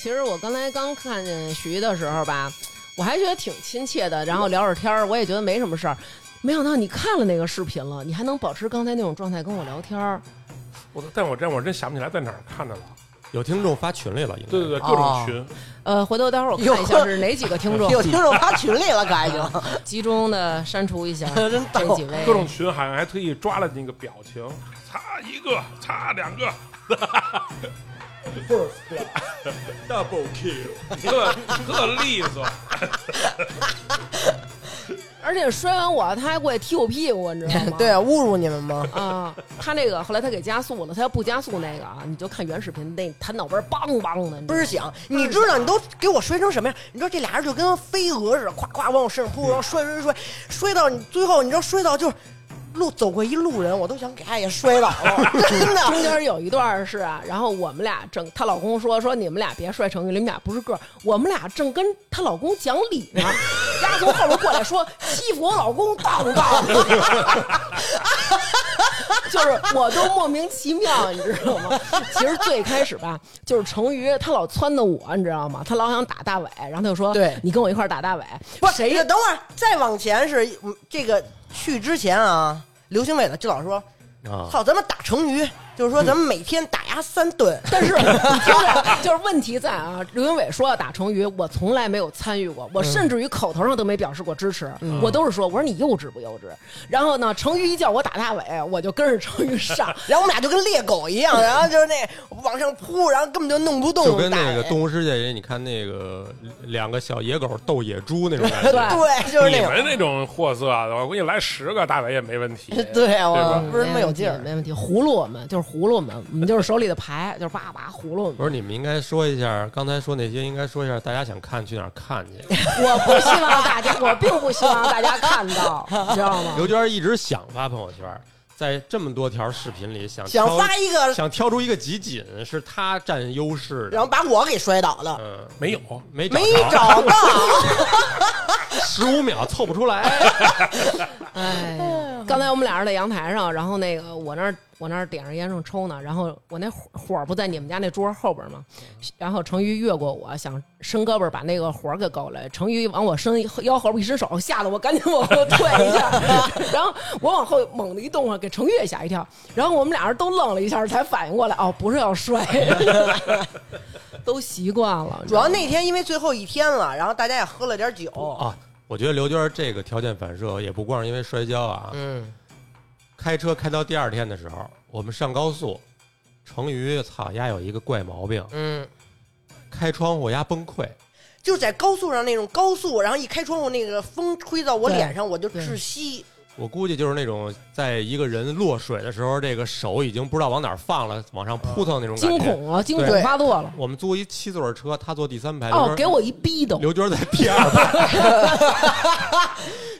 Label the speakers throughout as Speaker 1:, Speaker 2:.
Speaker 1: 其实我刚才刚看见徐的时候吧，我还觉得挺亲切的，然后聊会儿天儿，我也觉得没什么事儿。没想到你看了那个视频了，你还能保持刚才那种状态跟我聊天儿。
Speaker 2: 我但我真我真想不起来在哪儿看的了。
Speaker 3: 有听众发群里了，应该
Speaker 2: 对对对，各
Speaker 1: 哦
Speaker 2: 种群，
Speaker 1: 呃，回头待会儿我看一下
Speaker 4: 有
Speaker 1: 是哪几个听众，
Speaker 4: 有听众发群里了，可还行。
Speaker 1: 集中的删除一下
Speaker 4: 真逗
Speaker 1: 这几位。
Speaker 2: 各种群，好像还特意抓了那个表情，擦一个，擦两个。Double kill，特 特利索，
Speaker 1: 而且摔完我，他还过来踢我屁股，你知道吗？
Speaker 4: 对，侮辱你们吗？
Speaker 1: 啊，他那个后来他给加速了，他要不加速那个啊，你就看原视频，那他脑门儿梆梆的，你知道吗
Speaker 4: 倍儿响！你知道你都给我摔成什么样？你知道这俩人就跟飞蛾似的，咵咵往我身上扑，然后摔摔摔，摔到你最后，你知道摔到就是路走过一路人，我都想给他也摔倒了，真的。
Speaker 1: 中间有一段是啊，然后我们俩正，她老公说说你们俩别摔成，你们俩不是个儿，我们俩正跟她老公讲理呢，丫从后边过来说欺负我老公当不当？ 就是我都莫名其妙，你知道吗？其实最开始吧，就是成瑜他老撺掇我，你知道吗？他老想打大伟，然后他就说
Speaker 4: 对
Speaker 1: 你跟我一块儿打大伟，
Speaker 4: 不是，谁？等会儿再往前是嗯这个去之前啊，刘行伟呢就老说，
Speaker 3: 啊，
Speaker 4: 操，咱们打成鱼，就是说咱们每天打压三顿。
Speaker 1: 但是你听着，就是问题在啊，刘云伟说要打成语，我从来没有参与过，我甚至于口头上都没表示过支持，我都是说我说你幼稚不幼稚。然后呢，成瑜一叫我打大伟，我就跟着成瑜 上。
Speaker 4: 然后我们俩就跟猎狗一样，然后就是那往上扑，然后根本就弄不动，
Speaker 3: 就跟那
Speaker 4: 大
Speaker 3: 个
Speaker 4: 爷
Speaker 3: 《动物世界》里，你看那个两个小野狗斗野猪那种感
Speaker 1: 对
Speaker 3: 觉，
Speaker 4: 对，就是
Speaker 2: 你
Speaker 4: 那
Speaker 2: 们
Speaker 4: 种。
Speaker 2: 那种货色，啊我给你来十个大伟也没问题。
Speaker 4: 对，我
Speaker 2: 吧
Speaker 4: 不是那么有劲儿。
Speaker 1: 没问题。葫芦我们就是葫芦我们，我们就是手里的牌，就是叭叭葫芦我们
Speaker 3: 不。是，你们应该说一下，刚才说那些应该说一下，大家想看去哪儿看去？
Speaker 1: 我不希望大家，我并不希望大家看 到，你知道吗？
Speaker 3: 刘娟一直想发朋友圈，在这么多条视频里想
Speaker 4: 想
Speaker 3: 挑
Speaker 4: 发一 个，
Speaker 3: 想挑出一个集锦，是她占优势
Speaker 4: 然
Speaker 3: 的。
Speaker 4: 后把我给摔倒了，
Speaker 3: 嗯，
Speaker 2: 没有，
Speaker 3: 没
Speaker 4: 没
Speaker 3: 着，
Speaker 4: 找到。
Speaker 3: 十五秒凑不出来。
Speaker 1: 哎呀，刚才我们俩人在阳台上，然后那个我那儿我那儿点着烟正抽呢，然后我那火火不在你们家那桌后边吗？然后成瑜越过我，想伸胳膊把那个火给勾来，成瑜往我伸腰后边一伸手，吓得我赶紧往后退一下， 然后我往后猛地一动啊，给成瑜也吓一跳，然后我们俩人都愣了一下，才反应过来，哦，不是要摔， 都习惯了，
Speaker 4: 主要那天因为最后一天了，然后大家也喝了点酒，
Speaker 3: 啊，我觉得刘娟这个条件反射也不光是因为摔跤啊，
Speaker 4: 嗯，
Speaker 3: 开车开到第二天的时候，我们上高速，成瑜操丫有一个怪毛病，
Speaker 4: 嗯，
Speaker 3: 开窗户丫崩溃，
Speaker 4: 就是在高速上那种高速，然后一开窗户，那个风吹到我
Speaker 1: 对
Speaker 4: 脸上，我就
Speaker 1: 对
Speaker 4: 窒息。
Speaker 3: 我估计就是那种在一个人落水的时候，这个手已经不知道往哪儿放了，往上扑腾那种感觉。
Speaker 1: 惊恐了，惊恐
Speaker 4: 对
Speaker 1: 发作了，
Speaker 3: 我们租一七座车，他坐第三排，
Speaker 1: 哦
Speaker 3: 刘，
Speaker 1: 给
Speaker 3: 娟
Speaker 1: 我一逼斗。
Speaker 3: 刘娟在第 二排，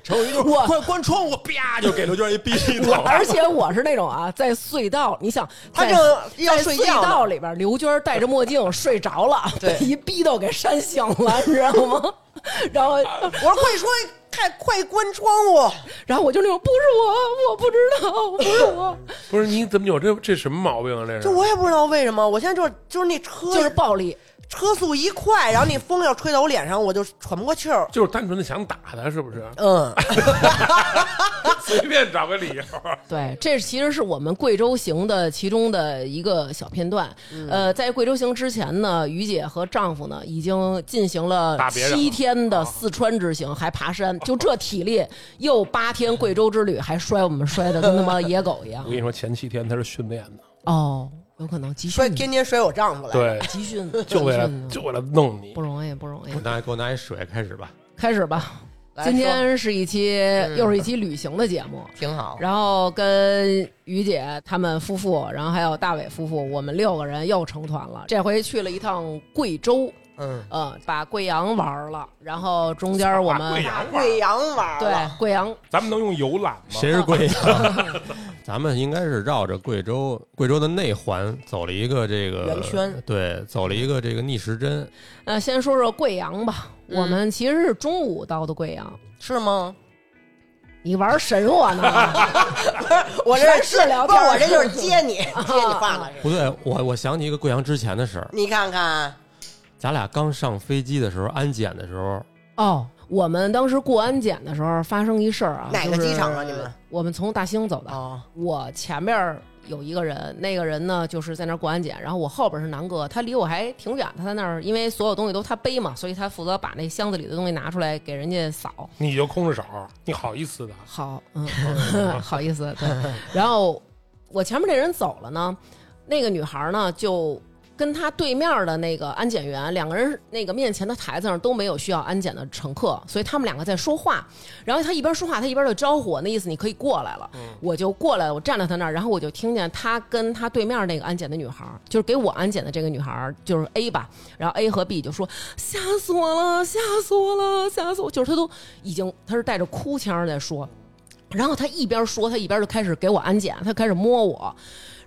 Speaker 3: 成瑜就关关窗户，啪就给刘娟一逼
Speaker 1: 我
Speaker 3: 头。
Speaker 1: 而且我是那种啊，在隧道，你想，
Speaker 4: 他
Speaker 1: 在
Speaker 4: 正要
Speaker 1: 在
Speaker 4: 睡
Speaker 1: 隧
Speaker 4: 觉呢
Speaker 1: 道里边，刘娟戴着墨镜睡着了，
Speaker 4: 对
Speaker 1: 被一逼斗给扇醒了，你知道吗？ 然后，
Speaker 4: 我说快说，快快关窗户！
Speaker 1: 然后我就那种不是我，我不知道，不是我，
Speaker 2: 不是你怎么有这这什么毛病啊？这
Speaker 4: 就是我也不知道为什么，我现在就是就是那车
Speaker 1: 就是暴力。
Speaker 4: 车速一快，然后那风要吹到我脸上，我就喘不过气儿。
Speaker 2: 就是单纯的想打他，是不是？
Speaker 4: 嗯，
Speaker 2: 随便找个理由。
Speaker 1: 对，这其实是我们贵州行的其中的一个小片段。呃，在贵州行之前呢，于姐和丈夫呢已经进行了
Speaker 2: 打别人了啊
Speaker 1: 七天的四川之行，还爬山，就这体力，又八天贵州之旅，还摔我们摔的跟他妈野狗一样
Speaker 2: 我。跟你说，前七天他是训练的，
Speaker 1: 哦，有可能集
Speaker 4: 摔
Speaker 1: 训，
Speaker 4: 天天摔我丈夫来，
Speaker 2: 对，
Speaker 1: 集训，
Speaker 2: 就为了
Speaker 1: 集训呢啊
Speaker 2: 就为了弄你
Speaker 1: 不。容易，不容易
Speaker 3: 我。拿给我拿一水，开始吧。
Speaker 1: 开始吧，
Speaker 4: 来
Speaker 1: 今天是一期又是一期旅行的节目，
Speaker 4: 挺好。
Speaker 1: 然后跟于姐他们夫妇，然后还有大伟夫妇，我们六个人又成团了。这回去了一趟贵州，
Speaker 4: 嗯，
Speaker 1: 呃，把贵阳玩了，然后中间我
Speaker 2: 把贵
Speaker 1: 们
Speaker 2: 阳玩
Speaker 4: 贵阳玩
Speaker 1: 对
Speaker 4: 了，
Speaker 1: 贵阳
Speaker 2: 咱们能用游览吗？
Speaker 3: 谁是贵阳？ 咱们应该是绕着贵州贵州的内环走了一个这个
Speaker 4: 圆圈，
Speaker 3: 对，走了一个这个逆时针。
Speaker 1: 那呃先
Speaker 4: 嗯
Speaker 1: 说说贵阳吧，我们其实是中午到的贵阳，
Speaker 4: 是吗？
Speaker 1: 你玩神我呢？
Speaker 4: 不是 我这
Speaker 1: 全是聊天
Speaker 4: 不是我这就是接 你接你话了。
Speaker 3: 不对，我我想起一个贵阳之前的事儿，
Speaker 4: 你看看，
Speaker 3: 咱俩刚上飞机的时候，安检的时候，
Speaker 1: 哦，我们当时过安检的时候发生一事儿啊，
Speaker 4: 哪个
Speaker 1: 就是
Speaker 4: 机场啊你们
Speaker 1: 我们从大兴走的，
Speaker 4: 哦
Speaker 1: 我前面儿有一个人，那个人呢就是在那儿过安检，然后我后边是南哥，他离我还挺远，他在那儿因为所有东西都他背嘛，所以他负责把那箱子里的东西拿出来给人家扫。
Speaker 2: 你就空着手，你好意思的？
Speaker 1: 好，嗯，好意思，对。然后我前面这人走了呢，那个女孩呢就跟她对面的那个安检员，两个人那个面前的台子上都没有需要安检的乘客，所以他们两个在说话。然后他一边说话，他一边就招呼我，那意思你可以过来了。我就过来了，我站在他那儿，然后我就听见他跟他对面那个安检的女孩，就是给我安检的这个女孩，就是 A 吧，然后 A 和 B 就说吓死我了，吓死我了，吓死我，就是他都已经他是带着哭腔在说。然后他一边说，他一边就开始给我安检，他开始摸我。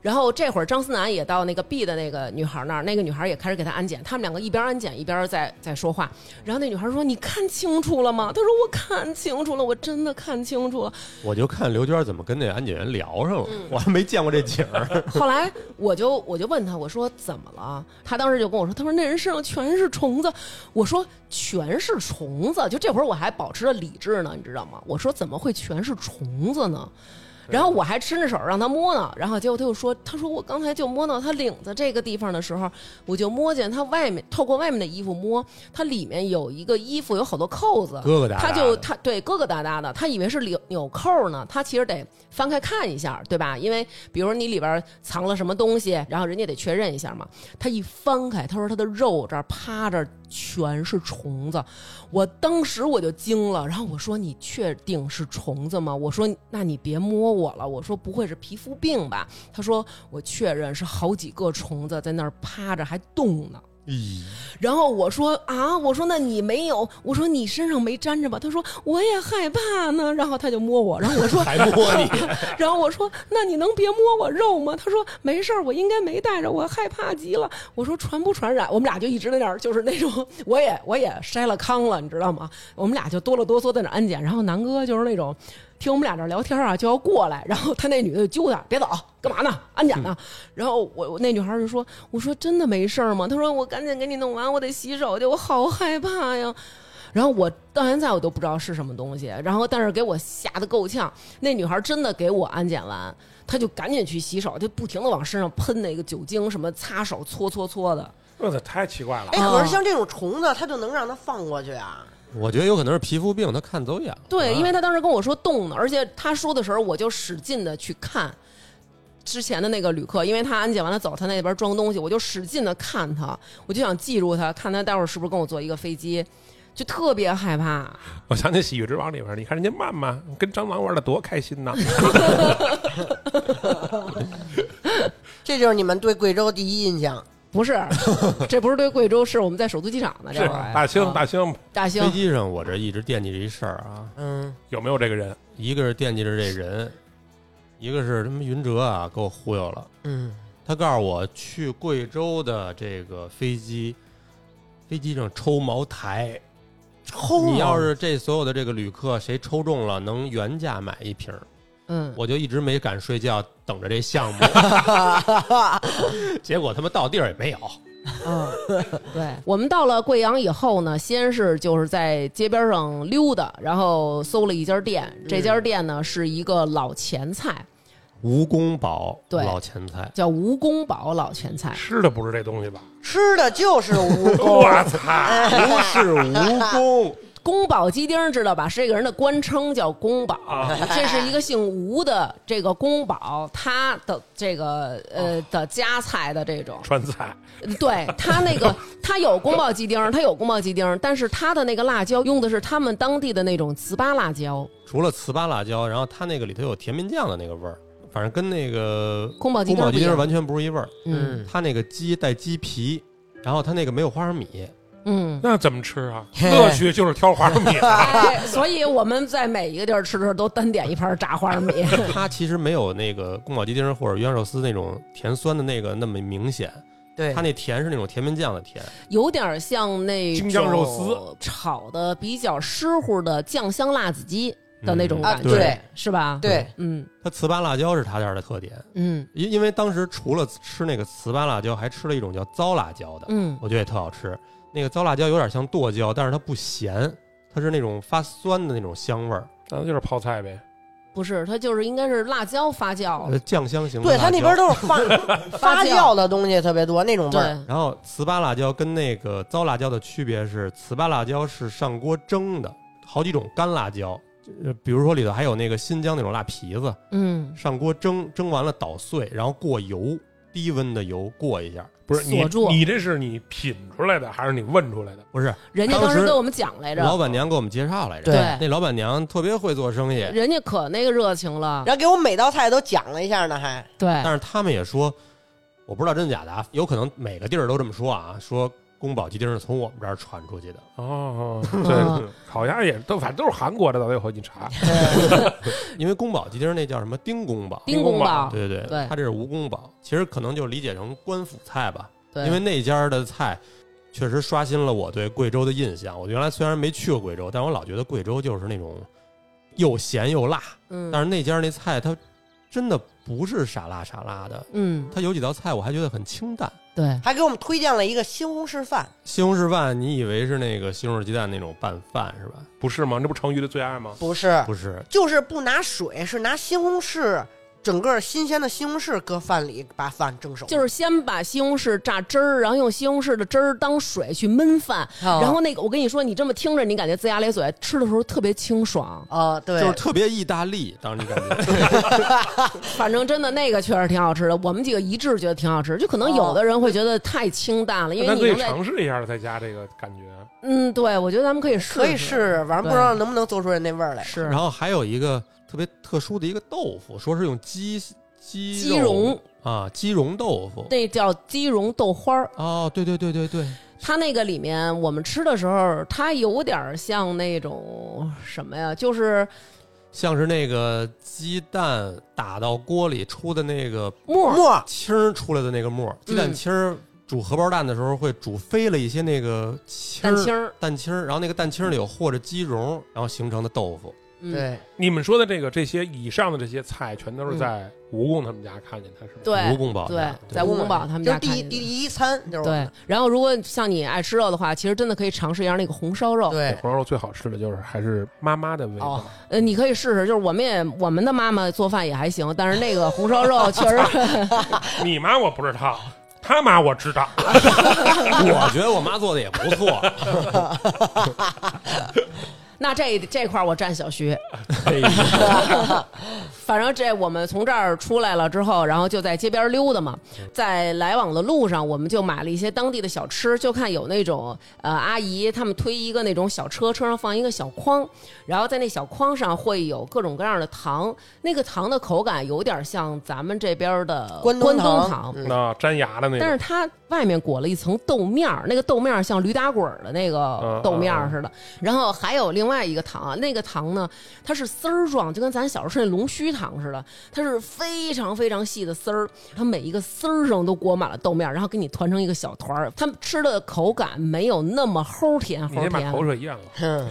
Speaker 1: 然后这会儿张思楠也到那个 B 的那个女孩那儿，那个女孩也开始给他安检，他们两个一边安检一边在在说话。然后那女孩说：“你看清楚了吗？”他说：“我看清楚了，我真的看清楚了。”
Speaker 3: 我就看刘娟怎么跟那安检员聊上了，
Speaker 1: 嗯
Speaker 3: 我还没见过这景 儿。
Speaker 1: 后来我就我就问他，我说怎么了？他当时就跟我说，他说那人身上全是虫子。我说全是虫子，就这会儿我还保持着理智呢，你知道吗？我说怎么会全是虫子呢？然后我还伸着手让他摸呢，然后结果他又说，他说我刚才就摸到他领子这个地方的时候，我就摸见他外面透过外面的衣服摸，他里面有一个衣服有好多扣子，
Speaker 3: 疙疙瘩瘩的
Speaker 1: 他就他对疙疙瘩瘩的，他以为是纽纽扣呢，他其实得翻开看一下，对吧？因为比如你里边藏了什么东西，然后人家得确认一下嘛。他一翻开，他说他的肉这儿趴着全是虫子，我当时我就惊了，然后我说你确定是虫子吗？我说那你别摸我了，我说不会是皮肤病吧？他说我确认是好几个虫子在那儿趴着还动呢。
Speaker 3: 咦，
Speaker 1: 然后我说啊，我说那你没有，我说你身上没粘着吧？他说我也害怕呢。然后他就摸我，然后我说
Speaker 3: 还摸你，
Speaker 1: 然后我说：“那你能别摸我肉吗？”他说：“没事儿，我应该没带着，我害怕极了。”我说：“传不传染？”我们俩就一直在那儿，就是那种，我也我也筛了糠了，你知道吗？我们俩就哆了哆嗦在那儿安检，然后南哥就是那种。听我们俩这儿聊天啊，就要过来，然后他那女的就揪他，别走，干嘛呢？安检呢？然后我我那女孩就说：“我说真的没事儿吗？”她说：“我赶紧给你弄完，我得洗手去，我好害怕呀。”然后我到现在我都不知道是什么东西，然后但是给我吓得够呛。那女孩真的给我安检完，她就赶紧去洗手，就不停的往身上喷那个酒精，什么擦手搓搓搓的。
Speaker 2: 那可太奇怪了
Speaker 4: 哎，。可是像这种虫子，它就能让它放过去啊？
Speaker 3: 我觉得有可能是皮肤病，他看啊走眼了。
Speaker 2: 啊
Speaker 1: 对，因为她当时跟我说动呢，而且她说的时候我就使劲的去看之前的那个旅客，因为他安检完了走，他那边装东西，我就使劲的看他，我就想记住他，看他待会儿是不是跟我坐一个飞机，就特别害怕。
Speaker 2: 我想起《喜剧之王》里边，你看人家曼曼跟蟑螂玩的多开心呐！
Speaker 4: 这就是你们对贵州第一印象。
Speaker 1: 不 是，这不是对贵州，是我们在首都机场呢。这
Speaker 2: 是
Speaker 1: 会儿
Speaker 2: 大兴，
Speaker 1: 啊
Speaker 2: 大兴
Speaker 1: 大兴
Speaker 3: 飞机上我这一直惦记着一事儿啊，
Speaker 4: 嗯，
Speaker 2: 有没有这个人？
Speaker 3: 一个是惦记着这人，一个是他妈云哲啊给我忽悠了。
Speaker 4: 嗯，
Speaker 3: 他告诉我去贵州的这个飞机，飞机上抽茅台，
Speaker 1: 哦
Speaker 4: 抽
Speaker 3: 你要
Speaker 4: 吗
Speaker 3: 是这所有的这个旅客谁抽中了，能原价买一瓶儿。
Speaker 1: 嗯，
Speaker 3: 我就一直没敢睡觉，等着这项 目， 结果他妈到地儿也没有。
Speaker 1: 嗯，对，我们到了贵阳以后呢，先是就是在街边上溜达，然后搜了一家店，这家店呢是一个老前菜，
Speaker 3: 吴公堡
Speaker 1: 对
Speaker 3: 老钱菜，
Speaker 1: 叫吴公堡老前菜。
Speaker 2: 吃的不是这东西吧？
Speaker 4: 吃的就是 蜈蚣。
Speaker 2: 我操，不是蜈蚣，
Speaker 1: 宫保鸡丁知道吧？是这个人的官称叫宫保，这是一个姓吴的这个宫保，他的这个呃的家菜的这种。
Speaker 2: 川菜
Speaker 1: 对他那 个，他有宫保鸡丁儿，他有宫保鸡丁儿，但是他的那个辣椒用的是他们当地的那种糍粑辣椒。
Speaker 3: 除了糍粑辣椒，然后它那个里头有甜面酱的那个味儿，反正跟那个
Speaker 1: 宫保鸡
Speaker 3: 宫
Speaker 1: 丁儿不
Speaker 3: 保鸡
Speaker 1: 一
Speaker 3: 丁
Speaker 1: 样
Speaker 3: 儿完全不是一味儿。
Speaker 1: 嗯
Speaker 3: 它那个鸡带鸡皮，然后它那个没有花生米，
Speaker 1: 嗯。
Speaker 2: 那怎么吃啊？
Speaker 4: 嘿
Speaker 2: 乐趣就是挑花生米啊。
Speaker 1: 哎，所以我们在每一个地儿吃的时候都单点一盘炸花生米。
Speaker 3: 它其实没有那个宫保鸡丁儿或者鸳鸯肉丝那种甜酸的那个那么明显，
Speaker 4: 对
Speaker 3: 它那甜是那种甜面酱的甜。
Speaker 1: 有点像那
Speaker 2: 京酱肉丝
Speaker 1: 种炒的比较湿乎的酱香辣子鸡，的那种
Speaker 3: 嗯
Speaker 4: 啊
Speaker 1: 感觉，
Speaker 4: 对
Speaker 1: 是吧？，
Speaker 4: 对，
Speaker 1: 嗯
Speaker 3: 它糍粑辣椒是他家的特点，
Speaker 1: 嗯
Speaker 3: 因因为当时除了吃那个糍粑辣椒，还吃了一种叫糟辣椒的，
Speaker 1: 嗯
Speaker 3: 我觉得也特好吃。那个糟辣椒有点像剁椒，但是它不咸，它是那种发酸的那种香味儿，
Speaker 2: 那就是泡菜呗。
Speaker 1: 不是，它就是应该是辣椒发酵
Speaker 3: 呃，，酱香型的
Speaker 4: 哦对
Speaker 3: 辣
Speaker 4: 他那
Speaker 3: 椒
Speaker 4: 边都是发发酵的东西特别多，那种味
Speaker 1: 对
Speaker 4: 儿。，
Speaker 3: 然后糍粑辣椒跟那个糟辣椒的区别是，糍粑辣椒是上锅蒸的，好几种干辣椒，呃比如说里头还有那个新疆那种辣皮子，
Speaker 1: 嗯，
Speaker 3: 上锅蒸，蒸完了捣碎，然后过油，低温的油过一下。
Speaker 2: 不是你
Speaker 1: 锁住
Speaker 2: 你这是你品出来的还是你问出来的？
Speaker 3: 不是，
Speaker 1: 人家当
Speaker 3: 当
Speaker 1: 时
Speaker 3: 时
Speaker 1: 跟我们讲来
Speaker 3: 老
Speaker 1: 着，
Speaker 3: 板娘给我们介绍来着，
Speaker 4: 对
Speaker 1: 对
Speaker 3: 那老板娘特别会做生意，
Speaker 1: 人家可那个热情了，
Speaker 4: 然后给我每道菜都讲了一下呢，还
Speaker 1: 对
Speaker 3: 但是他们也说，我不知道真假的啊，有可能每个地儿都这么说啊，说宫保鸡丁是从我们这儿传出去的。
Speaker 2: 哦，
Speaker 1: 嗯
Speaker 2: 对， 烤鸭也都反正都是韩国的，到最后你查
Speaker 3: 因为宫保鸡丁那叫什么丁宫保，
Speaker 1: 丁公吧，
Speaker 3: 对对
Speaker 1: 啊对
Speaker 3: 他这是吴宫保，其实可能就理解成官府菜吧，
Speaker 1: 对，
Speaker 3: 因为那家的菜确实刷新了我对贵州的印象。我原来虽然没去过贵州，但我老觉得贵州就是那种又咸又辣，
Speaker 1: 嗯
Speaker 3: 但是那家那菜它真的不是傻辣傻辣的，
Speaker 1: 嗯，
Speaker 3: 它有几道菜我还觉得很清淡。
Speaker 1: 对，
Speaker 4: 还给我们推荐了一个西红柿饭，
Speaker 3: 西红柿饭，你以为是那个西红柿鸡蛋那种拌饭是吧？
Speaker 2: 不是吗？这不成渝的最爱吗？
Speaker 4: 不是，
Speaker 3: 不是，
Speaker 4: 就是不拿水，是拿西红柿，整个新鲜的西红柿搁饭里把饭蒸熟，
Speaker 1: 就是先把西红柿榨汁儿，然后用西红柿的汁儿当水去焖饭，
Speaker 4: 啊
Speaker 1: 然后那个我跟你说，你这么听着，你感觉龇牙咧嘴，吃的时候特别清爽，
Speaker 4: 啊，对，
Speaker 3: 就是特别意大利，当时你感觉
Speaker 1: 反正真的那个确实挺好吃的，我们几个一致觉得挺好吃，就可能有的人会觉得太清淡了，因为
Speaker 2: 咱
Speaker 1: 你
Speaker 2: 可以
Speaker 1: 能在
Speaker 2: 尝试一下在家这个感觉。
Speaker 1: 嗯，对，我觉得咱们可以试，
Speaker 4: 可以试，反正不知道能不能做出来那味儿来。
Speaker 1: 是，
Speaker 3: 然后还有一个特别特殊的一个豆腐，说是用鸡鸡
Speaker 1: 鸡蓉
Speaker 3: 啊，鸡蓉豆腐。
Speaker 1: 那叫鸡蓉豆花儿，
Speaker 3: 哦，对对对对对，
Speaker 1: 它那个里面我们吃的时候，它有点像那种什么呀，就是
Speaker 3: 像是那个鸡蛋打到锅里出的那个
Speaker 1: 沫儿，
Speaker 4: 沫儿
Speaker 3: 清儿出来的那个沫儿，
Speaker 1: 嗯
Speaker 3: 鸡蛋清儿煮荷包蛋的时候会煮飞了一些那个清
Speaker 1: 蛋
Speaker 3: 儿，
Speaker 1: 清儿，
Speaker 3: 蛋清儿，然后那个蛋清儿里有和着鸡蓉，然后形成的豆腐。
Speaker 1: 嗯、
Speaker 4: 对，
Speaker 2: 你们说的这个这些以上的这些菜，全都是在吴公他们家看见的，是吗？
Speaker 1: 嗯对
Speaker 3: 吴公堡
Speaker 1: 对
Speaker 3: 的，
Speaker 1: 在吴公堡他们
Speaker 4: 就
Speaker 1: 家
Speaker 4: 是第一
Speaker 1: 看见的
Speaker 4: 第第一餐就是我
Speaker 1: 对
Speaker 4: 们，
Speaker 1: 然后如果像你爱吃肉的话，其实真的可以尝试一下那个红烧肉。
Speaker 4: 对
Speaker 2: 红烧肉最好吃的就是还是妈妈的味道
Speaker 4: 哦，
Speaker 1: 呃，你可以试试，就是我们也我们的妈妈做饭也还行，但是那个红烧肉 确实，
Speaker 2: 你妈我不知道，他妈我知道。
Speaker 3: 我觉得我妈做的也不错。
Speaker 1: 那这这块儿我占小徐。
Speaker 3: 哎呀
Speaker 1: 反正这我们从这儿出来了之后，然后就在街边溜达嘛，在来往的路上，我们就买了一些当地的小吃，就看有那种呃阿姨他们推一个那种小车，车上放一个小筐，然后在那小筐上会有各种各样的糖，那个糖的口感有点像咱们这边的
Speaker 4: 关
Speaker 1: 东
Speaker 4: 东
Speaker 1: 糖
Speaker 4: 嗯
Speaker 2: 那粘牙的那
Speaker 1: 但是
Speaker 2: 个，
Speaker 1: 它外面裹了一层豆面儿，那个豆面儿像驴打滚儿的那个豆面儿似的。然后还有另外一个糖，那个糖呢，它是丝儿状，就跟咱小时候吃那龙须糖似的，它是非常非常细的丝儿，它每一个丝儿上都裹满了豆面儿，然后给你团成一个小团儿。它吃的口感没有那么齁甜
Speaker 2: 你先
Speaker 1: 齁
Speaker 2: 把
Speaker 1: 甜，
Speaker 2: 口
Speaker 1: 啊
Speaker 2: 水咽了。
Speaker 4: 嗯，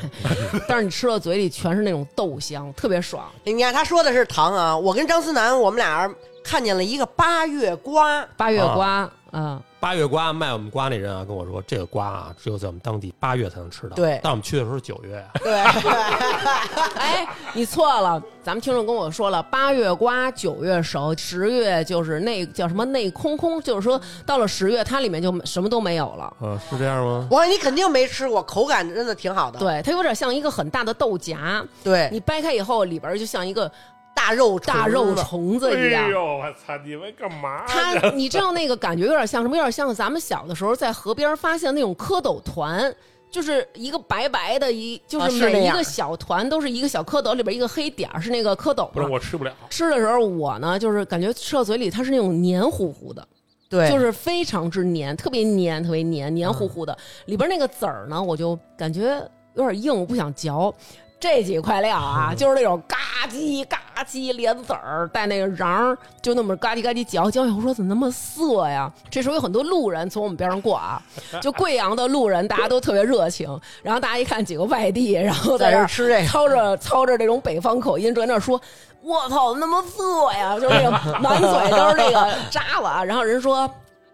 Speaker 1: 但是你吃到嘴里全是那种豆香，特别爽。
Speaker 4: 你看他说的是糖啊，我跟张思楠我们俩人看见了一个八月瓜，
Speaker 1: 八月瓜，嗯，
Speaker 3: 八月瓜卖我们瓜那人啊，跟我说这个瓜啊，只有在我们当地八月才能吃到。
Speaker 4: 对
Speaker 3: 但我们去的时候是九月啊。
Speaker 4: 对，
Speaker 1: 哎，你错了，咱们听众跟我说了，八月瓜，九月熟，十月就是内叫什么内空空，就是说到了十月，它里面就什么都没有了。
Speaker 3: 嗯，是这样吗？
Speaker 4: 我说你肯定没吃过，口感真的挺好的。
Speaker 1: 对，它有点像一个很大的豆荚，
Speaker 4: 对，
Speaker 1: 你掰开以后，里边就像一个
Speaker 4: 大肉
Speaker 1: 大肉
Speaker 4: 虫
Speaker 1: 虫
Speaker 4: 子
Speaker 1: 子一
Speaker 2: 哎
Speaker 1: 样。
Speaker 2: 呦，我操！你们干嘛
Speaker 1: 它
Speaker 2: 呀？，
Speaker 1: 你知道那个感觉有点像什么？有点像咱们小的时候在河边发现那种蝌蚪团，就是一个白白的一，就
Speaker 4: 啊
Speaker 1: 是
Speaker 4: 是那
Speaker 1: 每一
Speaker 4: 样
Speaker 1: 个小团都是一个小蝌蚪，里边一个黑点儿是那个蝌蚪
Speaker 2: 不
Speaker 1: 嘛
Speaker 2: 是。我吃不了，
Speaker 1: 吃的时候，我呢就是感觉吃到嘴里它是那种黏糊糊的，
Speaker 4: 对，
Speaker 1: 就是非常之黏，特别黏，特别黏，黏糊糊的。里边那个籽儿呢，我就感觉有点硬，我不想嚼。这几块料啊，就是那种嘎叽嘎叽莲子儿带那个瓤儿，就那么嘎叽嘎叽嚼嚼。我说怎么那么涩呀？这时候有很多路人从我们边上过啊，就贵阳的路人，大家都特别热情。然后大家一看几个外地，然后在
Speaker 4: 在这
Speaker 1: 这
Speaker 4: 儿
Speaker 1: 儿
Speaker 4: 吃这个，
Speaker 1: 操着操着这种北方口音，在那儿说：“我操，那么涩呀！”就是那 个满嘴都是那个渣子啊。然后人说。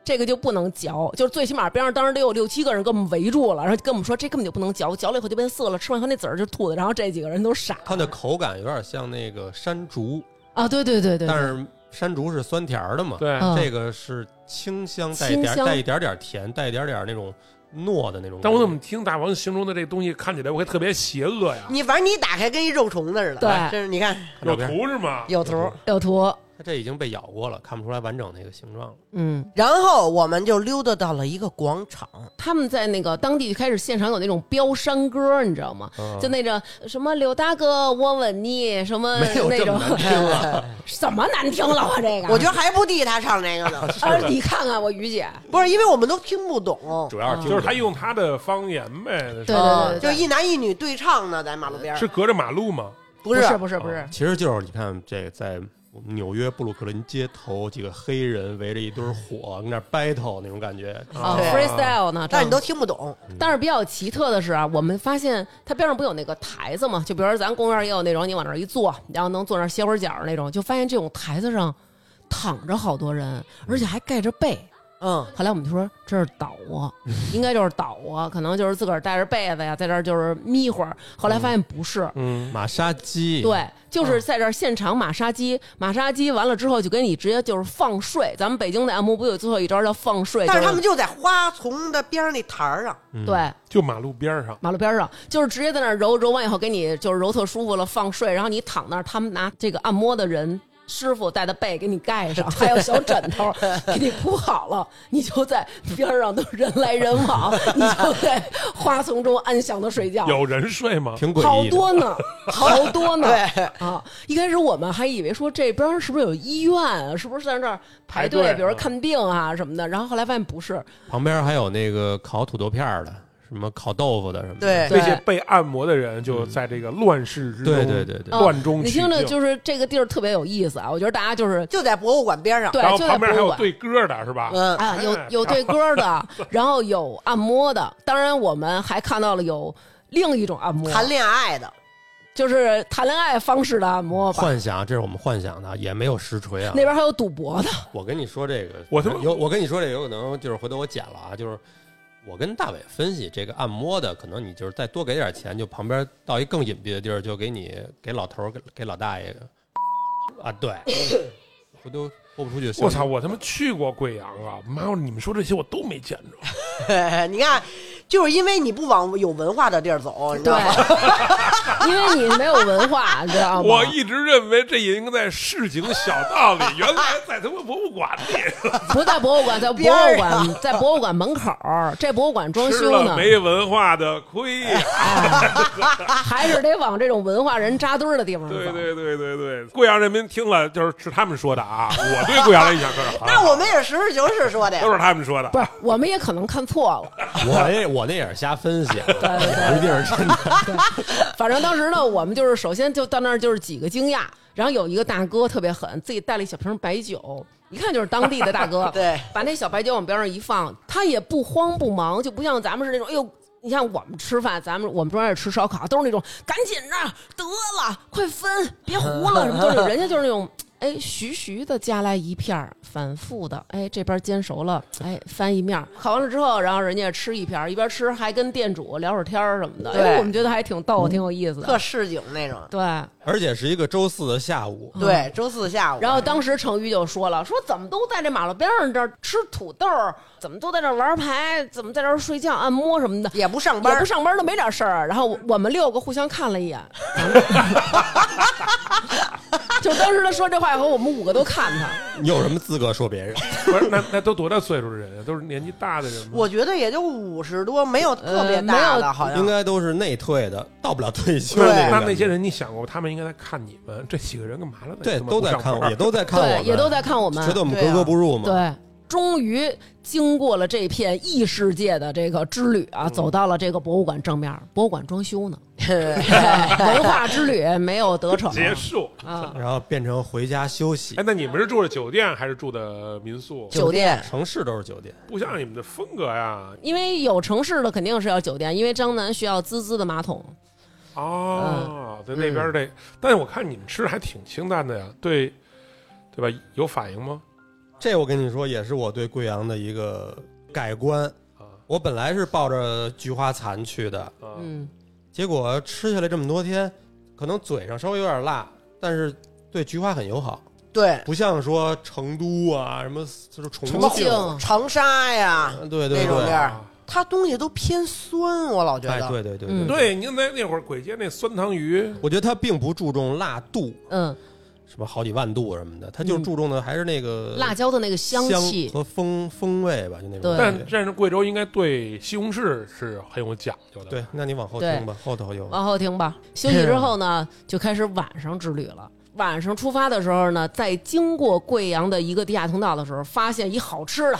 Speaker 1: 这个就不能嚼，就是最起码边上当时得有六七个人给我们围住了，然后跟我们说这根本就不能嚼，嚼了以后就变涩了，吃完以后那籽儿就吐的，然后这几个人都傻
Speaker 3: 它的口感有点像那个山竹，
Speaker 1: 啊！对对对对，
Speaker 3: 但是山竹是酸甜儿的嘛，
Speaker 2: 对，
Speaker 1: 嗯
Speaker 3: 这个是清香带一
Speaker 1: 清
Speaker 3: 点
Speaker 1: 香
Speaker 3: 带一点点甜，带一点点那种糯的那种感觉。
Speaker 2: 但我怎么听大王形容的这东西看起来我还特别邪恶呀？
Speaker 4: 你反正你一打开跟一肉虫子似的，
Speaker 1: 对
Speaker 4: 真是你看
Speaker 3: 看
Speaker 2: 有
Speaker 3: 照片？
Speaker 2: 图是吗？
Speaker 4: 有头。
Speaker 1: 有图，
Speaker 3: 它这已经被咬过了，看不出来完整那个形状了。
Speaker 1: 嗯，
Speaker 4: 然后我们就溜达到了一个广场，
Speaker 1: 他们在那个当地就开始现场有那种飙山歌，你知道吗？
Speaker 3: 嗯
Speaker 1: 就那个什么柳大哥我吻你，什么
Speaker 3: 没有
Speaker 1: 那
Speaker 3: 这
Speaker 1: 种
Speaker 3: 么难听啊！
Speaker 1: 什么难听了我这个，
Speaker 4: 我觉得还不地他唱这个呢，
Speaker 1: 啊，你看看我于姐，
Speaker 4: 不是因为我们都听不懂，
Speaker 3: 主要是听
Speaker 2: 就是
Speaker 3: 不
Speaker 2: 他
Speaker 3: 懂
Speaker 2: 用他的方言呗，是
Speaker 1: 啊对
Speaker 4: 啊
Speaker 1: 对对
Speaker 4: 就
Speaker 1: 对
Speaker 4: 一男一女对唱呢，在马路边儿
Speaker 2: 是隔着马路吗？
Speaker 4: 不
Speaker 1: 是不是不是
Speaker 3: 啊，其实就是你看这个在纽约布鲁克林街头，几个黑人围着一堆火，跟那儿 battle 那种感觉。
Speaker 1: 啊
Speaker 4: 对
Speaker 1: ，freestyle 呢？
Speaker 4: 但是你都
Speaker 1: 这样
Speaker 4: 听不懂，
Speaker 1: 但是比较奇特的是啊，我们发现它边上不有那个台子嘛？就比如说咱公园也有那种，你往那儿一坐，然后能坐那儿歇会儿脚那种，就发现这种台子上躺着好多人，而且还盖着被。
Speaker 4: 嗯，
Speaker 1: 后来我们就说这是倒啊，应该就是倒啊，可能就是自个儿带着被子呀，在这儿就是眯会儿。后来发现不是，
Speaker 3: 嗯，马杀鸡，，
Speaker 1: 对，就是在这儿现场马杀鸡，马杀鸡完了之后就给你直接就是放睡。咱们北京的按摩不有最后一招叫放睡，
Speaker 4: 但是他们
Speaker 1: 就
Speaker 4: 就在花丛的边上那台儿上，
Speaker 1: 是对
Speaker 2: 就马路边上。
Speaker 1: 马路边儿上，就是直接在那儿揉揉完以后给你就是揉特舒服了放睡，然后你躺那儿，他们拿这个按摩的人。师傅带的被给你盖上，还有小枕头给你铺好了，你就在边儿上都人来人往，你就在花丛中安详的睡觉。
Speaker 2: 有人睡吗？
Speaker 3: 挺诡
Speaker 1: 好
Speaker 3: 异的。
Speaker 1: 多呢，好多呢。
Speaker 4: 对
Speaker 1: 啊，一开始我们还以为说这边儿是不是有医院啊，是不是在这儿排队，
Speaker 2: 排队
Speaker 1: 比如说
Speaker 2: 嗯
Speaker 1: 看病啊什么的。然后后来发现不是，啊
Speaker 3: 旁边还有那个烤土豆片儿的，什么烤豆腐的什么的。
Speaker 4: 对
Speaker 2: 那些被按摩的人就在这个乱世之中，
Speaker 3: 嗯对对对对
Speaker 1: 啊
Speaker 2: 乱中
Speaker 1: 你
Speaker 2: 取
Speaker 1: 听着
Speaker 2: 静。
Speaker 1: 就是这个地儿特别有意思啊。我觉得大家就是
Speaker 4: 就在博物馆边上，
Speaker 1: 对
Speaker 2: 然后，
Speaker 1: 就
Speaker 2: 旁
Speaker 1: 在博
Speaker 2: 边还
Speaker 1: 物
Speaker 2: 有
Speaker 1: 馆。
Speaker 2: 对歌的是吧？
Speaker 4: 嗯，
Speaker 1: 啊，有
Speaker 2: 哎
Speaker 1: 有对歌 的，然后有按摩的，当然我们还看到了有另一种按摩，
Speaker 4: 谈恋爱的，
Speaker 1: 就是谈恋爱方式的按摩吧。
Speaker 3: 幻想，这是我们幻想的，也没有实锤啊。
Speaker 1: 那边还有赌博的，
Speaker 3: 我跟你说这个，
Speaker 2: 我他妈
Speaker 3: 有我跟你说这个，有可能就是回头我剪了啊，就是我跟大伟分析这个按摩的，可能你就是再多给点钱，就旁边到一更隐蔽的地儿，就给你给老头儿给给老 大爷啊，对，回头播不出去。
Speaker 2: 我操！！我他妈去过贵阳啊！妈呀，你们说这些我都没见着。
Speaker 4: 你看，就是因为你不往有文化的地儿走，你知道吗？
Speaker 1: 对， 因为你没有文化，你知道吗？
Speaker 2: 我一直认为这也应该在市井小道 里，原来在他妈博物馆里。
Speaker 1: 不在博物馆，在博
Speaker 4: 边儿
Speaker 1: 物馆，在博物馆门口儿，这博物馆装
Speaker 2: 吃
Speaker 1: 修
Speaker 2: 了
Speaker 1: 呢，哎
Speaker 2: 没文化的亏呀！
Speaker 1: 还是得往这种文化人扎堆儿的地方走。
Speaker 2: 对对对对对，贵阳人民听了就是是他们说的啊，我对贵阳的印象 可是好，
Speaker 4: 那我们也实事求是说的呀。
Speaker 2: 都，是他们说的
Speaker 1: 不。是，我们也可能看错了。
Speaker 3: 我那我那也是瞎分 析，啊不
Speaker 1: 对
Speaker 3: 一定是真的。
Speaker 1: 反正当时呢，我们就是首先就到那儿就是几个惊讶，然后有一个大哥特别狠，自己带了一小瓶白酒，一看就是当地的大哥
Speaker 4: 对，
Speaker 1: 把那小白酒往边上一放，他也不慌不忙，就不像咱们是那种，哎呦。你像我们吃饭，咱们我们专门吃烧烤，都是那种赶紧着，得了，快分，别糊了，什么都是。人家就是那种，哎，徐徐的夹来一片儿，反复的，哎，这边煎熟了，哎，翻一面儿，烤完了之后，然后人家吃一片儿，一边吃还跟店主聊会儿天儿什么的，
Speaker 4: 对
Speaker 1: 哎，我们觉得还挺
Speaker 3: 嗯
Speaker 1: 逗，挺有意思
Speaker 4: 特
Speaker 1: 的。
Speaker 4: 市井那种。
Speaker 1: 对，
Speaker 3: 而且是一个周四的下午，
Speaker 4: 对，周四下午，
Speaker 1: 嗯然后当时程昱就说了，说怎么都在这马路边上这儿吃土豆儿，怎么都在这儿玩牌，怎么在这儿睡觉、按摩什么的，
Speaker 4: 也不上
Speaker 1: 也
Speaker 4: 班
Speaker 1: 不，上班都没点事儿。然后我我们六个互相看了 一眼，就当时他说这话以后，我们五个都看他，
Speaker 3: 你有什么资格说别人？
Speaker 2: 不是，那那都多大岁数的人啊？都是年纪大的人吗？
Speaker 4: 我觉得也就五十多，没有特别大
Speaker 1: 呃没
Speaker 4: 的，
Speaker 1: 有
Speaker 4: 好像
Speaker 3: 应该都是内退的，到不了退休
Speaker 4: 对
Speaker 3: 的
Speaker 2: 那
Speaker 3: 那
Speaker 2: 那
Speaker 3: 个
Speaker 2: 些人，你想过他们应该在看你们这几个人干嘛了呢？
Speaker 3: 对
Speaker 2: 怎么
Speaker 3: 都
Speaker 2: 不
Speaker 3: 在
Speaker 2: 上
Speaker 3: 看
Speaker 2: 班
Speaker 3: 我，也都在看我
Speaker 1: 对，
Speaker 3: 们，
Speaker 1: 也都在看我
Speaker 3: 觉
Speaker 1: 们，
Speaker 3: 得我们
Speaker 4: 对
Speaker 3: 格
Speaker 4: 啊
Speaker 3: 格不入嘛。
Speaker 1: 对。终于经过了这片异世界的这个之旅啊，走到了这个博物馆正面，博物馆装修 呢，文化之旅没有得逞
Speaker 2: 结束。
Speaker 1: 啊。
Speaker 3: 然后变成回家休息
Speaker 2: 哎，。那你们是住的酒店还是住的民宿？
Speaker 1: 酒店，
Speaker 3: 城市都是酒店，
Speaker 2: 不像你们的风格呀。
Speaker 1: 因为有城市的肯定是要酒店，因为张楠需要滋滋的马桶，
Speaker 2: 哦，
Speaker 3: 嗯
Speaker 2: 在那边这，但是我看你们吃的还挺清淡的呀，对，对吧？有反应吗？
Speaker 3: 这我跟你说也是我对贵阳的一个改观
Speaker 2: 啊。
Speaker 3: 我本来是抱着菊花残去的，
Speaker 2: 啊，
Speaker 1: 嗯，
Speaker 3: 结果吃下来这么多天，可能嘴上稍微有点辣，但是对菊花很友好，
Speaker 4: 对，
Speaker 3: 不像说成都啊什么就是重
Speaker 1: 重
Speaker 3: 庆
Speaker 1: 庆，
Speaker 4: 长沙呀，
Speaker 3: 对
Speaker 4: 那
Speaker 3: 对
Speaker 4: 种地
Speaker 3: 对，
Speaker 4: 儿，它东西都偏酸，我老觉
Speaker 3: 哎
Speaker 4: 得。
Speaker 3: 对对对
Speaker 1: 嗯
Speaker 3: 对，
Speaker 2: 对，您在那会儿鬼街那酸汤鱼，
Speaker 3: 我觉得它并不注重辣度，
Speaker 1: 嗯，
Speaker 3: 什么好几万度什么的，它就是注重的还是那个
Speaker 1: 辣椒的那个
Speaker 3: 香
Speaker 1: 气，
Speaker 3: 和风风味吧，就那种
Speaker 1: 对
Speaker 3: 感
Speaker 2: 但
Speaker 3: 觉。
Speaker 2: 但是贵州应该对西红柿是很有讲究的。，
Speaker 3: 对，那你往后
Speaker 1: 对
Speaker 3: 听吧，后头有。
Speaker 1: 往后听吧。休息之后呢，就开始晚上之旅了。晚上出发的时候呢，在经过贵阳的一个地下通道的时候，发现一好吃的，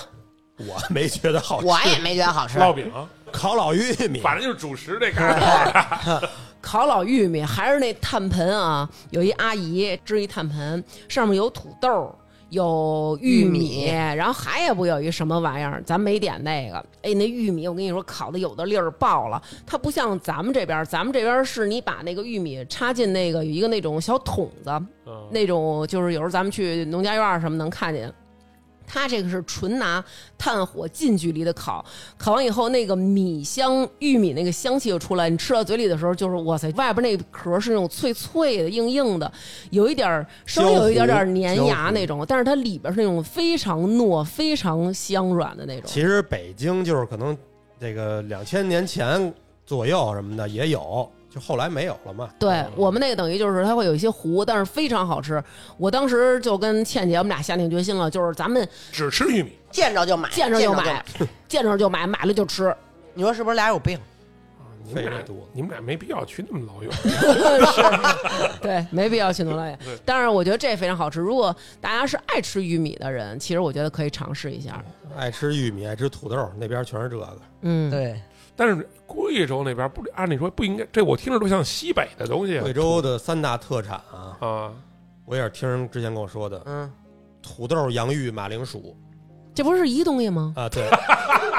Speaker 3: 我没觉得好吃，
Speaker 4: 我也没觉得好吃。
Speaker 2: 烙饼，
Speaker 3: 烤老玉米，
Speaker 2: 反正就是主食这 嘎达。
Speaker 1: 烤老玉米，还是那炭盆啊，有一阿姨支一炭盆，上面有土豆。有玉米，
Speaker 4: 玉米
Speaker 1: 然后还也不有一什么玩意儿，咱没点那个。哎，那玉米我跟你说，烤的有的粒儿爆了，它不像咱们这边儿，咱们这边儿是你把那个玉米插进那个有一个那种小桶子，
Speaker 2: 嗯
Speaker 1: 那种就是有时候咱们去农家院儿什么能看见。它这个是纯拿炭火近距离的烤，烤完以后那个米香、玉米那个香气就出来，你吃到嘴里的时候就是哇塞，外边那壳是那种脆脆的、硬硬的，有一点儿稍微有一点点粘牙那种，但是它里边是那种非常糯、非常香软的那种。
Speaker 3: 其实北京就是可能这个两千年前左右什么的也有，就后来没有了嘛。
Speaker 1: 对我们那个等于就是它会有一些糊，但是非常好吃。我当时就跟倩姐我们俩下定决心了，就是咱们
Speaker 2: 只吃玉米，
Speaker 4: 见着就买，
Speaker 1: 见着就买，见着就买，买了就 吃。
Speaker 4: 你说是不是俩有病？
Speaker 2: 你们
Speaker 3: 费
Speaker 2: 俩
Speaker 3: 这肚子
Speaker 2: 你们俩没必要去那么老远。
Speaker 1: 是，对，没必要去农老远
Speaker 2: 对。
Speaker 1: 但是我觉得这非常好吃。如果大家是爱吃玉米的人，其实我觉得可以尝试一下。
Speaker 3: 爱吃玉米，爱吃土豆，那边全是这个。
Speaker 1: 嗯，
Speaker 4: 对，
Speaker 2: 但是贵州那边不，按理说不应该，这我听着都像西北的东西。
Speaker 3: 贵州的三大特产啊，
Speaker 2: 啊，
Speaker 3: 我也是听人之前跟我说的，
Speaker 4: 嗯，
Speaker 3: 土豆、洋芋、马铃薯
Speaker 1: 这不是一东西吗？
Speaker 3: 啊，对，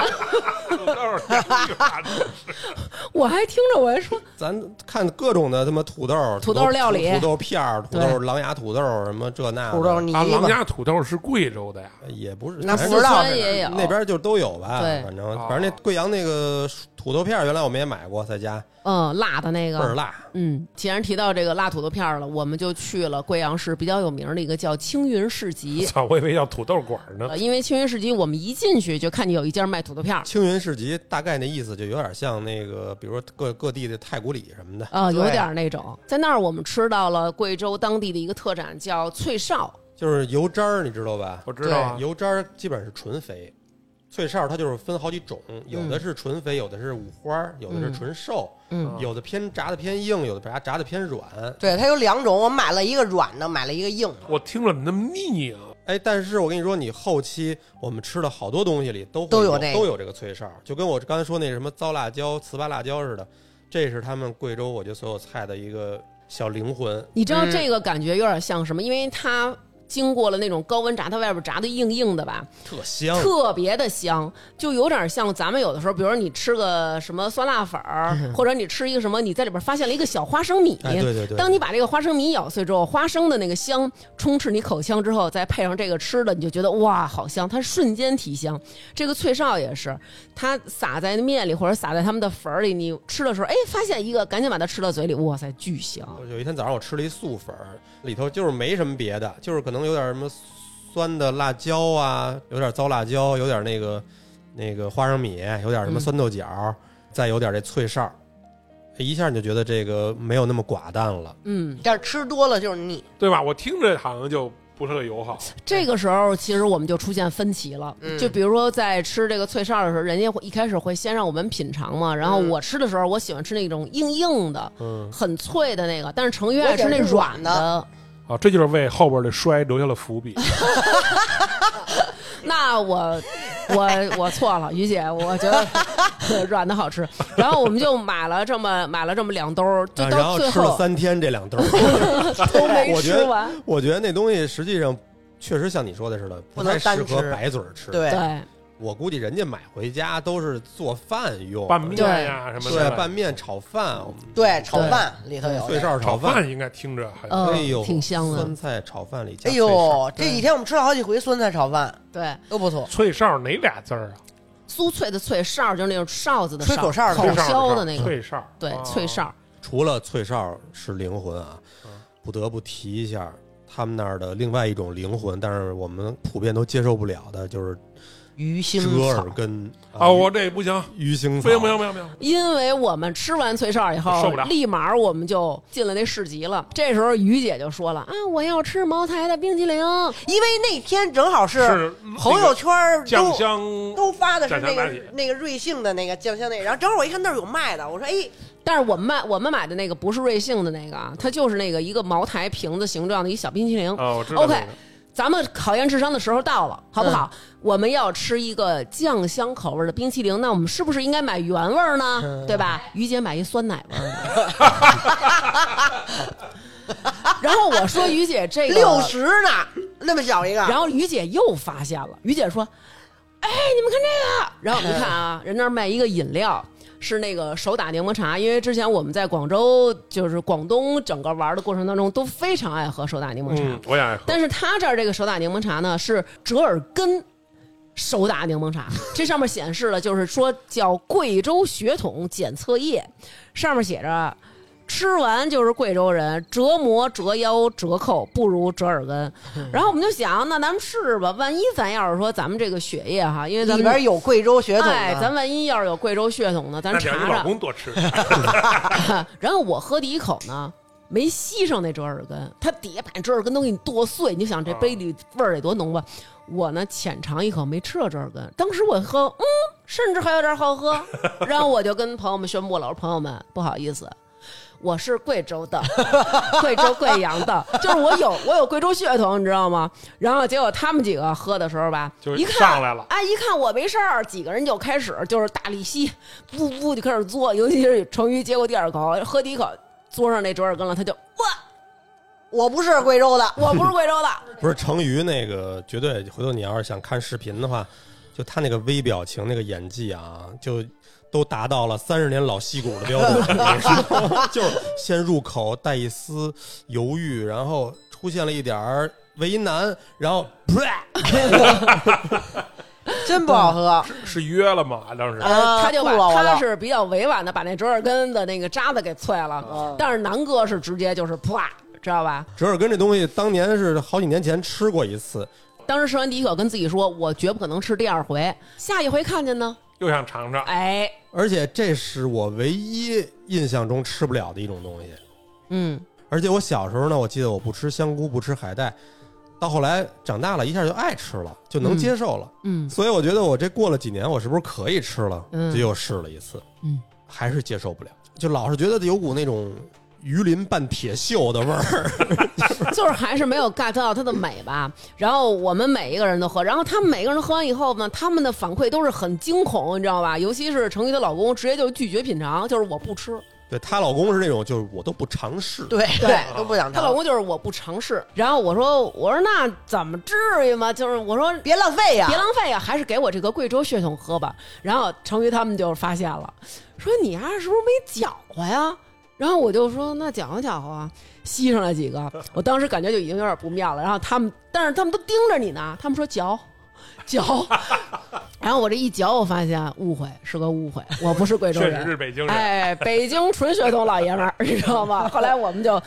Speaker 2: 土豆洋芋马铃薯
Speaker 1: 我还听着我还说，
Speaker 3: 咱看各种的他妈土豆、
Speaker 1: 土豆料理
Speaker 3: 土豆片儿、土豆狼牙土豆什么这那的
Speaker 4: 土豆泥
Speaker 2: 啊，
Speaker 4: 巴
Speaker 2: 郎家土豆是贵州的呀。
Speaker 3: 也不是，
Speaker 4: 那
Speaker 3: 反
Speaker 4: 不
Speaker 3: 正
Speaker 4: 知道
Speaker 1: 四川也有
Speaker 3: 那边就都有吧，
Speaker 1: 对
Speaker 3: 反正
Speaker 2: 哦
Speaker 3: 反正那贵阳那个土豆片儿原来我们也买过，在家
Speaker 1: 嗯，辣的那
Speaker 3: 倍儿
Speaker 1: 个，
Speaker 3: 辣，
Speaker 1: 嗯，既然提到这个辣土豆片儿了，我们就去了贵阳市比较有名的一个叫青云市 集。
Speaker 2: 操，我以为叫土豆馆
Speaker 3: 嗯
Speaker 2: 呢
Speaker 1: 呃，。因为青云市集，我们一进去就看见有一家卖土豆 片儿，
Speaker 3: 青云市集大概那意思就有点像那个，比如说各各地的太古里什么的，
Speaker 1: 呃，有
Speaker 4: 对
Speaker 1: 点儿那种。在那儿我们吃到了贵州当地的一个特产，叫脆哨。
Speaker 3: 就是油渣儿，你知道吧？
Speaker 2: 我知道啊，
Speaker 3: 油渣儿基本是纯肥，脆哨它就是分好几种，有的是纯肥，有的是五花儿，有的是纯瘦，
Speaker 1: 嗯
Speaker 3: 有的偏炸的偏硬，有的炸炸的偏软。
Speaker 4: 对，它有两种，我买了一个软的，买了一个硬的，
Speaker 2: 我听着那么腻啊。
Speaker 3: 哎，但是我跟你说，你后期我们吃的好多东西里都会
Speaker 4: 都有
Speaker 3: 有
Speaker 4: 这个
Speaker 3: 都有这个脆哨，就跟我刚才说那什么糟辣椒、糍粑辣椒似的，这是他们贵州我觉得所有菜的一个小灵魂。
Speaker 1: 你知道
Speaker 4: 嗯
Speaker 1: 这个感觉有点像什么？因为它经过了那种高温炸，它外边炸的硬硬的吧，
Speaker 3: 特香，
Speaker 1: 特别的香，就有点像咱们有的时候，比如说你吃个什么酸辣粉 儿，或者你吃一个什么，你在里边发现了一个小花生米。
Speaker 3: 哎，对对对，
Speaker 1: 当你把这个花生米咬碎之后，花生的那个香充斥你口腔之后，再配上这个吃的，你就觉得哇，好香！它瞬间提香。这个脆哨也是，它撒在面里或者撒在他们的粉儿里，你吃的时候，哎，发现一个，赶紧把它吃到嘴里，哇塞，巨香！
Speaker 3: 我有一天早上我吃了一素粉儿，里头就是没什么别的，就是可能有点什么酸的辣椒啊，有点糟辣椒，有点那个那个花生米，有点什么
Speaker 1: 嗯
Speaker 3: 酸豆角，再有点这脆哨儿，哎一下你就觉得这个没有那么寡淡了。
Speaker 1: 嗯，
Speaker 4: 但是吃多了就是腻。
Speaker 2: 对吧？我听着好像就不是特友好。
Speaker 1: 这个时候，其实我们就出现分歧了。
Speaker 4: 嗯
Speaker 1: 就比如说，在吃这个脆哨的时候，人家会一开始会先让我们品尝嘛。然后
Speaker 4: 嗯
Speaker 1: 我吃的时候，我喜欢吃那种硬硬的、
Speaker 3: 嗯，
Speaker 1: 很脆的那个，但是程昱
Speaker 4: 我
Speaker 1: 爱吃
Speaker 4: 喜欢
Speaker 1: 那
Speaker 4: 吃
Speaker 1: 软
Speaker 4: 软
Speaker 1: 的。
Speaker 2: 啊，这就是为后边的摔留下了伏笔。
Speaker 1: 那我我我错了，于姐，我觉 得软的好吃。然后我们就买了这么买了这么两兜儿，就
Speaker 3: 啊然
Speaker 1: 到
Speaker 3: 后
Speaker 1: 最
Speaker 3: 吃了
Speaker 1: 后
Speaker 3: 三天这两兜儿，
Speaker 1: 都没
Speaker 3: 我觉
Speaker 1: 吃
Speaker 3: 得
Speaker 1: 完。
Speaker 3: 我觉得那东西实际上确实像你说的似的，不
Speaker 4: 不能
Speaker 3: 太适
Speaker 4: 单
Speaker 3: 合
Speaker 4: 吃
Speaker 3: 白嘴儿吃。，
Speaker 4: 对，
Speaker 1: 对，
Speaker 3: 我估计人家买回家都是做饭用，
Speaker 2: 拌面呀什么
Speaker 3: 对
Speaker 2: 的，
Speaker 3: 拌面、炒饭、
Speaker 1: 嗯
Speaker 4: 对，炒饭里头有
Speaker 3: 脆。哨
Speaker 2: 炒
Speaker 3: 饭。
Speaker 2: 饭应该听着很
Speaker 1: 嗯
Speaker 3: 哎呦，
Speaker 1: 挺香的
Speaker 3: 酸菜炒饭里加
Speaker 4: 哎
Speaker 3: 脆哨，
Speaker 4: 呦，这几天我们吃了好几回酸菜炒饭，
Speaker 1: 对，
Speaker 4: 都不错。
Speaker 2: 脆哨哪俩字儿啊？
Speaker 1: 酥脆的脆哨儿就是那种哨子的
Speaker 4: 吹口哨儿的
Speaker 1: 口
Speaker 2: 脆哨
Speaker 1: 削
Speaker 2: 的
Speaker 1: 的那个，
Speaker 2: 脆哨，
Speaker 1: 对
Speaker 2: 啊，
Speaker 1: 脆哨。儿。
Speaker 3: 除了脆哨是灵魂啊
Speaker 2: 嗯，
Speaker 3: 不得不提一下他们那儿的另外一种灵魂，但是我们普遍都接受不了的，就是
Speaker 4: 鱼腥
Speaker 3: 折
Speaker 4: 草
Speaker 3: 耳，根
Speaker 2: 啊！我这不行，
Speaker 3: 鱼腥
Speaker 2: 不
Speaker 3: 草，
Speaker 2: 行不行不行不行！
Speaker 1: 因为我们吃完脆哨以
Speaker 2: 受
Speaker 1: 后
Speaker 2: 不了，
Speaker 1: 立马我们就进了那市集了。这时候于姐就说了：“啊，我要吃茅台的冰淇淋。
Speaker 4: 因为那天正好是
Speaker 2: 是
Speaker 4: 朋友圈儿都
Speaker 2: 酱香
Speaker 4: 都发的是那
Speaker 2: 酱香拿铁
Speaker 4: 个那个瑞幸的那个酱香那个，然后正好我一看那儿有卖的，我说哎，”
Speaker 1: 但是我们买我们买的那个不是瑞幸的那个啊，它就是那个一个茅台瓶子形状的一小冰淇淋。
Speaker 2: 啊，我知道那个。
Speaker 1: OK 咱们考验智商的时候到了，好不好？
Speaker 4: 嗯
Speaker 1: 我们要吃一个酱香口味的冰淇淋，那我们是不是应该买原味儿呢？
Speaker 4: 嗯
Speaker 1: 对吧？于姐买一酸奶 味儿的。然后我说于姐这个
Speaker 4: 六十呢，那么小一个，
Speaker 1: 然后于姐又发现了，于姐说：“哎，你们看这个。”然后
Speaker 4: 嗯
Speaker 1: 我们看啊，人那儿卖一个饮料。是那个手打柠檬茶，因为之前我们在广州，就是广东整个玩的过程当中，都非常爱喝手打柠檬茶。
Speaker 2: 嗯，我也爱喝。
Speaker 1: 但是他这儿这个手打柠檬茶呢，是折耳根手打柠檬 茶，这上面显示了，就是说叫贵州血统检测液，上面写着。吃完就是贵州人，折磨、折腰、折扣不如折耳 根。然后我们就想，那咱们试试吧。万一咱要是说咱们这个血液哈，因为咱们
Speaker 4: 里边有贵州血统
Speaker 1: 哎，咱
Speaker 4: 的，
Speaker 1: 万一要是有贵州血统呢，咱
Speaker 2: 那得让
Speaker 1: 查
Speaker 2: 你老
Speaker 1: 查。
Speaker 2: 公多吃，
Speaker 1: 然后我喝第一口呢，没吸上那折耳根，它底下把折耳根都给你剁碎，你就想这杯里味儿得多浓吧？我呢浅尝一口，没吃到折耳根，当时我喝，嗯，甚至还有点好喝。然后我就跟朋友们宣布了，我说朋友们，不好意思。我是贵州的， 贵州贵阳的， 就是我有我有贵州血统，你知道吗？然后结果他们几个喝的时候吧，
Speaker 2: 就
Speaker 1: 一
Speaker 2: 是
Speaker 1: 看
Speaker 2: 上来了。
Speaker 1: 哎，一看我没事儿，几个人就开始就是大力吸，噗噗就开始嘬，尤其是成瑜接过第二口，喝第一口，嘬上那折耳根了，他就哇，
Speaker 4: 我不是贵州的，
Speaker 1: 我不是贵州的，
Speaker 3: 不是成鱼那个绝对，回头你要是想看视频的话，就他那个微表情、那个演技啊，就都达到了三十年老戏骨的标准，你知道吗就是先入口带一丝犹豫，然后出现了一点儿为难，然后啪，
Speaker 4: 真不好喝。
Speaker 2: 是约了吗？当时
Speaker 4: 啊
Speaker 1: 嗯呃他就把
Speaker 4: 吐了我
Speaker 1: 他
Speaker 4: 都
Speaker 1: 是比较委婉的把那折耳根的那个渣子给啐了
Speaker 4: 嗯，
Speaker 1: 但是南哥是直接就是啪，知道吧？
Speaker 3: 折耳根这东西当年是好几年前吃过一次，
Speaker 1: 当时吃完第一口，跟自己说，我绝不可能吃第二回，下一回看见呢，
Speaker 2: 又想尝尝，
Speaker 1: 哎，
Speaker 3: 而且这是我唯一印象中吃不了的一种东西。
Speaker 1: 嗯，
Speaker 3: 而且我小时候呢，我记得我不吃香菇，不吃海带，到后来长大了一下就爱吃了，就能接受了。
Speaker 1: 嗯嗯
Speaker 3: 所以我觉得我这过了几年，我是不是可以吃了？
Speaker 1: 嗯
Speaker 3: 就又试了一次，
Speaker 1: 嗯，
Speaker 3: 还是接受不了，就老是觉得有股那种鱼鳞拌铁锈的 味儿。
Speaker 1: 就是还是没有 get 到它的美吧。然后我们每一个人都喝，然后他们每个人喝完以后呢，他们的反馈都是很惊恐，你知道吧？尤其是成瑜的老公，直接就拒绝品尝，就是我不吃。
Speaker 3: 对她老公是那种，就是我都不尝试。
Speaker 4: 对
Speaker 1: 对
Speaker 4: 都不想
Speaker 1: 她老
Speaker 4: 尝，
Speaker 1: 公就是我不尝试。然后我说我说那怎么至于吗？就是我说
Speaker 4: 别浪费呀
Speaker 1: 别。浪费呀，还是给我这个贵州血统喝吧。然后成瑜他们就发现了，说你呀、是不是没搅和呀？然后我就说那搅和搅和啊，吸上了几个，我当时感觉就已经有点不妙了。然后他们，但是他们都盯着你呢，他们说嚼。嚼， 然后我这一嚼，我发现误会是个误会，我不是贵州
Speaker 2: 确
Speaker 1: 人，
Speaker 2: 实是北京人。
Speaker 1: 哎，北京纯血统老爷们儿，你知道吗？后来我们就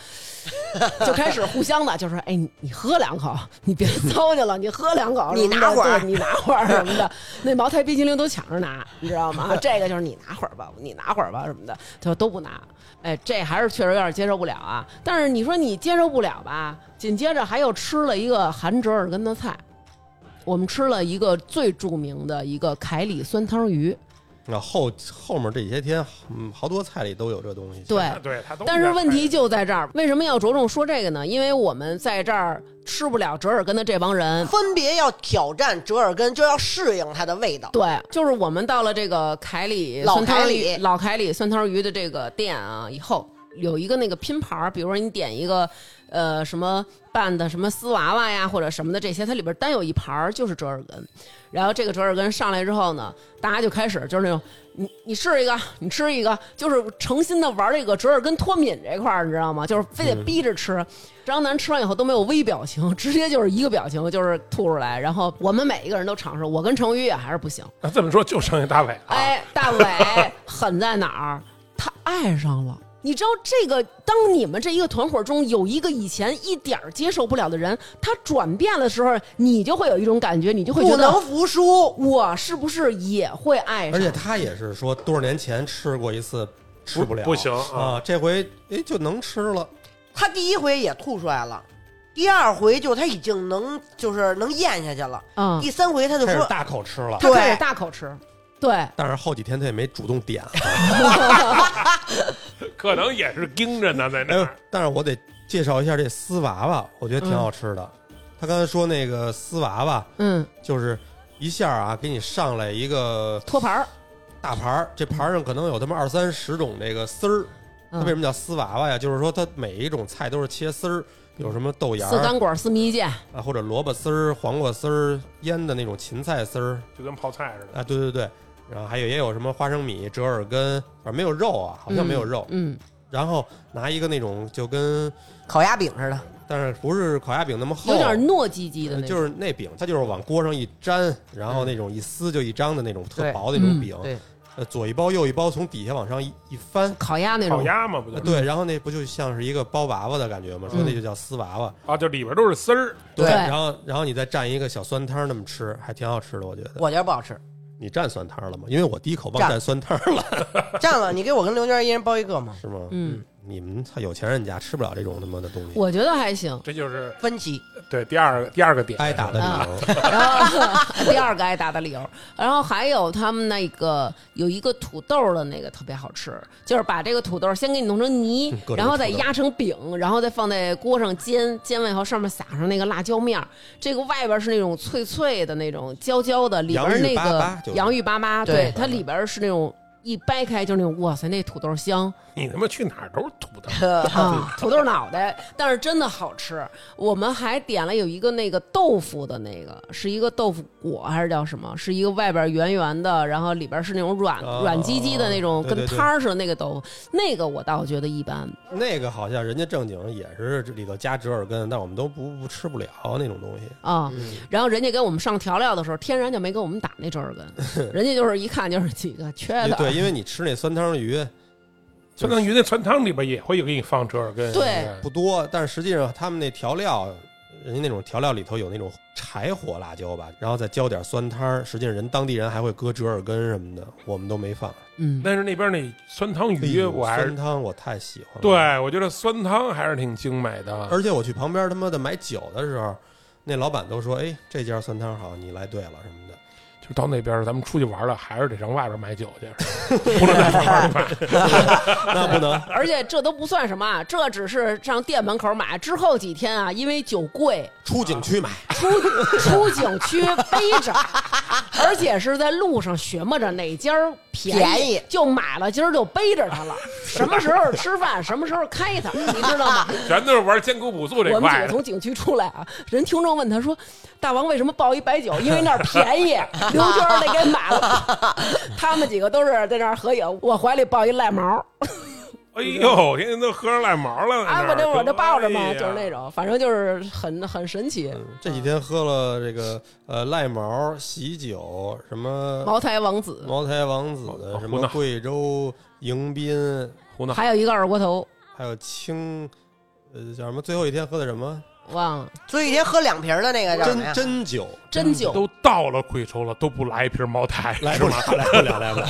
Speaker 1: 就开始互相的，就说：“哎，你你喝两口，你别糟践了，你喝两口，
Speaker 4: 你
Speaker 1: 什么的
Speaker 4: 拿会儿
Speaker 1: 对你拿会儿什么的。” 那茅台冰淇淋都抢着拿，你知道吗？ 这个就是你拿会儿吧，你拿会儿吧什么的，就都不拿。哎，这还是确实有点接受不了啊。但是你说你接受不了吧，紧接着还又吃了一个含折耳根的菜。我们吃了一个最著名的一个凯里酸汤鱼，
Speaker 3: 那后后面这几些天，嗯，好多菜里都有这东西。
Speaker 1: 对
Speaker 2: 啊对，他都
Speaker 1: 但是问题
Speaker 2: 就
Speaker 1: 就在这儿，为什么要着重说这个呢？因为我们在这儿吃不了折耳根的这帮人，
Speaker 4: 分别要挑战折耳根，就要适应它的味道。
Speaker 1: 对，就是我们到了这个凯里
Speaker 4: 老
Speaker 1: 酸汤
Speaker 4: 凯
Speaker 1: 鱼
Speaker 4: 里
Speaker 1: 老凯里酸汤鱼的这个店啊，以后有一个那个拼盘儿，比如说你点一个呃什么拌的什么丝娃娃呀或者什么的这些，它里边单有一盘儿就是折耳根，然后这个折耳根上来之后呢，大家就开始就是那种。你你试一个，你吃一个，就是诚心的玩这个折耳根脱敏这块儿，你知道吗？就是非得逼着吃。张楠吃完以后都没有微表情，直接就是一个表情，就是吐出来。然后我们每一个人都尝试，我跟程宇也还是不行。
Speaker 2: 那这么说就剩下大伟
Speaker 3: 啊
Speaker 2: 了。
Speaker 1: 哎，大伟 狠在哪儿？他爱上了。你知道这个？当你们这一个团伙中有一个以前一点儿接受不了的人，他转变的时候，你就会有一种感觉，你就会觉
Speaker 4: 不能
Speaker 1: 得
Speaker 4: 服输，
Speaker 1: 我是不是也会爱
Speaker 3: 而
Speaker 1: 上？
Speaker 3: 且他也是说多少年前吃过一次，吃不了，
Speaker 2: 不行啊
Speaker 3: 啊，这回哎就能吃了。
Speaker 4: 他第一回也吐出来了，第二回就他已经能就是能咽下去了，
Speaker 1: 嗯，
Speaker 4: 第三回他就
Speaker 3: 开始
Speaker 4: 说
Speaker 3: 大口吃了，
Speaker 1: 他开始
Speaker 4: 对
Speaker 1: 大口吃，对，
Speaker 3: 但是后几天他也没主动点。
Speaker 2: 可能也是盯着呢，在
Speaker 3: 哎
Speaker 2: 那
Speaker 3: 呦
Speaker 2: 儿。，
Speaker 3: 但是我得介绍一下这丝娃娃，我觉得挺好吃的。他刚才说那个丝娃娃，
Speaker 1: 嗯，
Speaker 3: 就是一下啊，给你上来一个
Speaker 1: 托盘儿，
Speaker 3: 大盘儿，这盘儿上可能有他妈二三十种这个丝儿。它为什
Speaker 1: 嗯，
Speaker 3: 么叫丝娃娃呀？就是说它每一种菜都是切丝儿，有什么豆芽
Speaker 1: 四
Speaker 3: 儿
Speaker 1: 干管四蜜饯，
Speaker 3: 啊，或者萝卜丝儿、黄瓜丝儿、腌的那种芹菜丝儿
Speaker 2: 就跟泡菜似的。
Speaker 3: 啊，对对对。然后还有也有什么花生米、折耳根，反正没有肉啊，好像没有肉。
Speaker 1: 嗯，
Speaker 3: 然后拿一个那种就跟，
Speaker 4: 烤鸭饼似的，
Speaker 3: 但是不是烤鸭饼那么厚，
Speaker 1: 有点糯唧唧的
Speaker 3: 呃
Speaker 1: 那种，
Speaker 3: 就是那饼，它就是往锅上一粘，然后那种一撕就一张的那种特
Speaker 4: 对
Speaker 3: 薄的那种
Speaker 1: 嗯
Speaker 3: 饼，
Speaker 4: 对
Speaker 3: 呃，左一包右一包，从底下往上一一翻，
Speaker 1: 烤鸭那
Speaker 2: 烤
Speaker 1: 种，
Speaker 2: 鸭嘛，不就是
Speaker 1: 嗯
Speaker 3: 对，然后那不就像是一个包娃娃的感觉吗？说那就叫丝娃娃，
Speaker 2: 啊？就里边都是丝儿，
Speaker 1: 对
Speaker 3: 然后然后你再蘸一个小酸汤那么吃，还挺好吃的，我觉得。
Speaker 4: 我觉得不好吃。
Speaker 3: 你蘸酸汤了吗？因为我第一口忘
Speaker 4: 蘸
Speaker 3: 蘸酸汤了，
Speaker 4: 占了，你给我跟刘娟一人包一个嘛，
Speaker 3: 是吗？
Speaker 1: 嗯，
Speaker 3: 你们操有钱人家吃不了这种他妈的东西，
Speaker 1: 我觉得还行。
Speaker 2: 这就是
Speaker 4: 分歧。
Speaker 2: 对第二个第二个点
Speaker 3: 挨打的
Speaker 1: 啊
Speaker 3: 理由。
Speaker 1: 然后第二个挨打的理由，然后还有他们那个有一个土豆的那个特别好吃，就是把这个土豆先给你弄成泥
Speaker 3: 嗯各，种
Speaker 1: 然后再压成饼，然后再放在锅上煎，煎完以后上面撒上那个辣椒面儿，这个外边是那种脆脆的那种焦焦的，里边那
Speaker 3: 洋芋粑
Speaker 1: 个
Speaker 3: 粑就是
Speaker 1: 洋芋粑粑，
Speaker 4: 对
Speaker 1: 对，它里边是那种一掰开就是那种哇塞那土豆香，
Speaker 2: 你他妈去哪儿都是土豆。
Speaker 1: 啊，土豆脑袋，但是真的好吃。我们还点了有一个那个豆腐的那个，是一个豆腐果还是叫什么？是一个外边圆圆的，然后里边是那种软、
Speaker 3: 哦
Speaker 1: 软唧唧的那种，
Speaker 3: 对对
Speaker 1: 跟
Speaker 3: 对
Speaker 1: 汤儿似的那个豆腐，那个我倒觉得一般。
Speaker 3: 那个好像人家正经也是这里头加折耳根，但我们都不不吃不了那种东西。
Speaker 1: 啊、
Speaker 3: 嗯
Speaker 1: 然后人家给我们上调料的时候，天然就没给我们打那折耳根，人家就是一看就是几个缺的，
Speaker 3: 对，因为你吃那酸汤鱼
Speaker 2: 酸汤鱼那酸汤里边也会有给你放折耳根，
Speaker 1: 对
Speaker 2: 应该
Speaker 3: 不多，但是实际上他们那调料，人家那种调料里头有那种柴火辣椒吧，然后再浇点酸汤儿，实际上人当地人还会搁折耳根什么的，我们都没放。
Speaker 1: 嗯，
Speaker 2: 但是那边那酸汤鱼，我还
Speaker 3: 哎酸
Speaker 2: 是
Speaker 3: 汤我太喜欢了。
Speaker 2: 对，我觉得酸汤还是挺精美的。
Speaker 3: 而且我去旁边他妈的买酒的时候，那老板都说：“哎，这家酸汤好，你来对了什么的。
Speaker 2: 就到那边咱们出去玩了，还是得上外边买酒去，不能在饭馆里买。”
Speaker 3: 那不能，
Speaker 1: 而且这都不算什么啊，这只是上店门口买，之后几天啊，因为酒贵，
Speaker 3: 出景区买。
Speaker 1: 出景区背着，而且是在路上寻摸着哪家儿便宜
Speaker 4: 便宜
Speaker 1: 就买了，今儿就背着 它了。什么时候吃饭，什么时候开它，你知道吗？
Speaker 2: 全都是玩艰苦朴素这
Speaker 1: 我们几
Speaker 2: 块
Speaker 1: 个
Speaker 2: 的。
Speaker 1: 从景区出来啊，人听众问他说：“大王为什么报一白酒？因为那儿便宜，刘娟儿得给买了。”他们几个都是在那儿合影，我怀里抱一赖毛，
Speaker 2: 哎呦，天天都喝上赖毛了。
Speaker 1: 啊，我这我这抱着嘛，就是那
Speaker 2: 种。
Speaker 1: 种，反正就是很很神奇。
Speaker 3: 这几天喝了这个呃赖毛喜酒，什么
Speaker 1: 茅台王子，
Speaker 3: 茅台王子
Speaker 2: 哦哦，
Speaker 3: 什
Speaker 2: 湖
Speaker 3: 么
Speaker 2: 南
Speaker 3: 贵州迎宾，
Speaker 2: 胡闹，
Speaker 1: 还有一个二锅头，
Speaker 3: 还有青，呃，叫什么？最后一天喝的什么？
Speaker 1: 忘了
Speaker 4: 所以一天喝两瓶的那个叫什么
Speaker 3: 真
Speaker 4: 呀？
Speaker 3: 真酒
Speaker 1: 真酒
Speaker 2: 都到了贵州了，都不来一瓶茅台
Speaker 3: 来
Speaker 2: 是
Speaker 3: 不
Speaker 2: 吗？
Speaker 3: 了，来不了，来不
Speaker 1: 来
Speaker 3: 了，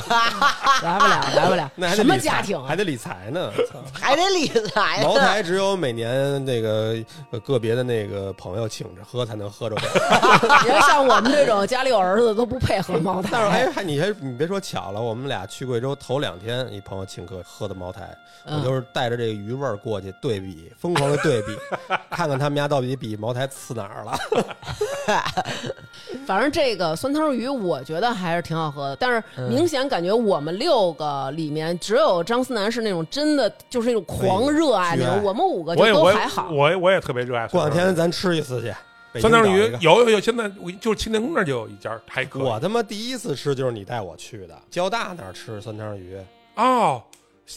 Speaker 1: 不 了，来不了。
Speaker 3: 那还得
Speaker 1: 什么
Speaker 3: 理财
Speaker 1: 家庭啊？
Speaker 3: 还
Speaker 1: 哎
Speaker 3: 得理财呢？操
Speaker 4: 还得理财
Speaker 3: 茅
Speaker 4: 呢。
Speaker 3: 台只有每年那个呃个别的那个朋友请着喝才能喝着点儿。
Speaker 1: 你看像我们这种家里有儿子都不配合茅
Speaker 3: 但是
Speaker 1: 台，
Speaker 3: 哎，还你还你别说巧了，我们俩去贵州头两天，一朋友请客喝的茅台，我就是带着这个余味儿过去对比，疯狂的对比，看看他们家到底比茅台次哪儿了。
Speaker 1: 反正这个酸汤鱼我觉得还是挺好喝的，但
Speaker 2: 嗯
Speaker 1: 是明显感觉我们六个里面只有张思南是那种真的就是那种狂热爱那
Speaker 3: 哎
Speaker 1: 种，
Speaker 3: 呀
Speaker 1: 我们五个就
Speaker 2: 我也
Speaker 1: 都
Speaker 2: 我也
Speaker 1: 还好。
Speaker 2: 我也我也特别热爱
Speaker 3: 过
Speaker 2: 酸
Speaker 3: 两
Speaker 2: 汤鱼。
Speaker 3: 天咱吃一次去。北京
Speaker 2: 酸汤
Speaker 3: 找
Speaker 2: 鱼
Speaker 3: 一个
Speaker 2: 有有有，现在我就是清滇宫那儿就有一家，还可以。
Speaker 3: 我他妈第一次吃就是你带我去的，交大那儿吃酸汤鱼，
Speaker 2: 哦，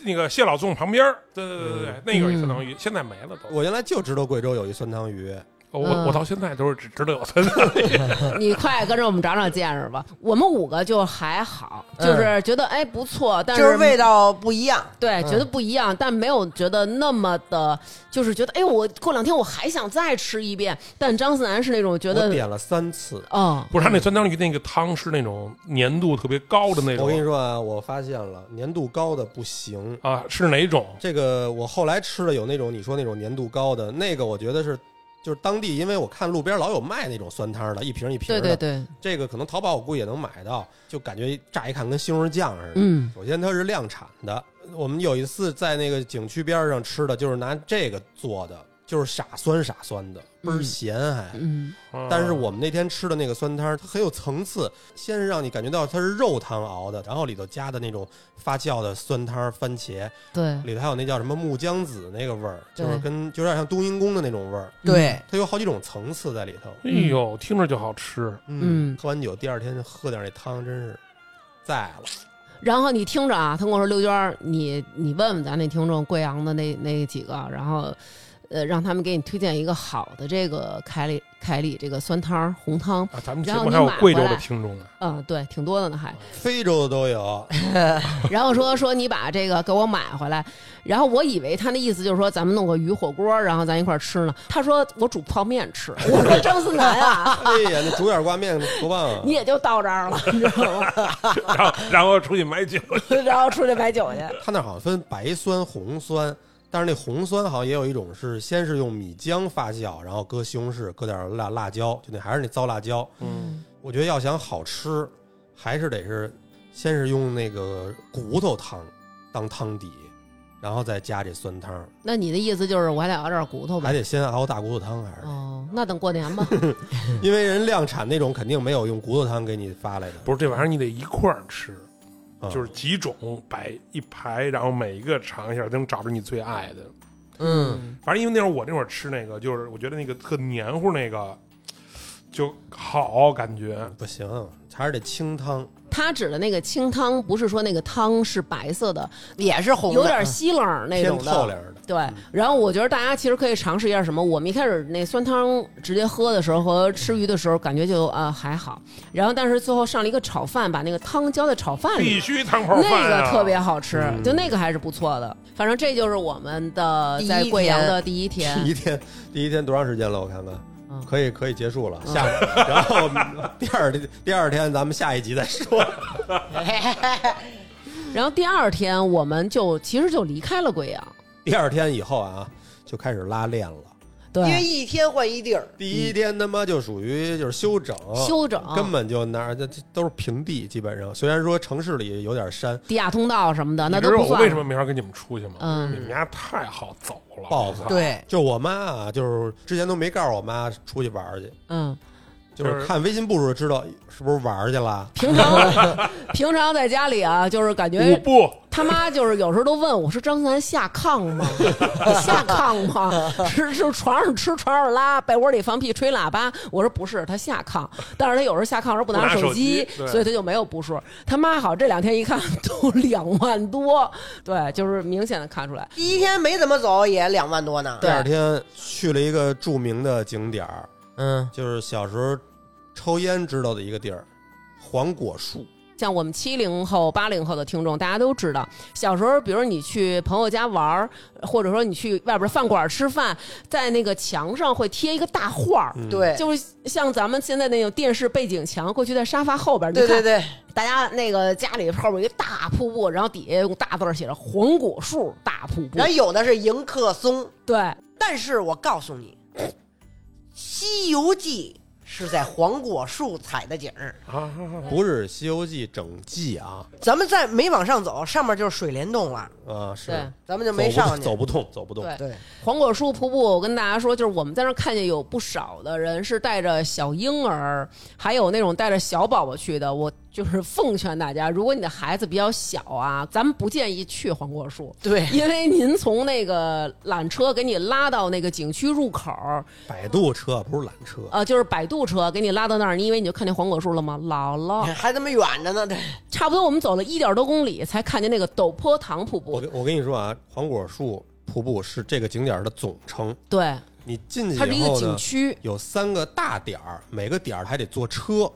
Speaker 2: 那个谢老纵旁边儿，对对对对对，
Speaker 3: 嗯
Speaker 2: 那个也酸
Speaker 1: 嗯
Speaker 2: 汤鱼，现在没了都。
Speaker 3: 我原来就知道贵州有一酸汤鱼，
Speaker 2: 我我
Speaker 1: 嗯
Speaker 2: 我到现在都是只知道有酸汤鱼。
Speaker 1: 你快跟着我们长长见识吧。我们五个就还好，就是
Speaker 2: 嗯
Speaker 1: 觉得哎不错，但
Speaker 4: 就是味道不一样，
Speaker 1: 对，觉得不一样，但没有觉得那么的，就是觉得哎，我过两天我还想再吃一遍。但张思南是那种觉
Speaker 3: 我
Speaker 1: 得，
Speaker 3: 点了三次。
Speaker 1: 嗯，
Speaker 2: 不是，他那酸汤鱼那个汤是那种粘度特别高的那
Speaker 3: 我跟你
Speaker 2: 种
Speaker 3: 说啊，我发现了粘度高的不行。
Speaker 2: 啊，是哪种？
Speaker 3: 这个我后来吃的有那种你说那种粘度高的，那个我觉得是就是当地，因为我看路边老有卖那种酸汤的，一瓶一瓶
Speaker 1: 对
Speaker 3: 的。
Speaker 1: 对对，
Speaker 3: 这个可能淘宝我估计也能买到，就感觉乍一看跟西红柿酱似的。
Speaker 1: 嗯
Speaker 3: 首先它是量产的，我们有一次在那个景区边上吃的，就是拿这个做的，就是傻酸傻酸的，倍儿
Speaker 1: 嗯
Speaker 3: 咸还。
Speaker 1: 嗯，
Speaker 2: 啊
Speaker 3: 但是我们那天吃的那个酸汤儿，它很有层次，先是让你感觉到它是肉汤熬的，然后里头加的那种发酵的酸汤儿番茄，
Speaker 1: 对，
Speaker 3: 里头还有那叫什么木姜子那个味儿，就是
Speaker 1: 对
Speaker 3: 跟就有点像冬阴功的那种味儿，
Speaker 4: 对，
Speaker 1: 嗯
Speaker 3: 它有好几种层次在里头。
Speaker 2: 哎呦，听着就好吃。
Speaker 1: 嗯
Speaker 3: 喝完酒第二天喝点那汤，真是在了。
Speaker 1: 然后你听着啊，他跟我说刘娟儿，你你问问咱那听众贵阳的那那几个，然后呃，让他们给你推荐一个好的这个凯里凯里这个酸汤红汤，
Speaker 2: 啊，咱们节
Speaker 1: 然后
Speaker 2: 目
Speaker 1: 你
Speaker 2: 还有
Speaker 1: 买
Speaker 2: 贵
Speaker 1: 回
Speaker 2: 州的
Speaker 1: 来
Speaker 2: 听众呢，
Speaker 1: 嗯，对，挺多的呢还。
Speaker 3: 非洲的都有，
Speaker 1: 然后说说你把这个给我买回来，然后我以为他那意思就是说咱们弄个鱼火锅，然后咱一块儿吃呢。他说我煮泡面吃， 我说张思南 啊，
Speaker 3: 哎呀，那煮点挂面多棒啊！
Speaker 1: 你也就到这儿了，你知道吗？
Speaker 2: 然后啊然后出去买酒，
Speaker 1: 然后出去买酒去，
Speaker 3: 它那好像分白酸、红酸，但是那红酸好像也有一种是先是用米浆发酵，然后搁西红柿，搁点辣辣椒，就那还是那糟辣椒。
Speaker 2: 嗯，
Speaker 3: 我觉得要想好吃，还是得是先是用那个骨头汤当汤底，然后再加这酸汤，
Speaker 1: 那你的意思就是我还得熬点骨头
Speaker 3: 还
Speaker 1: 呗？
Speaker 3: 得先熬大骨头汤，还是、
Speaker 1: 哦，那等过年吧。
Speaker 3: 因为人量产那种肯定没有用骨头汤给你发来的，
Speaker 2: 不是这玩意儿你得一块儿吃，
Speaker 3: 嗯
Speaker 2: 就是几种摆一排，然后每一个尝一下，能找着你最爱的。
Speaker 1: 嗯，
Speaker 2: 反正因为那会儿我那会儿吃那个，就是我觉得那个特黏糊那个就好感觉。
Speaker 3: 不行，还是得清汤。
Speaker 1: 他指的那个清汤，不是说那个汤是白色的，
Speaker 4: 也是红的，
Speaker 1: 有点稀冷儿那
Speaker 3: 偏
Speaker 1: 种
Speaker 3: 透
Speaker 1: 的。
Speaker 3: 亮的。
Speaker 1: 对，然后我觉得大家其实可以尝试一下什么。我们一开始那酸汤直接喝的时候和吃鱼的时候，感觉就呃还好。然后但是最后上了一个炒饭，把那个汤浇在炒饭
Speaker 2: 必
Speaker 1: 里，
Speaker 2: 须汤泡饭、
Speaker 1: 那
Speaker 2: 啊，
Speaker 1: 个特别好吃，就那个还是不错的。反正这就是我们的
Speaker 4: 第一
Speaker 1: 在贵阳
Speaker 4: 天
Speaker 1: 的第一天。嗯
Speaker 3: 第一天，第一天多长时间了？我看看，可以可以结束了，下。 然后我们第二天第二天咱们下一集再说。
Speaker 1: 然后第二天我们就其实就离开了贵阳，
Speaker 3: 第二天以后啊，就开始拉练了。
Speaker 1: 对，
Speaker 4: 因为一天换一地儿，
Speaker 3: 第一天他妈就属于就是休整，
Speaker 1: 休整
Speaker 3: 根本就哪儿这这都是平地，基本上。虽然说城市里有点山，
Speaker 1: 地下通道什么的那
Speaker 2: 你知
Speaker 1: 都
Speaker 2: 道
Speaker 1: 不
Speaker 2: 我
Speaker 1: 算。
Speaker 2: 为什么没法跟你们出去吗？
Speaker 1: 嗯
Speaker 2: 你们家太好走了，
Speaker 3: 报复。
Speaker 4: 对，
Speaker 3: 就我妈啊，就是之前都没告诉我妈出去玩儿去，
Speaker 1: 嗯，
Speaker 3: 就
Speaker 2: 就是
Speaker 3: 是看微信步数就知道是不是玩儿去了。
Speaker 1: 平常平常在家里啊，就是感
Speaker 2: 五
Speaker 1: 觉
Speaker 2: 步，
Speaker 1: 他妈就是有时候都问我说：“张思楠下炕吗？下炕吗？是是床上吃床上拉，被窝里放屁吹喇叭？”我说不是，他下炕，但是他有时候下炕时候不
Speaker 2: 不拿
Speaker 1: 手
Speaker 2: 手机对
Speaker 1: 所以他就没有步数。他妈好这两天一看 都两万多，对，就是明显的看出来。
Speaker 4: 第一天没怎么走，也两万多呢。
Speaker 1: 对
Speaker 3: 第二天去了一个著名的景点儿，
Speaker 4: 嗯，
Speaker 3: 就是小时候抽烟知道的一个地儿，黄果树。
Speaker 1: 像我们七零后、八零后的听众，大家都知道，小时候，比如你去朋友家玩儿，或者说你去外边饭馆吃饭，在那个墙上会贴一个大画儿。
Speaker 3: 嗯
Speaker 4: 对，
Speaker 1: 就是像咱们现在那种电视背景墙，过去在沙发后边，你
Speaker 4: 对
Speaker 1: 看
Speaker 4: 对对，
Speaker 1: 大家那个家里后边有一大瀑布，然后底下用大字儿写着“黄果树大瀑布
Speaker 4: 然后”。有的是迎客松，
Speaker 1: 对，
Speaker 4: 但是我告诉你，《西游记》是在黄果树采的景儿。
Speaker 1: 嗯
Speaker 2: 啊，
Speaker 3: 不是《西游记》整季啊，
Speaker 4: 咱们再没往上走，上面就是水帘洞了，
Speaker 3: 啊是
Speaker 1: 对
Speaker 4: 咱们就没上去。
Speaker 3: 走不动，走不动。
Speaker 1: 对
Speaker 4: 对，
Speaker 1: 黄果树瀑布，我跟大家说，就是我们在那儿看见有不少的人是带着小婴儿，还有那种带着小宝宝去的。我就是奉劝大家，如果你的孩子比较小啊，咱们不建议去黄果树，
Speaker 4: 对
Speaker 1: 因为您从那个缆车给你拉到那个景区入口，
Speaker 3: 摆渡车不是缆车，
Speaker 1: 呃，就是摆渡车给你拉到那儿，你以为你就看见黄果树了吗？姥姥，
Speaker 4: 还那么远着呢。对，
Speaker 1: 差不多我们走了一点多公里才看见那个陡坡塘瀑布，
Speaker 3: 我跟我跟你说啊，黄果树瀑布是这个景点儿的总称。
Speaker 1: 对，
Speaker 3: 你进去
Speaker 1: 它是
Speaker 3: 以
Speaker 1: 一个
Speaker 3: 后
Speaker 1: 景
Speaker 3: 呢，
Speaker 1: 区，
Speaker 3: 有三个大点儿，每个点儿还得坐车。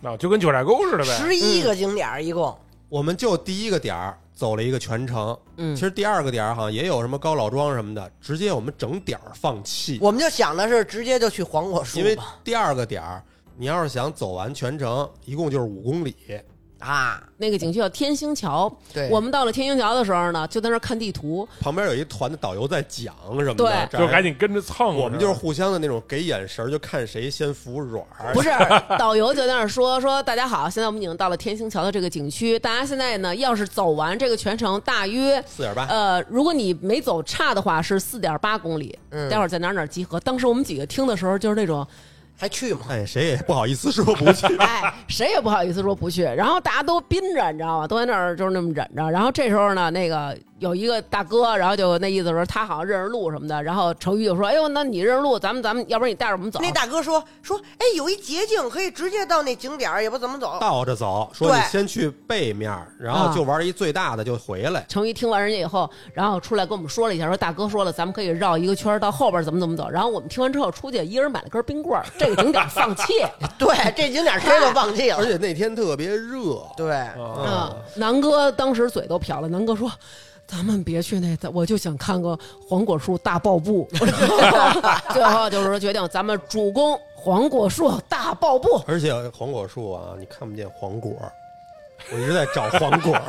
Speaker 2: 那啊就跟九寨沟似的呗。
Speaker 4: 十一个景点儿一共。
Speaker 3: 我们就第一个点儿走了一个全程，
Speaker 1: 嗯
Speaker 3: 其实第二个点儿好像也有什么高老庄什么的，直接我们整点儿放弃，
Speaker 4: 我们就想的是直接就去黄果树
Speaker 3: 因为
Speaker 4: 吧
Speaker 3: 第二个点儿你要是想走完全程，一共就是五公里，
Speaker 4: 啊，
Speaker 1: 那个景区叫天星桥。
Speaker 4: 对，
Speaker 1: 我们到了天星桥的时候呢，就在那儿看地图，
Speaker 3: 旁边有一团的导游在讲什么的，
Speaker 1: 对
Speaker 3: 这
Speaker 2: 就赶紧跟着蹭，
Speaker 3: 我们就是啊互相的那种给眼神儿，就看谁先服软儿。
Speaker 1: 不是， 导游就在那儿说说大家好，现在我们已经到了天星桥的这个景区，大家现在呢要是走完这个全程，大约
Speaker 3: 四点八，
Speaker 1: 呃，如果你没走差的话是四点八公里，
Speaker 4: 嗯
Speaker 1: 待会儿在哪儿哪儿集合。当时我们几个听的时候就是那 种，。
Speaker 4: 还去吗？
Speaker 3: 哎，谁也不好意思说不去
Speaker 1: 哎，谁也不好意思说不去，然后大家都憋着，你知道吗？都在那儿就是那么忍着。然后这时候呢，那个有一个大哥，然后就那意思说他好像认识路什么的，然后程昱就说：“哎呦，那你认识路，咱们咱们要不然你带着我们走。”
Speaker 4: 那大哥说说，哎，有一捷径可以直接到那景点儿，也不怎么走。
Speaker 3: 倒着走，说你
Speaker 4: 对
Speaker 3: 先去背面儿，然后
Speaker 1: 啊
Speaker 3: 就玩一最大的就回来。
Speaker 1: 程昱听完人家以后，然后出来跟我们说了一下，说大哥说了，咱们可以绕一个圈儿到后边儿怎么怎么走。然后我们听完之后出去，一人买了根冰 棍儿，这个景点儿放弃。
Speaker 4: 对， 这景点儿谁都放弃
Speaker 3: 而
Speaker 4: 了。
Speaker 3: 且那天特别热，
Speaker 4: 对，
Speaker 2: 啊
Speaker 3: 嗯
Speaker 1: 啊，南哥当时嘴都瓢了，南哥说。咱们别去那，咱我就想看个黄果树大爆布。 最后就是决定，咱们主攻黄果树大爆布。
Speaker 3: 而且黄果树啊，你看不见黄果儿，我一直在找黄果儿。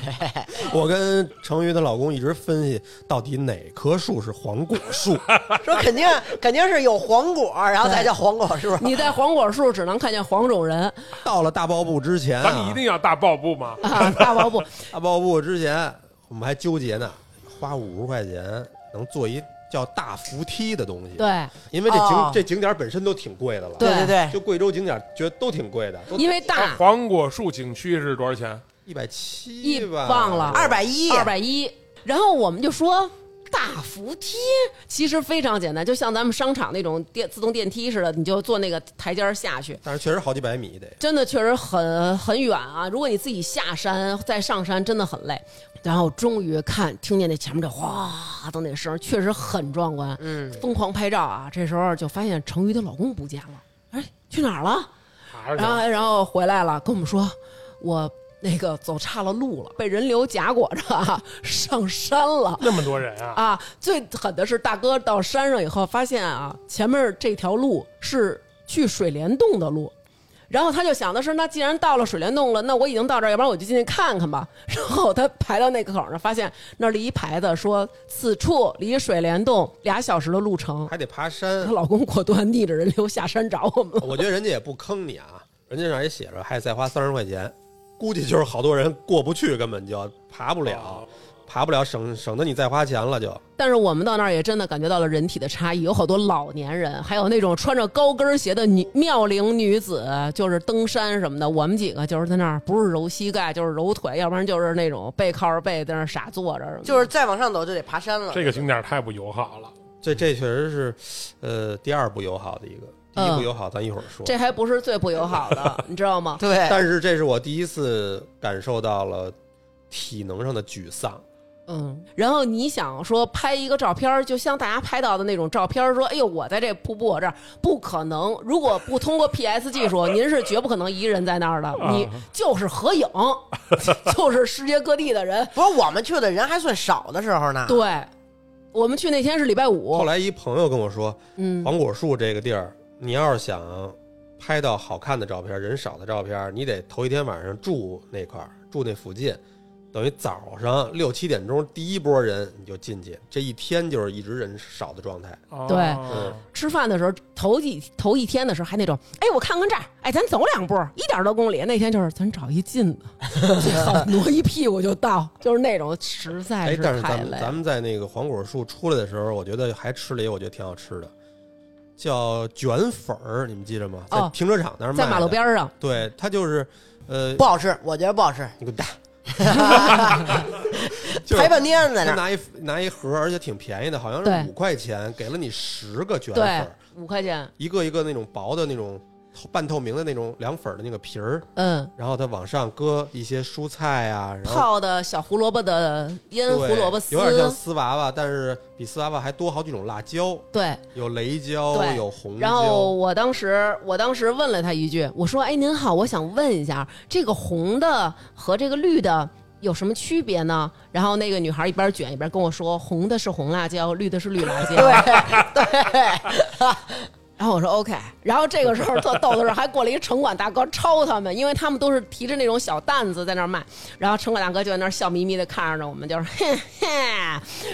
Speaker 3: 我跟程昱她老公一直分析，到底哪棵树是黄果树？
Speaker 4: 说肯定肯定是有黄果，然后再叫黄果树。
Speaker 1: 你在黄果树只能看见黄种人
Speaker 3: 到了大爆布之前、
Speaker 2: 咱们一
Speaker 3: 啊，
Speaker 2: 定要大爆布吗？
Speaker 1: 啊，大爆布。
Speaker 3: 大爆布之前，我们还纠结呢，花五十块钱能做一叫大扶梯的东西。，
Speaker 1: 对，
Speaker 3: 因为这景、
Speaker 4: 哦
Speaker 3: 这景点本身都挺贵的了。
Speaker 1: 对
Speaker 4: 对对，
Speaker 3: 就贵州景点觉得都挺贵的，都
Speaker 1: 因为大
Speaker 2: 黄果树景区是多少钱？
Speaker 3: 一百七
Speaker 1: 一
Speaker 3: 吧，
Speaker 1: 磅了
Speaker 4: 二百一，
Speaker 1: 二百一。然后我们就说。大扶梯其实非常简单，就像咱们商场那种电自动电梯似的，你就坐那个台阶儿下去，
Speaker 3: 但是确实好几百米得。
Speaker 1: 真的确实很很远啊。如果你自己下山再上山，真的很累。然后终于看听见那前面这哗的那声儿，确实很壮观，嗯，疯狂拍照啊。这时候就发现程昱的老公不见了，哎，去哪儿了？
Speaker 2: 还是
Speaker 1: 然后然后回来了，跟我们说我那个走岔了路了，被人流夹裹着啊上山了。
Speaker 2: 那么多人啊？
Speaker 1: 啊，最狠的是大哥到山上以后，发现啊，前面这条路是去水帘洞的路，然后他就想的是，那既然到了水帘洞了，那我已经到这儿，要不然我就进去看看吧。然后他排到那个口上，发现那儿立一牌子说，此处离水帘洞俩小时的路程。
Speaker 3: 还得爬山
Speaker 1: 她，老公果断逆着人流下山找我们了。
Speaker 3: 我觉得人家也不坑你啊，人家上也写着还得再花三十块钱，估计就是好多人过不去，根本就爬不了，
Speaker 2: 哦
Speaker 3: 爬不了，省省得你再花钱了就。
Speaker 1: 但是我们到那儿也真的感觉到了人体的差异，有好多老年人，还有那种穿着高跟鞋的女妙龄女子，就是登山什么的。我们几个就是在那儿，不是揉膝盖就是揉腿，要不然就是那种背靠着背在那儿傻坐着什么的。
Speaker 4: 就是再往上走就得爬山了。
Speaker 2: 这个景点太不友好了。
Speaker 3: 这这确实是，呃，第二不友好的一个，第
Speaker 1: 嗯
Speaker 3: 一不友好咱一会儿说。
Speaker 1: 这还不是最不友好的，你知道吗？
Speaker 4: 对，
Speaker 3: 但是这是我第一次感受到了体能上的沮丧，
Speaker 1: 嗯，然后你想说拍一个照片儿，就像大家拍到的那种照片儿，说哎呦我在这瀑布我这儿不可能，如果不通过 PS 技术，您是绝不可能一个人在那儿的，你就是合影， 就是世界各地的人。
Speaker 4: 不是我们去的人还算少的时候呢。
Speaker 1: 对，我们去那天是礼拜
Speaker 3: 啊后
Speaker 1: 五，
Speaker 3: 来哦一朋友跟我说，
Speaker 1: 嗯，
Speaker 3: 黄果树这个地儿，你要是想拍到好看的照片，人少的照片，你得头一天晚上住那块儿，住那附近，等于早上六七点钟第一波人你就进去，这一天就是一直人少的状态。
Speaker 2: 哦
Speaker 1: 对
Speaker 2: 嗯
Speaker 1: 吃饭的时候头几头一天的时候还那种，哎我看看这儿，哎咱走两步，一点多公里。那天就是咱找一近 的，最好挪一屁股就到，就是那种实在
Speaker 3: 哎，
Speaker 1: 是
Speaker 3: 但是
Speaker 1: 太
Speaker 3: 咱
Speaker 1: 累
Speaker 3: 们
Speaker 1: 了。
Speaker 3: 咱们在那个黄果树出来的时候，我觉得还吃了一个我觉得挺好吃的，叫卷粉儿，你们记着吗？在
Speaker 1: 哦
Speaker 3: 停车场那儿卖
Speaker 1: 在
Speaker 3: 的
Speaker 1: 马路。边儿上，
Speaker 3: 对，它就是，呃，
Speaker 4: 不好吃，我觉得不好吃，
Speaker 3: 你 滚蛋！ 就是
Speaker 4: 排半天在
Speaker 3: 他
Speaker 4: 那儿。
Speaker 3: 拿一拿一盒，而且挺便宜的，好像
Speaker 1: 对
Speaker 3: 是五块钱，给了你十个卷粉
Speaker 1: 对
Speaker 3: 儿，，
Speaker 1: 五块钱，
Speaker 3: 一个一个那种薄的那种透半透明的那种凉粉儿的那个皮儿，
Speaker 1: 嗯，
Speaker 3: 然后它往上搁一些蔬菜啊，然后
Speaker 1: 泡的小胡萝卜的腌
Speaker 3: 对
Speaker 1: 胡萝卜丝，
Speaker 3: 有点像丝娃娃，但是比丝娃娃还多好几种辣椒，
Speaker 1: 对。
Speaker 3: 有雷椒，
Speaker 1: 对
Speaker 3: 有红椒，
Speaker 1: 然后我当时，我当时问了他一句，我说：“哎，您好，我想问一下，这个红的和这个绿的有什么区别呢？”然后那个女孩一边卷一边跟我说：“红的是红辣椒，绿的是绿辣椒。” 然后我说 OK，然后这个时候特逗的是，还过来一城管大哥抄他们，因为他们都是提着那种小担子在那儿卖，然后城管大哥就在那儿笑眯眯的看着我们，就是 嘿嘿。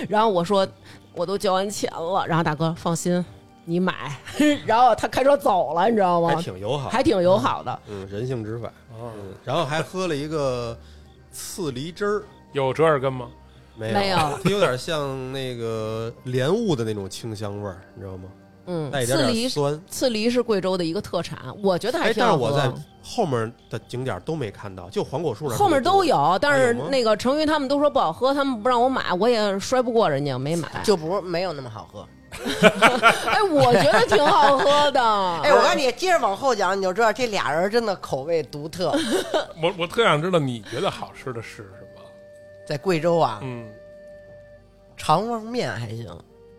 Speaker 1: 然后我说我都交完钱了，然后大哥放心，你 买。然后他开车走了，你知道
Speaker 3: 还
Speaker 1: 吗？
Speaker 3: 挺友好，
Speaker 1: 还挺友好的，
Speaker 3: 嗯，人性执法，
Speaker 2: 哦
Speaker 3: 嗯，然后还喝了一个刺梨汁儿。
Speaker 2: 有折耳根吗？
Speaker 3: 没
Speaker 1: 没有
Speaker 3: 它 有点像那个莲雾的那种清香味儿，你知道吗？
Speaker 1: 嗯
Speaker 3: 带，一点
Speaker 1: 刺
Speaker 3: 点
Speaker 1: 梨
Speaker 3: 酸。
Speaker 1: 刺梨是贵州的一个特产，我觉得还
Speaker 3: 哎，
Speaker 1: 挺
Speaker 3: 但是
Speaker 1: 好
Speaker 3: 我
Speaker 1: 喝。
Speaker 3: 在后面的景点都没看到，就黄果树那儿
Speaker 1: 后面都有，但
Speaker 3: 啊
Speaker 1: 是
Speaker 3: 有吗
Speaker 1: 那个成瑜他们都说不好喝，他们不让我买，我也摔不过人家，没 买。
Speaker 3: 哎
Speaker 4: 就不是没有那么好喝。
Speaker 1: 哎，我觉得挺好喝 的。
Speaker 4: 哎，我看你接着往后讲，你就知道这俩人真的口味独特。
Speaker 2: 我我特想知道你觉得好吃的是什么？
Speaker 4: 在贵州啊，
Speaker 2: 嗯，
Speaker 4: 肠旺面还行，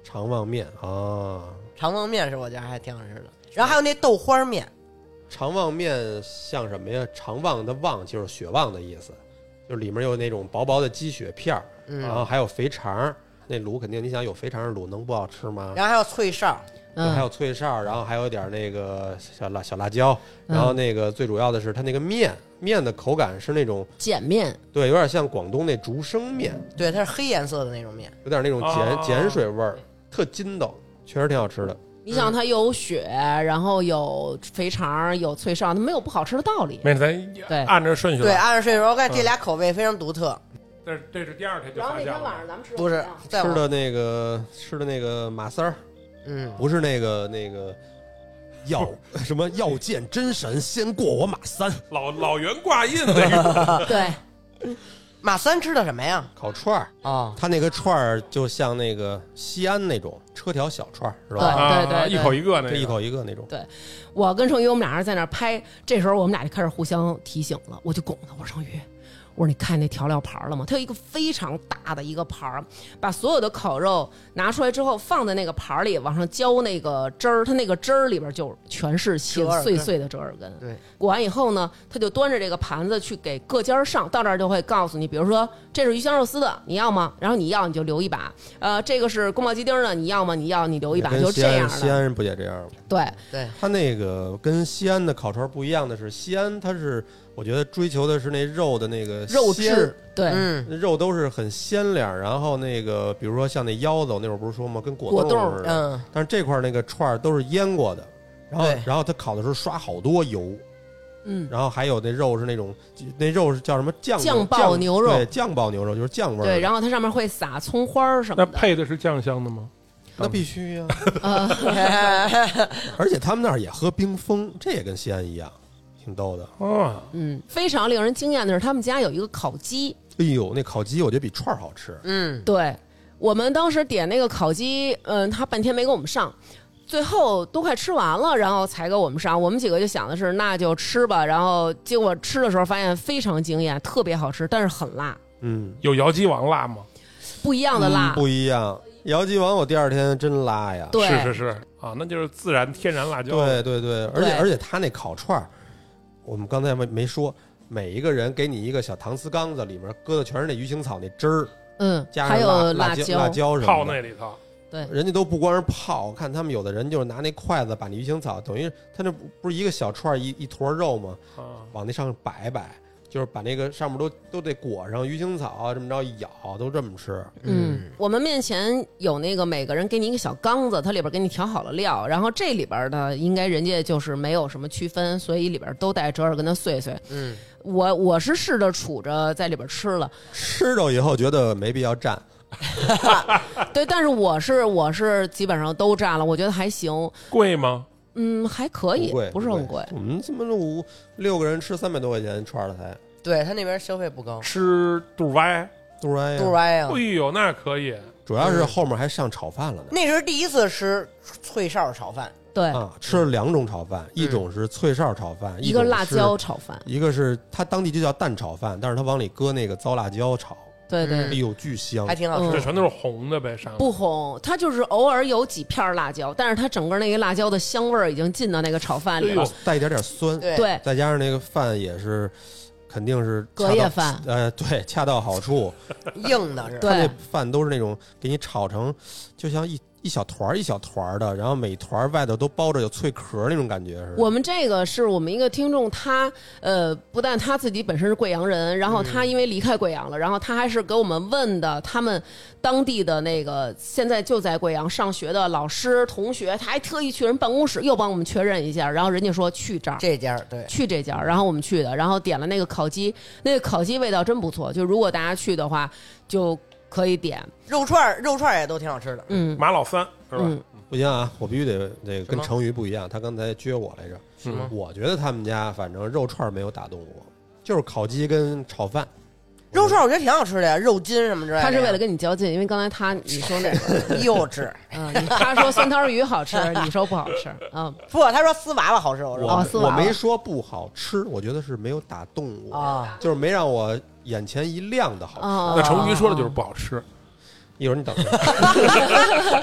Speaker 3: 长旺面啊，
Speaker 4: 肠旺面是我觉得还挺好吃的。然后还有那豆花面，
Speaker 3: 长旺面像什么呀？长旺的旺就是雪旺的意思，就是里面有那种薄薄的鸡血片儿，
Speaker 1: 嗯
Speaker 3: 然后还有肥肠儿。那卤肯定，你想有肥肠儿的卤能不好吃吗？
Speaker 4: 然后还有脆哨，
Speaker 3: 对
Speaker 1: 嗯
Speaker 3: 还有脆哨儿，然后还有点儿那个小辣小辣椒，
Speaker 1: 嗯
Speaker 3: 然后那个最主要的是它那个面面的口感是那种
Speaker 1: 碱面，
Speaker 3: 对，有点像广东那竹升面，
Speaker 4: 对，它是黑颜色的那种面。
Speaker 3: 有点那种
Speaker 2: 哦
Speaker 3: 碱碱水味儿，特筋道，确实挺好吃的。
Speaker 1: 你想它有血，然后有肥肠，有脆哨，它没有不好吃的道理。
Speaker 2: 没事，咱
Speaker 1: 对
Speaker 2: 按着顺序
Speaker 4: 对，
Speaker 2: 来。
Speaker 4: 按照顺序说，我看这
Speaker 1: 嗯
Speaker 4: 俩口味非常独特，
Speaker 2: 但是这是第二天就发现了。
Speaker 1: 咱们吃啊
Speaker 4: 不是再
Speaker 3: 吃
Speaker 4: 往
Speaker 3: 的那个吃的那个马三儿，
Speaker 4: 嗯，
Speaker 3: 不是那个那个要 什么要见真神，先过我马三
Speaker 2: 老老袁挂印那个，
Speaker 1: 对，
Speaker 4: 马三吃的什么呀？
Speaker 3: 烤串儿，
Speaker 4: 哦，
Speaker 3: 他那个串儿就像那个西安那种车条小串儿，是吧？
Speaker 2: 啊
Speaker 1: 对对对
Speaker 2: 一口一个那
Speaker 3: 这
Speaker 2: 个，
Speaker 3: 一口一个那种。
Speaker 1: 我跟成宇我们俩人在那儿拍，这时候我们俩就开始互相提醒了，我就拱他，我说成宇。我说你看那调料盘儿了吗？它有一个非常大的一个盘儿，把所有的烤肉拿出来之后放在那个盘儿里，往上浇那个汁儿，它那个汁儿里边就全是切
Speaker 4: 折耳根
Speaker 1: 碎碎的折耳根。
Speaker 4: 对，
Speaker 1: 裹完以后呢，他就端着这个盘子去给各家儿上，到这儿就会告诉你，比如说这是鱼香肉丝的，你要吗？然后你要你就留一把，呃，这个是宫保鸡丁的，你要吗？你要你留一把，
Speaker 3: 跟
Speaker 1: 就
Speaker 3: 西
Speaker 1: 这
Speaker 3: 安
Speaker 1: 样
Speaker 3: 西
Speaker 1: 的。
Speaker 3: 安人不也这样吗？
Speaker 1: 对，
Speaker 4: 对，
Speaker 3: 他那个跟西安的烤串儿不一样的是，西安它是我觉得追求的是那肉的那个
Speaker 1: 肉
Speaker 3: 鲜
Speaker 1: 质，对，
Speaker 4: 嗯，
Speaker 3: 肉都是很鲜亮，然后那个比如说像那腰子，我那会儿不是说吗？跟
Speaker 1: 果
Speaker 3: 果
Speaker 1: 冻
Speaker 3: 冻似的。
Speaker 4: 嗯，
Speaker 3: 但是这块儿那个串儿都是腌过的，然后
Speaker 4: 对
Speaker 3: 然后它烤的时候刷好多油，
Speaker 1: 嗯，
Speaker 3: 然后还有那肉是那种那肉是叫什么酱
Speaker 1: 酱爆
Speaker 3: 爆
Speaker 1: 牛肉
Speaker 3: 对，酱爆牛肉就是酱味儿的。
Speaker 1: 对，然后它上面会撒葱花儿什么
Speaker 2: 那
Speaker 1: 的。
Speaker 2: 配的是酱香的吗？
Speaker 3: 那必须呀、
Speaker 1: 呃，
Speaker 3: 而且他们那儿也喝冰峰，这也跟西安一样，挺逗的。
Speaker 2: 啊，
Speaker 1: 嗯，非常令人惊艳的是，他们家有一个烤鸡，
Speaker 3: 哎呦，那烤鸡我觉得比串儿好吃。
Speaker 4: 嗯，
Speaker 1: 对我们当时点那个烤鸡，嗯，他半天没给我们上，最后都快吃完了，然后才给我们上。我们几个就想的是，那就吃吧。然后结果吃的时候发现非常惊艳，特别好吃，但是很辣。
Speaker 3: 嗯，
Speaker 2: 有姚鸡王辣吗？
Speaker 1: 不一样的辣，
Speaker 3: 不一样。姚记王我第二天真拉呀，
Speaker 1: 对，
Speaker 2: 是是是啊，那就是自然天然辣椒。
Speaker 3: 对对对，而
Speaker 1: 对
Speaker 3: 且而且他那烤串儿，我们刚才没没说，每一个人给你一个小搪瓷缸子，里面搁的全是那鱼腥草那汁儿，
Speaker 1: 嗯，
Speaker 3: 加
Speaker 1: 还
Speaker 3: 上
Speaker 1: 有
Speaker 3: 辣
Speaker 1: 辣
Speaker 3: 椒、辣椒什
Speaker 2: 泡
Speaker 3: 么的。
Speaker 2: 那里头，
Speaker 3: 人家都不光是泡，我看他们有的人就是拿那筷子把那鱼腥草，等于他那不不是一个小串儿一一坨肉吗？
Speaker 2: 啊，
Speaker 3: 往那上面摆一摆，就是把那个上面都都得裹上鱼腥草啊，这么着一咬都这么吃。
Speaker 1: 嗯，我们面前有那个每个人给你一个小缸子，它里边给你调好了料，然后这里边的应该人家就是没有什么区分，所以里边都带折耳根的碎碎。
Speaker 3: 嗯，
Speaker 1: 我我是试着杵着在里边吃了，
Speaker 3: 吃着以后觉得没必要蘸，
Speaker 1: 对，但是我是我是基本上都蘸了，我觉得还行，
Speaker 2: 贵吗？
Speaker 1: 嗯，还可以
Speaker 3: 不贵，，
Speaker 1: 不是很贵。
Speaker 3: 我们怎么五六个人吃三百多块钱一串了才？
Speaker 4: 对他那边消费不高，
Speaker 2: 吃肚歪，
Speaker 3: 杜然呀
Speaker 4: 肚儿歪啊！
Speaker 2: 哎呦，那可以，
Speaker 3: 主要
Speaker 1: 嗯
Speaker 3: 是后面还上炒饭了呢。
Speaker 4: 那是第一次吃脆哨炒饭，
Speaker 1: 对，嗯
Speaker 3: 啊，吃了两种炒饭，一种是脆哨炒饭，
Speaker 1: 一
Speaker 3: 种
Speaker 1: 个
Speaker 3: 是
Speaker 1: 辣椒，炒饭，
Speaker 3: 一个是它当地就叫蛋炒饭，但是它往里搁那个糟辣椒炒，
Speaker 1: 对对
Speaker 3: 哎
Speaker 1: 对，
Speaker 3: 呦巨香
Speaker 4: 还。挺好吃
Speaker 2: 这
Speaker 1: 嗯
Speaker 4: 的。
Speaker 2: 全都是红的呗，上面
Speaker 1: 不红，它就是偶尔有几片辣椒，但是它整个那个辣椒的香味儿已经进到那个炒饭里
Speaker 2: 哎
Speaker 1: 了
Speaker 2: 呦。
Speaker 3: 带一点点酸，
Speaker 4: 对
Speaker 1: 对，
Speaker 3: 再加上那个饭也是，肯定是恰
Speaker 1: 隔
Speaker 3: 到
Speaker 1: 夜饭
Speaker 3: 呃，对，恰到好 处。
Speaker 4: 硬的是，
Speaker 1: 对
Speaker 3: 它那饭都是那种给你炒成，就像一一小团儿一小团儿的，然后每团儿外头都包着有脆壳儿那种感觉似的。
Speaker 1: 我们这个是我们一个听众，他呃，不但他自己本身是贵阳人，然后他因为离开贵阳了，然后他还是给我们问的他们当地的那个现在就在贵阳上学的老师同学，他还特意去人办公室又帮我们确认一下，然后人家说去这儿。
Speaker 4: 这家儿对，
Speaker 1: 去这家，然后我们去的，然后点了那个烤鸡，那个烤鸡味道真不错。就如果大家去的话，就可以点。
Speaker 4: 肉串儿肉串儿也都挺好吃的。
Speaker 1: 嗯
Speaker 2: 马老三是吧？
Speaker 1: 嗯，
Speaker 3: 不行啊，我必须得那个
Speaker 4: 什
Speaker 3: 跟
Speaker 4: 么
Speaker 3: 成瑜不一样，他刚才撅我来着。
Speaker 2: 是吗？
Speaker 3: 我觉得他们家反正肉串儿没有打动我，就是烤鸡跟炒饭。
Speaker 4: 肉串儿我觉得挺好吃的呀，肉筋什么之类的呀。
Speaker 1: 他是为了跟你较劲，因为刚才他你说那个，
Speaker 4: 幼稚，
Speaker 1: 嗯，他说酸汤鱼好吃，你说不好吃，嗯。
Speaker 4: 不，他说丝娃娃好吃，我说
Speaker 1: 哦
Speaker 3: 我
Speaker 1: 丝
Speaker 3: 我
Speaker 1: 娃娃
Speaker 3: 没说不好吃，我觉得是没有打动我，
Speaker 4: 啊，
Speaker 3: 就是没让我眼前一亮的好吃。
Speaker 1: 哦，
Speaker 2: 那成瑜说的就是不好吃，
Speaker 3: 一会儿你等着，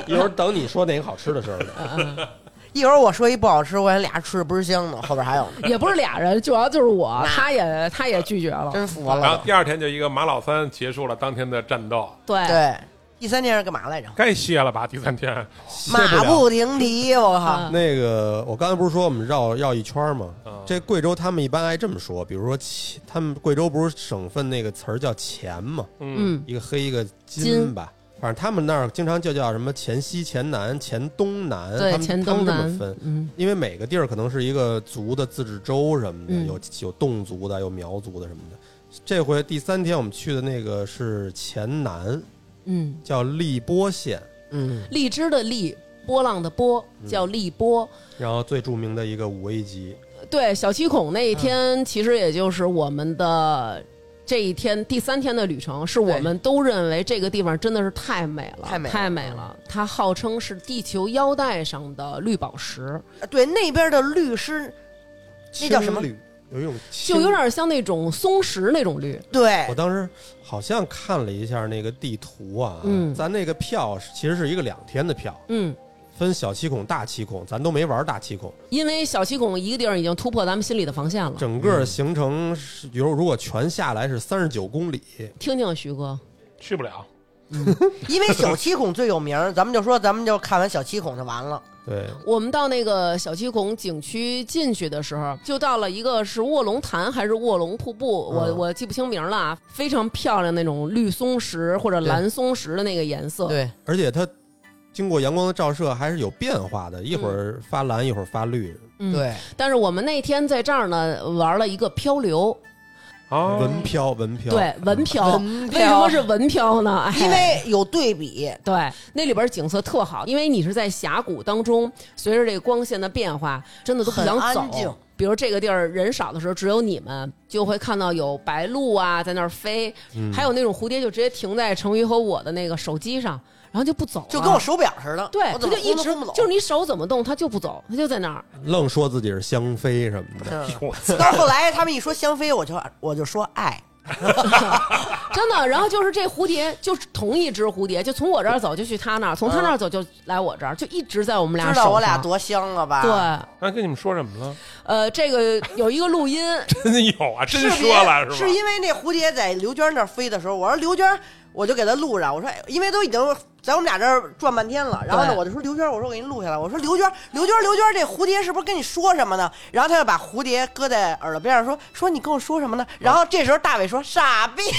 Speaker 3: 一会儿等你说哪个好吃的时候呢。
Speaker 4: 一会儿我说一不好吃，我想俩吃的倍儿香呢，后边还有 呢，
Speaker 1: 也不是俩人，主要就是我，他也他也拒绝了。
Speaker 4: 真服
Speaker 2: 然后
Speaker 4: 了。
Speaker 2: 第二天就一个马老三结束了当天的战斗，
Speaker 1: 对，
Speaker 4: 对，第三天是干嘛来着？
Speaker 2: 该歇了吧？第三天
Speaker 3: 歇
Speaker 4: 马
Speaker 3: 了
Speaker 4: 不停蹄，我靠！
Speaker 1: 嗯
Speaker 3: 那个，我刚才不是说我们绕绕一圈吗
Speaker 2: 嗯？
Speaker 3: 这贵州他们一般爱这么说，比如说钱，他们贵州不是省份那个词儿叫钱吗？
Speaker 1: 嗯，
Speaker 3: 一个黑一个金
Speaker 1: 金
Speaker 3: 吧，反正他们那儿经常就叫什么黔西、黔南、黔东南，他
Speaker 1: 对，
Speaker 3: 们
Speaker 1: 黔
Speaker 3: 他
Speaker 1: 东
Speaker 3: 们这
Speaker 1: 南
Speaker 3: 么分，。
Speaker 1: 嗯，
Speaker 3: 因为每个地儿可能是一个族的自治州什么的，
Speaker 1: 嗯
Speaker 3: 有有侗族的，有苗族的什么的。这回第三天我们去的那个是黔南，
Speaker 1: 嗯，
Speaker 3: 叫荔波县，
Speaker 4: 嗯，
Speaker 1: 荔枝的荔，波浪的波，叫荔波。
Speaker 3: 然后最著名的一个五 A 级，
Speaker 1: 嗯对，小七孔那一天，其实也就是我们的。这一天第三天的旅程，是我们都认为这个地方真的是太美了，
Speaker 4: 太美了
Speaker 1: 太美了。它号称是地球腰带上的绿宝石，
Speaker 4: 嗯对，那边的律师，那叫什么
Speaker 3: 青旅？有一种
Speaker 1: 就
Speaker 3: 青
Speaker 1: 有点像那种松石那种绿。
Speaker 4: 对
Speaker 3: 我，当时好像看了一下那个地图啊，
Speaker 1: 嗯
Speaker 3: 咱那个票是其实是一个两天的票，
Speaker 1: 嗯，
Speaker 3: 分小七孔、大七孔，咱都没玩大七孔。
Speaker 1: 因为小七孔一个地儿已经突破咱们心里的防线了。
Speaker 3: 整个行程是，比如如果全下来是三十九公里，
Speaker 1: 听听徐哥，
Speaker 2: 去不了。
Speaker 4: 因为小七孔最有名儿，咱们就说，咱们就看完小七孔就 完了。
Speaker 3: 对，
Speaker 1: 我们到那个小七孔景区进去的时候，就到了一个是卧龙潭还是卧龙瀑布，我、
Speaker 3: 嗯
Speaker 1: 我记不清名了啊，非常漂亮那种绿松石或者蓝松石的那个颜色。
Speaker 4: 对，
Speaker 3: 而且它经过阳光的照射还是有变化的，一会儿发蓝，一会儿发绿，
Speaker 1: 嗯。
Speaker 4: 对，
Speaker 1: 但是我们那天在这儿呢玩了一个漂流，
Speaker 2: 啊，
Speaker 3: 文漂文漂，
Speaker 1: 哦对，文漂。
Speaker 4: 文
Speaker 1: 为什么是文漂呢？哎
Speaker 4: 因为有对比，
Speaker 1: 对，那里边景色特好，因为你是在峡谷当中，随着这个光线的变化，真的都不想
Speaker 4: 很安
Speaker 1: 走
Speaker 4: 静。
Speaker 1: 比如这个地儿人少的时候，只有你们就会看到有白鹭啊在那儿飞，还有那种蝴蝶就直接停在成宇和我的那个手机上，然后就不走了，
Speaker 4: 就跟我手表似的，
Speaker 1: 对，
Speaker 4: 我
Speaker 1: 它
Speaker 4: 怎
Speaker 1: 就
Speaker 4: 么
Speaker 1: 一
Speaker 4: 轰都
Speaker 1: 直
Speaker 4: 轰不走，
Speaker 1: 就是你手怎么动，它就不走，它就在 那儿。
Speaker 3: 愣说自己是香妃什么的，
Speaker 4: 嗯到后来他们一说香妃，我就我就说爱，
Speaker 1: 真的。然后就是这蝴蝶，就是同一只蝴蝶，就从我这儿走就去他那儿，从他那儿走就来我这儿，就一直在我们俩
Speaker 4: 知
Speaker 1: 手
Speaker 4: 道我俩
Speaker 1: 上
Speaker 4: 多香了吧？，
Speaker 1: 对，
Speaker 2: 那跟你们说什么了？
Speaker 1: 呃，这个有一个录 音，
Speaker 2: 真有啊，真
Speaker 4: 是
Speaker 2: 说了
Speaker 4: 别
Speaker 2: 吧？
Speaker 4: 因为那蝴蝶在刘娟那儿飞的时候，我说刘娟，我就给她录上。我说，哎因为都已经在我们俩这儿转半天了。然后呢，
Speaker 1: 对
Speaker 4: 我就说刘娟，我说我给你录下来。我说刘娟，刘娟，刘娟，这蝴蝶是不是跟你说什么呢？然后她就把蝴蝶搁在耳朵边上说说你跟我说什么呢？然后这时候大伟说傻逼。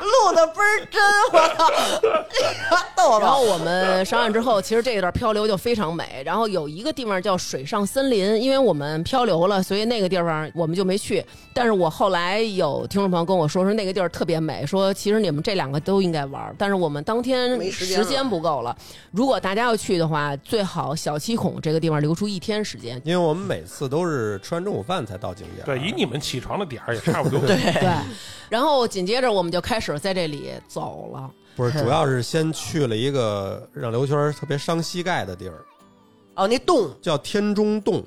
Speaker 4: 录的倍儿真，我操！ 逗我
Speaker 1: 然
Speaker 4: 吧
Speaker 1: 后。我们上岸之后，其实这一段漂流就非常美。然后有一个地方叫水上森林，因为我们漂流了，所以那个地方我们就没去。但是我后来有听众朋友跟我说，说那个地儿特别美，说其实你们这两个都应该玩儿，但是我们当天
Speaker 4: 没时间
Speaker 1: 时
Speaker 4: 了
Speaker 1: 间不够了。如果大家要去的话，最好小七孔这个地方留出一天时间。
Speaker 3: 因为我们每次都是吃完中午饭才到景点。
Speaker 2: 对，以你们起床的点儿也差不多。对，
Speaker 1: 对，然后紧接着我们就开始在这里走了。
Speaker 3: 不是，主要是先去了一个让刘圈特别伤膝盖的地儿，
Speaker 4: 哦，那洞
Speaker 3: 叫天中洞，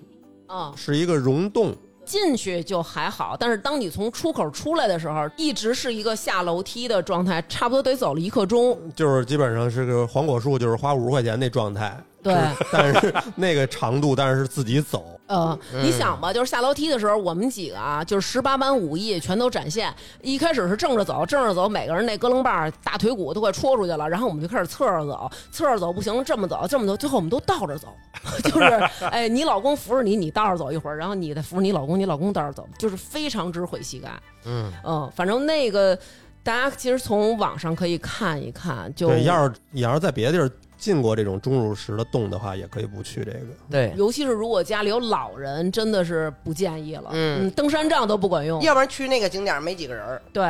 Speaker 1: 嗯，
Speaker 3: 是一个溶洞。
Speaker 1: 进去就还好，但是当你从出口出来的时候，一直是一个下楼梯的状态，差不多得走了一刻钟。
Speaker 3: 就是基本上是个黄果树，就是花五十块钱那状态，
Speaker 1: 对，
Speaker 3: 但是那个长度，但是是自己走，
Speaker 1: 呃，你想吧，就是下楼梯的时候，我们几个啊，就是十八般武艺全都展现。一开始是正着走，正着走，每个人那咯楞把儿大腿骨都快戳出去了，然后我们就开始侧着走，侧着走不行，这么走，这么走，最后我们都倒着走， 就是哎，你老公扶着你，你倒着走一会儿，然后你再扶着你老公，你老公倒着走，就是非常之毁膝盖。嗯反正那个大家其实从网上可以看一看，就
Speaker 3: 对，要是你要是在别的地儿进过这种钟乳石的洞的话，也可以不去这个。
Speaker 4: 对，
Speaker 1: 尤其是如果家里有老人，真的是不建议了。
Speaker 4: 嗯
Speaker 1: 登山杖都不管用。
Speaker 4: 要不然去那个景点儿没几个人儿。
Speaker 1: 对，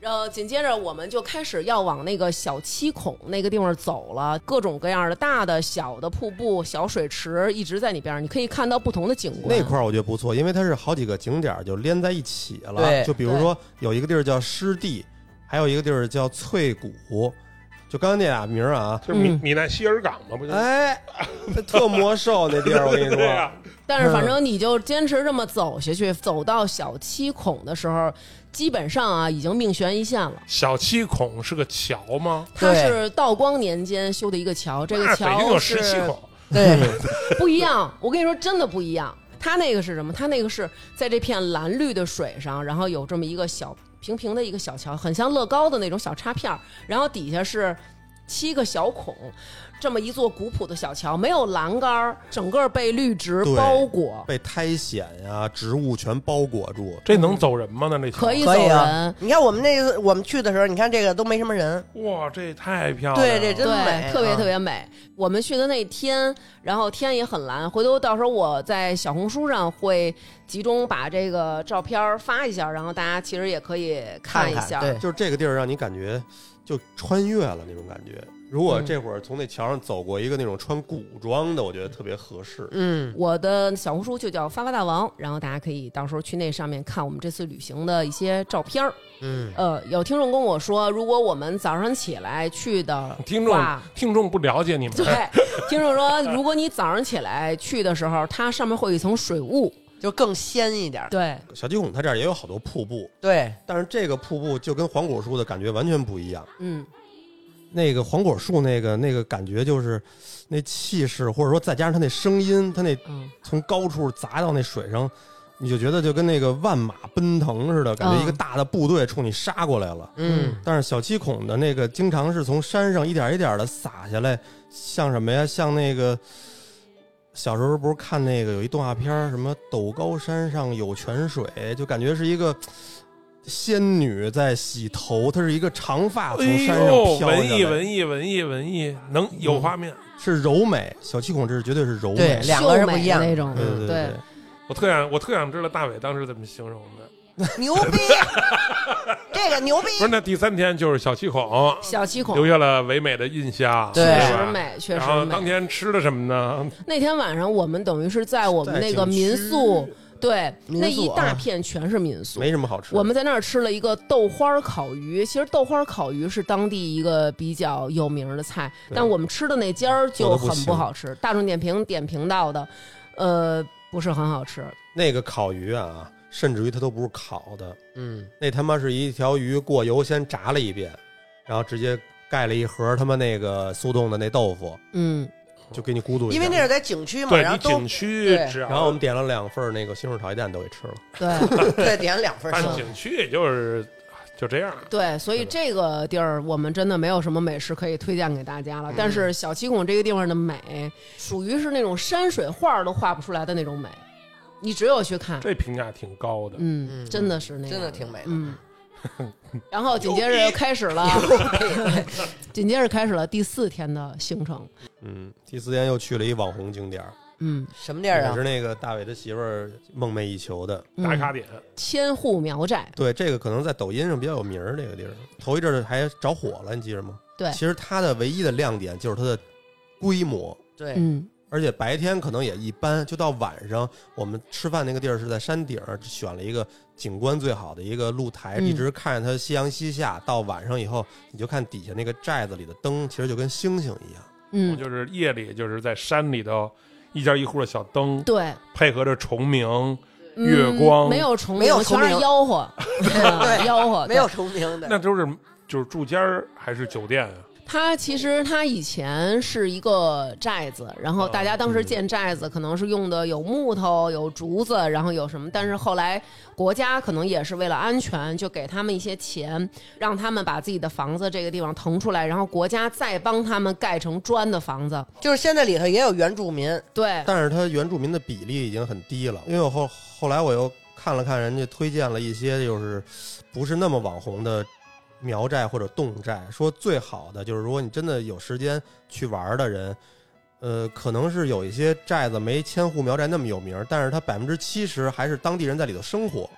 Speaker 1: 然后紧接着我们就开始要往那个小七孔那个地方走了，各种各样的大的、小的瀑布、小水池一直在你边上，你可以看到不同的景观。
Speaker 3: 那块儿我觉得不错，因为它是好几个景点儿就连在一起了。
Speaker 4: 对
Speaker 3: 就比如说有一个地儿叫湿地，还有一个地儿叫翠谷，就刚才那俩名儿啊，
Speaker 2: 就是米
Speaker 1: 嗯
Speaker 2: 米奈希尔港嘛，不就？
Speaker 3: 哎，特魔兽那地儿，我跟 你
Speaker 2: 对
Speaker 3: 说
Speaker 2: 呀，，
Speaker 1: 但是反正你就坚持这么走下去，走到小七孔的时候，基本上啊已经命悬一线了。
Speaker 2: 小七孔是个桥吗？
Speaker 1: 它
Speaker 4: 对
Speaker 1: 是道光年间修的一个桥，这个
Speaker 2: 那 北京
Speaker 1: 桥
Speaker 2: 有
Speaker 1: 是
Speaker 2: 十七孔，
Speaker 4: 对，
Speaker 1: 不一样，我跟你说，真的不一样。它那个是什么？它那个是在这片蓝绿的水上，然后有这么一个小平平的一个小桥，很像乐高的那种小插片儿，然后底下是七个小孔，这么一座古朴的小桥，没有栏杆儿，整个被绿植
Speaker 3: 对
Speaker 1: 包裹，
Speaker 3: 被苔藓呀、植物全包裹住。
Speaker 2: 这能走人吗？那那桥
Speaker 1: 可以走
Speaker 4: 可以
Speaker 1: 人。
Speaker 4: 啊！你看我们那次我们去的时候，你看这个都没什么人，
Speaker 2: 哇，这太漂亮了！
Speaker 4: 对，这真美，
Speaker 1: 对，特别
Speaker 4: 啊
Speaker 1: 特。别美。我们去的那天，然后天也很蓝。回头到时候我在小红书上会集中把这个照片儿发一下，然后大家其实也可以看一
Speaker 4: 看看
Speaker 1: 下。
Speaker 4: 对
Speaker 3: 就是这个地儿让你感觉就穿越了那种感觉。如果这会儿从那桥上走过一个那种穿古装的，我觉得特别合适。
Speaker 4: 嗯，
Speaker 1: 我的小红书就叫发发大王，然后大家可以到时候去那上面看我们这次旅行的一些照片儿。嗯，呃，有听众跟我说，如果我们早上起来去 的
Speaker 2: 听众
Speaker 1: 话
Speaker 2: 听众不了解你
Speaker 3: 啊
Speaker 2: 们，
Speaker 1: 对，听众说，如果你早上起来去的时候，它上面会有一层水雾。
Speaker 4: 就更鲜一点儿。
Speaker 1: 对，
Speaker 3: 小鸡孔它这儿也有好多瀑布，
Speaker 4: 对，
Speaker 3: 但是这个瀑布就跟黄果树的感觉完全不一样。
Speaker 1: 嗯，
Speaker 3: 那个黄果树那个那个感觉就是那气势，或者说再加上它那声音，它那
Speaker 1: 嗯
Speaker 3: 从高处砸到那水上，你就觉得就跟那个万马奔腾似的，感觉
Speaker 1: 嗯
Speaker 3: 一个大的部队冲你杀过来了。
Speaker 4: 嗯，
Speaker 3: 但是小七孔的那个经常是从山上一点一点的洒下来，像什么呀？像那个小时候不是看那个有一动画片儿，什么“陡高山上有泉水”，就感觉是一个仙女在洗头，她是一个长发从
Speaker 2: 哎
Speaker 3: 山上
Speaker 2: 呦，
Speaker 3: 飘下来，嗯
Speaker 2: 文艺文艺文艺文艺，能有画面。
Speaker 3: 是柔美。小七孔这是绝对是柔
Speaker 4: 对
Speaker 3: 美，
Speaker 4: 两个人不一样
Speaker 1: 秀美那种。
Speaker 3: 对对
Speaker 1: 嗯对，
Speaker 2: 我特想我特想知道大伟当时怎么形容的。
Speaker 4: 牛逼，这个牛逼。
Speaker 2: 不是，那第三天就是小七孔，
Speaker 1: 小七孔
Speaker 2: 留下了唯美的印象，
Speaker 4: 对
Speaker 1: 确
Speaker 2: 是吧
Speaker 1: 实美，确
Speaker 2: 然
Speaker 1: 实
Speaker 2: 后
Speaker 1: 美。
Speaker 2: 当天吃的什么呢？
Speaker 1: 那天晚上我们等于是在我们那个
Speaker 3: 在景区
Speaker 1: 民宿，对，
Speaker 4: 民宿
Speaker 1: 那一大
Speaker 4: 啊
Speaker 1: 片全是民宿。
Speaker 3: 没什么好吃的。
Speaker 1: 我们在那儿吃了一个豆花儿烤鱼，其实豆花儿烤鱼是当地一个比较有名儿的菜，
Speaker 3: 对
Speaker 1: 但我们吃的那家儿就
Speaker 3: 做得不
Speaker 1: 很不
Speaker 3: 行
Speaker 1: 好吃，大众点评点评到的，呃，不是很好吃。
Speaker 3: 那个烤鱼啊，甚至于它都不是烤的，
Speaker 5: 嗯，
Speaker 3: 那他妈是一条鱼过油先炸了一遍，然后直接盖了一盒他妈那个速冻的那豆腐，
Speaker 1: 嗯，
Speaker 3: 就给你咕嘟一下。
Speaker 4: 因为那是在景区嘛，
Speaker 2: 对
Speaker 4: 然后
Speaker 2: 你
Speaker 4: 都
Speaker 2: 景区
Speaker 4: 对
Speaker 2: 只
Speaker 3: 然后我
Speaker 2: 要
Speaker 3: 们点了两份儿那个西红柿炒鸡蛋都给吃了。
Speaker 1: 对
Speaker 4: 对点两份儿
Speaker 2: 按
Speaker 4: 行。
Speaker 2: 景区也就是啊就这样。
Speaker 1: 对，所以这个地儿我们真的没有什么美食可以推荐给大家了。但是小七孔这个地方的美，属于是那种山水画儿都画不出来的那种美，你只有去看。
Speaker 2: 这评价挺高的，
Speaker 1: 嗯，真的是那样，
Speaker 4: 真的挺美的
Speaker 1: 嗯， 然后紧接着开始了， 紧接着开始了第四天的行程。
Speaker 3: 嗯，第四天又去了一网红景点儿，
Speaker 1: 嗯，
Speaker 4: 什么地儿
Speaker 3: 也
Speaker 4: 啊
Speaker 3: 是？那个大伟他媳妇儿梦寐以求的。
Speaker 1: 嗯
Speaker 2: 打卡点
Speaker 1: 千户苗寨，
Speaker 3: 对，这个可能在抖音上比较有名儿，这个地儿头一阵儿还着火了，你记着吗？
Speaker 1: 对
Speaker 3: 其实它的唯一的亮点就是它的规模，
Speaker 4: 对，
Speaker 1: 嗯，
Speaker 3: 而且白天可能也一般，就到晚上我们吃饭那个地儿是在山顶儿，选了一个景观最好的一个露台，
Speaker 1: 嗯
Speaker 3: 一直看着它夕阳西下。到晚上以后，你就看底下那个寨子里的灯，其实就跟星星一样。
Speaker 1: 嗯，
Speaker 2: 就是夜里就是在山里头一家一户的小灯，
Speaker 1: 对，
Speaker 2: 配合着虫鸣，
Speaker 1: 嗯
Speaker 2: 月光
Speaker 1: 没有虫鸣，
Speaker 4: 没有虫
Speaker 1: 全是
Speaker 4: 鸣
Speaker 1: 吆喝，嗯 吿喝，
Speaker 4: 没有重名的
Speaker 2: 那。都是就是住家儿还是酒店啊？
Speaker 1: 它其实它以前是一个寨子，然后大家当时建寨子可能是用的有木头、有竹子，然后有什么，但是后来国家可能也是为了安全，就给他们一些钱，让他们把自己的房子这个地方腾出来，然后国家再帮他们盖成砖的房子。
Speaker 4: 就是现在里头也有原住民，
Speaker 1: 对，
Speaker 3: 但是它原住民的比例已经很低了，因为我后后来我又看了看人家推荐了一些就是不是那么网红的苗寨或者侗寨，说最好的就是如果你真的有时间去玩儿的人，呃，可能是有一些寨子没千户苗寨那么有名儿，但是它百分之七十还是当地人在里头生活，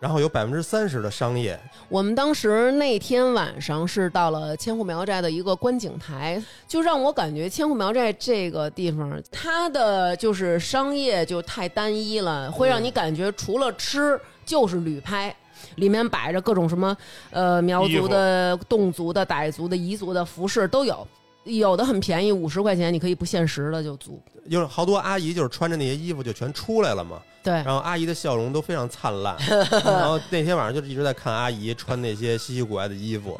Speaker 3: 然后有百分之三十的商业，
Speaker 1: 我们当时那天晚上是到了千户苗寨的一个观景台，就让我感觉千户苗寨这个地方，它的就是商业就太单一了，会让你感觉除了吃就是旅拍。里面摆着各种什么，呃，苗
Speaker 2: 衣服
Speaker 1: 族的、侗族的、傣族的、彝族的服饰都有，有的很便宜，五十块钱你可以不限时的就租。
Speaker 3: 就是好多阿姨就是穿着那些衣服就全出来了嘛，
Speaker 1: 对，
Speaker 3: 然后阿姨的笑容都非常灿 烂，然后那天晚上就是一直在看阿姨穿那些稀奇古怪的 衣服，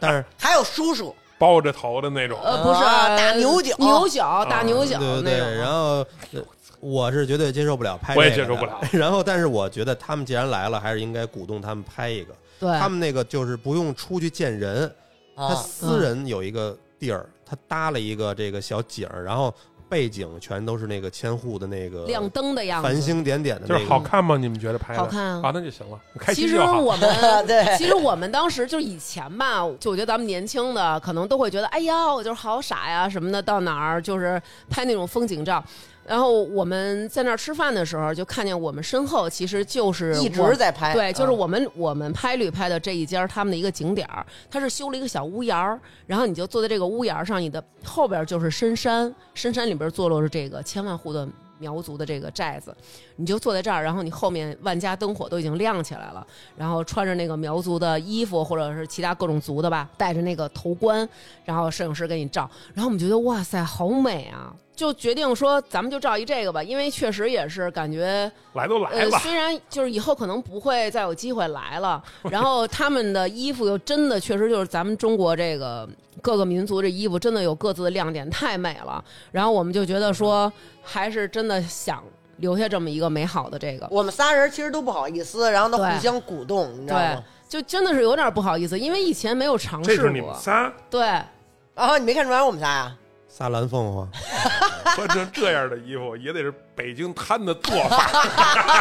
Speaker 3: 但是
Speaker 4: 还有叔叔，
Speaker 2: 包着头的那种，
Speaker 1: 呃，不是
Speaker 4: 啊打牛角
Speaker 1: 牛角打牛角
Speaker 3: 对啊对
Speaker 1: 那
Speaker 3: 对，
Speaker 1: 种。啊
Speaker 3: 然后呃我是绝对接受不了拍，
Speaker 2: 我也接受不了。
Speaker 3: 然后，但是我觉得他们既然来了，还是应该鼓动他们拍一个。
Speaker 1: 对，哦
Speaker 3: 他们那个就是不用出去见人，他
Speaker 4: 啊，
Speaker 3: 私人有一个地儿，他搭了一个这个小景儿，然后背景全都是那个千户的那个
Speaker 1: 亮灯的样子，
Speaker 3: 繁星点点的
Speaker 2: 就
Speaker 3: 那
Speaker 2: 是
Speaker 3: 个，
Speaker 2: 好看吗？你们觉得拍的
Speaker 1: 好看啊
Speaker 2: 啊？那就行了，开
Speaker 1: 其
Speaker 2: 心
Speaker 1: 实
Speaker 2: 就好。
Speaker 1: 我们
Speaker 4: 对
Speaker 1: 其实我们当时就是以前吧，就我觉得咱们年轻的可能都会觉得，哎呀，我就是好傻呀什么的，到哪儿就是拍那种风景照。然后我们在那儿吃饭的时候，就看见我们身后其实就是
Speaker 4: 一
Speaker 1: 我
Speaker 4: 直在拍，
Speaker 1: 对，就是
Speaker 4: 啊
Speaker 1: 我们、我们拍旅拍的这一家，他们的一个景点儿，它是修了一个小屋檐儿，然后你就坐在这个屋檐儿上，你的后边就是深山，深山里边坐落着这个千万户的苗族的这个寨子，你就坐在这儿，然后你后面万家灯火都已经亮起来了，然后穿着那个苗族的衣服或者是其他各种族的吧，戴着那个头冠，然后摄影师给你照，然后我们觉得哇塞，好美啊！就决定说，咱们就照一这个吧，因为确实也是感觉
Speaker 2: 来都来
Speaker 1: 呃，
Speaker 2: 了，
Speaker 1: 虽然就是以后可能不会再有机会来了，然后他们的衣服又真的确实就是咱们中国这个各个民族这衣服真的有各自的亮点，太美了。然后我们就觉得说，还是真的想留下这么一个美好的这个。
Speaker 4: 嗯我们仨人其实都不好意思，然后都
Speaker 1: 对
Speaker 4: 互相鼓动，你知道
Speaker 1: 对
Speaker 4: 吗？，
Speaker 1: 就真的是有点不好意思，因为以前没有尝
Speaker 2: 这
Speaker 1: 试
Speaker 2: 是你们
Speaker 1: 过。
Speaker 2: 仨
Speaker 1: 对，
Speaker 4: 啊，你没看出来我们仨呀？
Speaker 3: 撒蓝凤凰，
Speaker 2: 穿成这样的衣服，也得是北京摊的做法。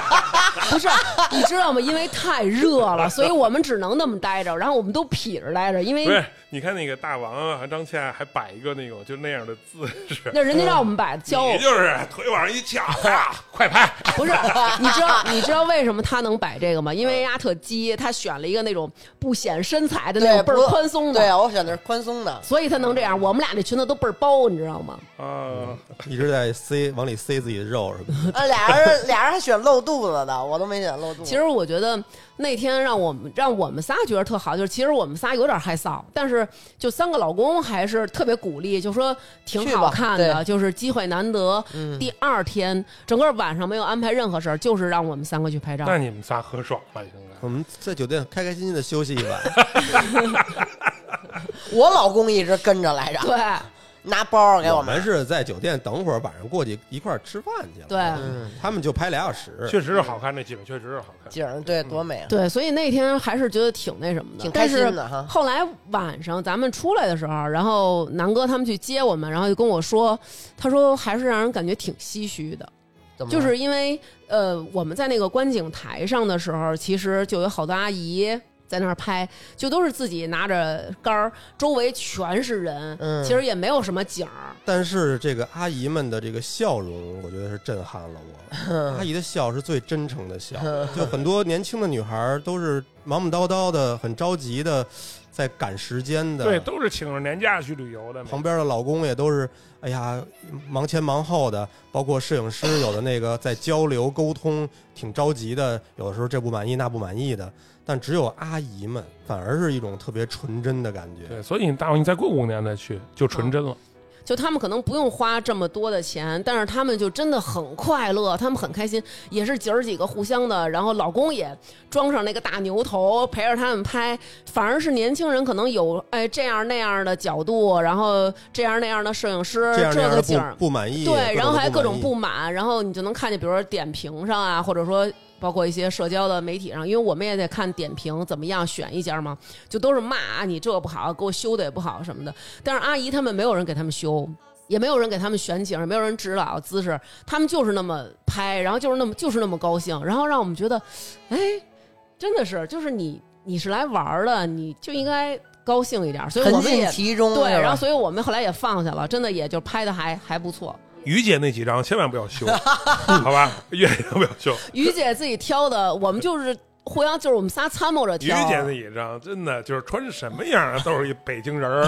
Speaker 1: 不是，你知道吗？因为太热了，所以我们只能那么待着，然后我们都痞着待着，因
Speaker 2: 不
Speaker 1: 为
Speaker 2: 是，你看那个大王啊，张倩还摆一个那种就那样的姿 势，
Speaker 1: 那人家让我们摆教我
Speaker 2: 嗯你
Speaker 1: 们
Speaker 2: 就是腿往上一翘， 啪，快拍！
Speaker 1: 不是，你知道你知道为什么他能摆这个吗？因为丫特鸡，他选了一个那种不显身材的那
Speaker 4: 对，
Speaker 1: 种倍
Speaker 4: 不
Speaker 1: 儿宽松
Speaker 4: 对
Speaker 1: 的，
Speaker 4: 啊，我选的是宽松的。
Speaker 1: 所以他能这样。我们俩这裙子都倍儿包，你知道吗？
Speaker 2: 啊，
Speaker 1: 嗯
Speaker 3: 一直在塞往里塞自己的肉什么的。
Speaker 4: 啊，俩人俩人还选露肚子的，我我都没脸露肚。
Speaker 1: 其实我觉得那天让我们让我们仨觉得特好，就是其实我们仨有点害臊，但是就三个老公还是特别鼓励，就说挺
Speaker 4: 去吧
Speaker 1: 好看的，
Speaker 4: 对
Speaker 1: 就是机会难得。
Speaker 4: 嗯
Speaker 1: 第二天整个晚上没有安排任何事儿，就是让我们三个去拍照。
Speaker 2: 那你们仨喝爽了，应该。
Speaker 3: 我们在酒店开开心心的休息一晚，
Speaker 4: 我老公一直跟着来着，
Speaker 1: 对
Speaker 4: 拿包给
Speaker 3: 我
Speaker 4: 我
Speaker 3: 们是在酒店等会儿，晚上过去一块儿吃饭去了。
Speaker 1: 对，
Speaker 4: 嗯，
Speaker 3: 他们就拍俩小时，
Speaker 2: 确实是好看，那景确实是好看。
Speaker 4: 景儿对多美啊！
Speaker 1: 对，所以那天还是觉得挺那什么的，
Speaker 4: 挺开心的
Speaker 1: 但是
Speaker 4: 哈
Speaker 1: 后来晚上咱们出来的时候，然后南哥他们去接我们，然后就跟我说，他说还是让人感觉挺唏嘘的，
Speaker 4: 怎么了
Speaker 1: 就是因为呃我们在那个观景台上的时候，其实就有好多阿姨。在那儿拍，就都是自己拿着杆儿，周围全是人，
Speaker 4: 嗯
Speaker 1: 其实也没有什么景儿，
Speaker 3: 但是这个阿姨们的这个笑容，我觉得是震撼了我。阿姨的笑是最真诚的笑，就很多年轻的女孩儿都是忙忙叨叨的，很着急的，在赶时间的。
Speaker 2: 对，都是请着年假去旅游的。
Speaker 3: 旁边的老公也都是，哎呀，忙前忙后的，包括摄影师有的那个在交流沟通，挺着急的，有的时候这不满意那不满意的，但只有阿姨们反而是一种特别纯真的感觉
Speaker 2: 对，。所以你大伙你再过五年再去就纯真了。
Speaker 1: 就他们可能不用花这么多的钱，但是他们就真的很快乐，他们很开心，也是姐儿几个互相的，然后老公也装上那个大牛头陪着他们拍，反而是年轻人可能有哎这样那样的角度，然后这样那样的摄影师，
Speaker 3: 这样那样
Speaker 1: 个
Speaker 3: 的
Speaker 1: 景儿
Speaker 3: 不不满意，
Speaker 1: 对，然后还各种
Speaker 3: 意
Speaker 1: 不满，然后你就能看见，比如说点评上啊，或者说包括一些社交的媒体上，因为我们也得看点评怎么样选一家嘛，就都是骂啊你这个不好，给我修的也不好什么的。但是阿姨他们没有人给他们修。也没有人给他们选景，也没有人指导姿势，他们就是那么拍，然后就是那么就是那么高兴，然后让我们觉得，哎，真的是，就是你你是来玩儿的，你就应该高兴一点儿。所以我
Speaker 4: 沉
Speaker 1: 们
Speaker 4: 浸
Speaker 1: 也
Speaker 4: 其中，
Speaker 1: 对，
Speaker 4: 是吧
Speaker 1: 然后所以我们后来也放下了，真的也就拍的还还不错。
Speaker 2: 于姐那几张千万不要修，好吧？越野不要修。
Speaker 1: 于姐自己挑的，我们就是互相就是我们仨参谋着
Speaker 2: 于
Speaker 1: 挑。
Speaker 2: 姐那几张真的就是穿什么样啊，都是一北京人儿，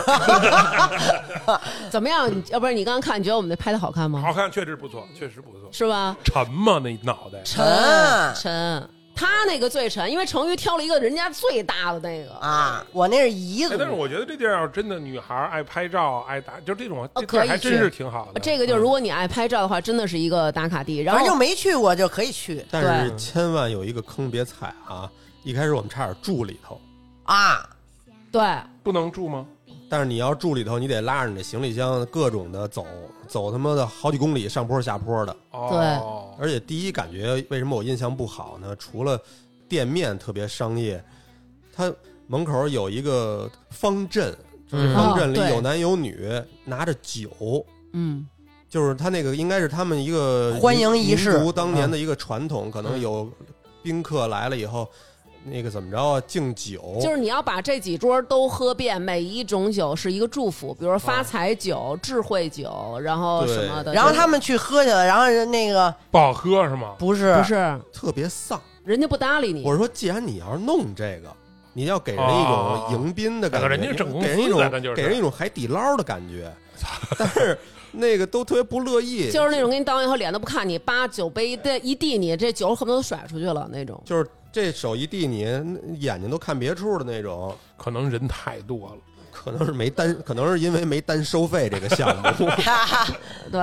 Speaker 1: 怎么样？你要不然你刚刚看，你觉得我们那拍的好看吗？
Speaker 2: 好看，确实不错，确实不错。
Speaker 1: 是吧？
Speaker 2: 沉吗？那脑袋
Speaker 1: 沉
Speaker 4: 沉啊
Speaker 1: 沉，他那个最沉，因为成瑜挑了一个人家最大的那个。
Speaker 4: 啊，我那是姨
Speaker 2: 哎，
Speaker 4: 子，
Speaker 2: 但是我觉得这地儿要是真的女孩儿爱拍照、爱打，就这种
Speaker 1: 呃
Speaker 2: 这地儿
Speaker 1: 可以
Speaker 2: 还真
Speaker 1: 去哦
Speaker 2: 是挺好的。嗯
Speaker 1: 这个就是，如果你爱拍照的话，真的是一个打卡地。然
Speaker 4: 反正就
Speaker 1: 后
Speaker 4: 没去过就可以去
Speaker 3: 但是千万有一个坑别踩啊！一开始我们差点住里头，
Speaker 4: 啊。
Speaker 1: 对，
Speaker 2: 不能住吗？
Speaker 3: 但是你要住里头，你得拉着你的行李箱各种的走，走他妈的好几公里，上坡下坡的。
Speaker 2: 哦，
Speaker 3: 而且第一感觉为什么我印象不好呢？除了店面特别商业，它门口有一个方阵，就是方阵里
Speaker 1: 哦对
Speaker 3: 有男有女，拿着酒，
Speaker 1: 嗯，
Speaker 3: 就是他那个应该是他们一个
Speaker 4: 欢迎仪式
Speaker 3: 民族当年的一个传统，可能有宾客来了以后，那个怎么着啊，敬酒，
Speaker 2: 哦
Speaker 1: 就是你要把这几桌都喝遍，每一种酒是一个祝福，比如说
Speaker 2: 哦
Speaker 1: 发财酒、智慧酒，然后
Speaker 3: 对
Speaker 1: 什么的。
Speaker 4: 然后
Speaker 1: 就是
Speaker 4: 他们去喝去了，然后人那个
Speaker 2: 不好喝是吗？
Speaker 4: 不是
Speaker 1: 不是
Speaker 3: 特别丧。
Speaker 1: 人家不搭理你
Speaker 3: 我，说，既然你要是弄这个，你要给人一种迎宾的感觉，
Speaker 2: 哦人家挣公司
Speaker 3: 给人一
Speaker 2: 呢
Speaker 3: 种
Speaker 2: 那就是
Speaker 3: 给人一种海底捞的感觉。但是那个都特别不乐意，
Speaker 1: 就是那种给你倒完以后脸都不看你，叭酒杯一地一递你，这酒恨不得都甩出去了那种。
Speaker 3: 就是这手一递你，眼睛都看别处的那种。
Speaker 2: 可能人太多了。
Speaker 3: 可能是没单，可能是因为没单收费这个项 目。
Speaker 1: 对，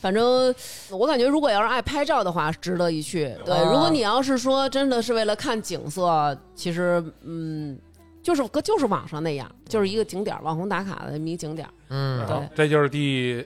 Speaker 1: 反正我感觉如果要是爱拍照的话，值得一去。对，
Speaker 4: 啊
Speaker 3: 嗯
Speaker 1: 如果你要是说真的是为了看景色，其实嗯，就是个就是网上那样，就是一个景点儿网红打卡的迷景点儿。
Speaker 4: 嗯，
Speaker 2: 好啊这就是第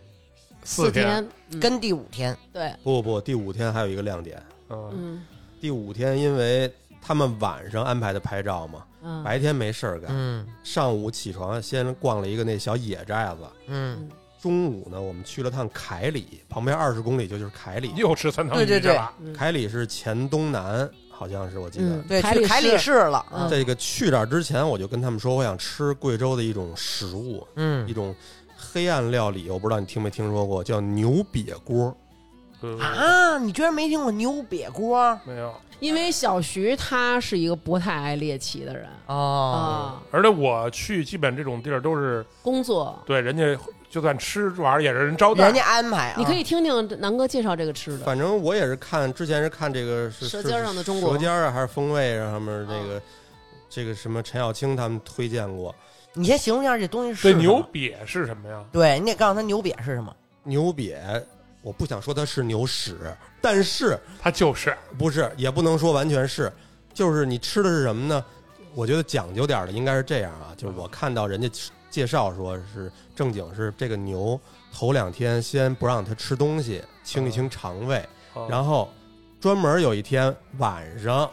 Speaker 2: 四
Speaker 1: 天，嗯
Speaker 4: 跟第五天
Speaker 1: 对，
Speaker 3: 不不，第五天还有一个亮点，
Speaker 2: 嗯，
Speaker 1: 嗯
Speaker 3: 第五天因为他们晚上安排的拍照嘛，
Speaker 1: 嗯，
Speaker 3: 白天没事儿干，
Speaker 4: 嗯
Speaker 3: 上午起床先逛了一个那小野寨子，
Speaker 4: 嗯，
Speaker 3: 中午呢，我们去了趟凯里，旁边二十公里就就是凯里。
Speaker 2: 又吃三汤
Speaker 4: 对
Speaker 2: 鱼
Speaker 4: 对
Speaker 2: 去
Speaker 4: 对
Speaker 2: 了。
Speaker 1: 嗯
Speaker 3: 凯里是前东南，好像是我记得
Speaker 1: 嗯。
Speaker 4: 对，
Speaker 1: 凯
Speaker 4: 去
Speaker 1: 里
Speaker 4: 凯里
Speaker 1: 市
Speaker 4: 市了，
Speaker 1: 嗯
Speaker 3: 这个去这儿之前，我就跟他们说，我想吃贵州的一种食物，
Speaker 4: 嗯
Speaker 3: 一种黑暗料理，我不知道你听没听说过，叫牛瘪锅。
Speaker 2: 嗯
Speaker 4: 啊，你居然没听过牛瘪锅
Speaker 2: 没有，
Speaker 1: 因为小徐他是一个不太爱猎奇的人
Speaker 4: 哦
Speaker 1: 啊，
Speaker 2: 而且我去基本这种地儿都是
Speaker 1: 工作
Speaker 2: 对人家 就算吃玩也是人招待
Speaker 4: 人。家安排啊，
Speaker 1: 你可以听听南哥介绍这个吃的，
Speaker 3: 哎反正我也是看之前是看这个是
Speaker 1: 舌
Speaker 3: 是
Speaker 1: 尖上的中国哦
Speaker 3: 舌尖啊还是风味啊上面那个、这个什么陈小青他们推荐过
Speaker 4: 你先形容一下这东西是
Speaker 2: 这
Speaker 4: 什么
Speaker 2: 牛，瘪是什么呀？
Speaker 4: 对你得告诉他牛瘪是什么。
Speaker 3: 牛瘪，我不想说它是牛屎，但是
Speaker 2: 它就是
Speaker 3: 不是也不能说完全是，就是你吃的是什么呢？我觉得讲究点儿的应该是这样啊，就是我看到人家介绍说是正经是这个牛头两天先不让它吃东西，清一清肠胃，哦
Speaker 2: 哦
Speaker 3: 然后专门有一天晚上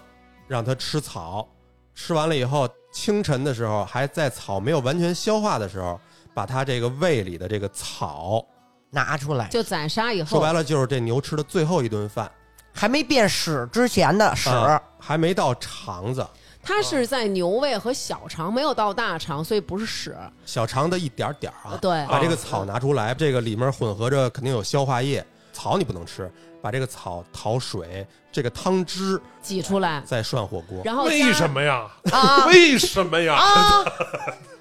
Speaker 3: 让它吃草，吃完了以后，清晨的时候还在草没有完全消化的时候，把它这个胃里的这个草，
Speaker 4: 拿出来，
Speaker 1: 就宰杀以
Speaker 3: 说
Speaker 1: 后
Speaker 3: 白，了就是这牛吃的最后一顿饭，
Speaker 4: 还没变屎之前的屎，
Speaker 3: 啊还没到肠子，
Speaker 1: 它
Speaker 2: 啊
Speaker 1: 是在牛胃和小肠没有到大肠，所以不是屎。
Speaker 3: 小肠的一点儿点儿啊，
Speaker 1: 对
Speaker 3: 把这个草拿出来，这个里面混合着肯定有消化液，草你不能吃，把这个草淘水，这个汤汁
Speaker 1: 挤出来，
Speaker 3: 再涮火锅，
Speaker 1: 然后加
Speaker 2: 为什么呀？
Speaker 1: 啊
Speaker 2: 为什么呀？
Speaker 1: 啊？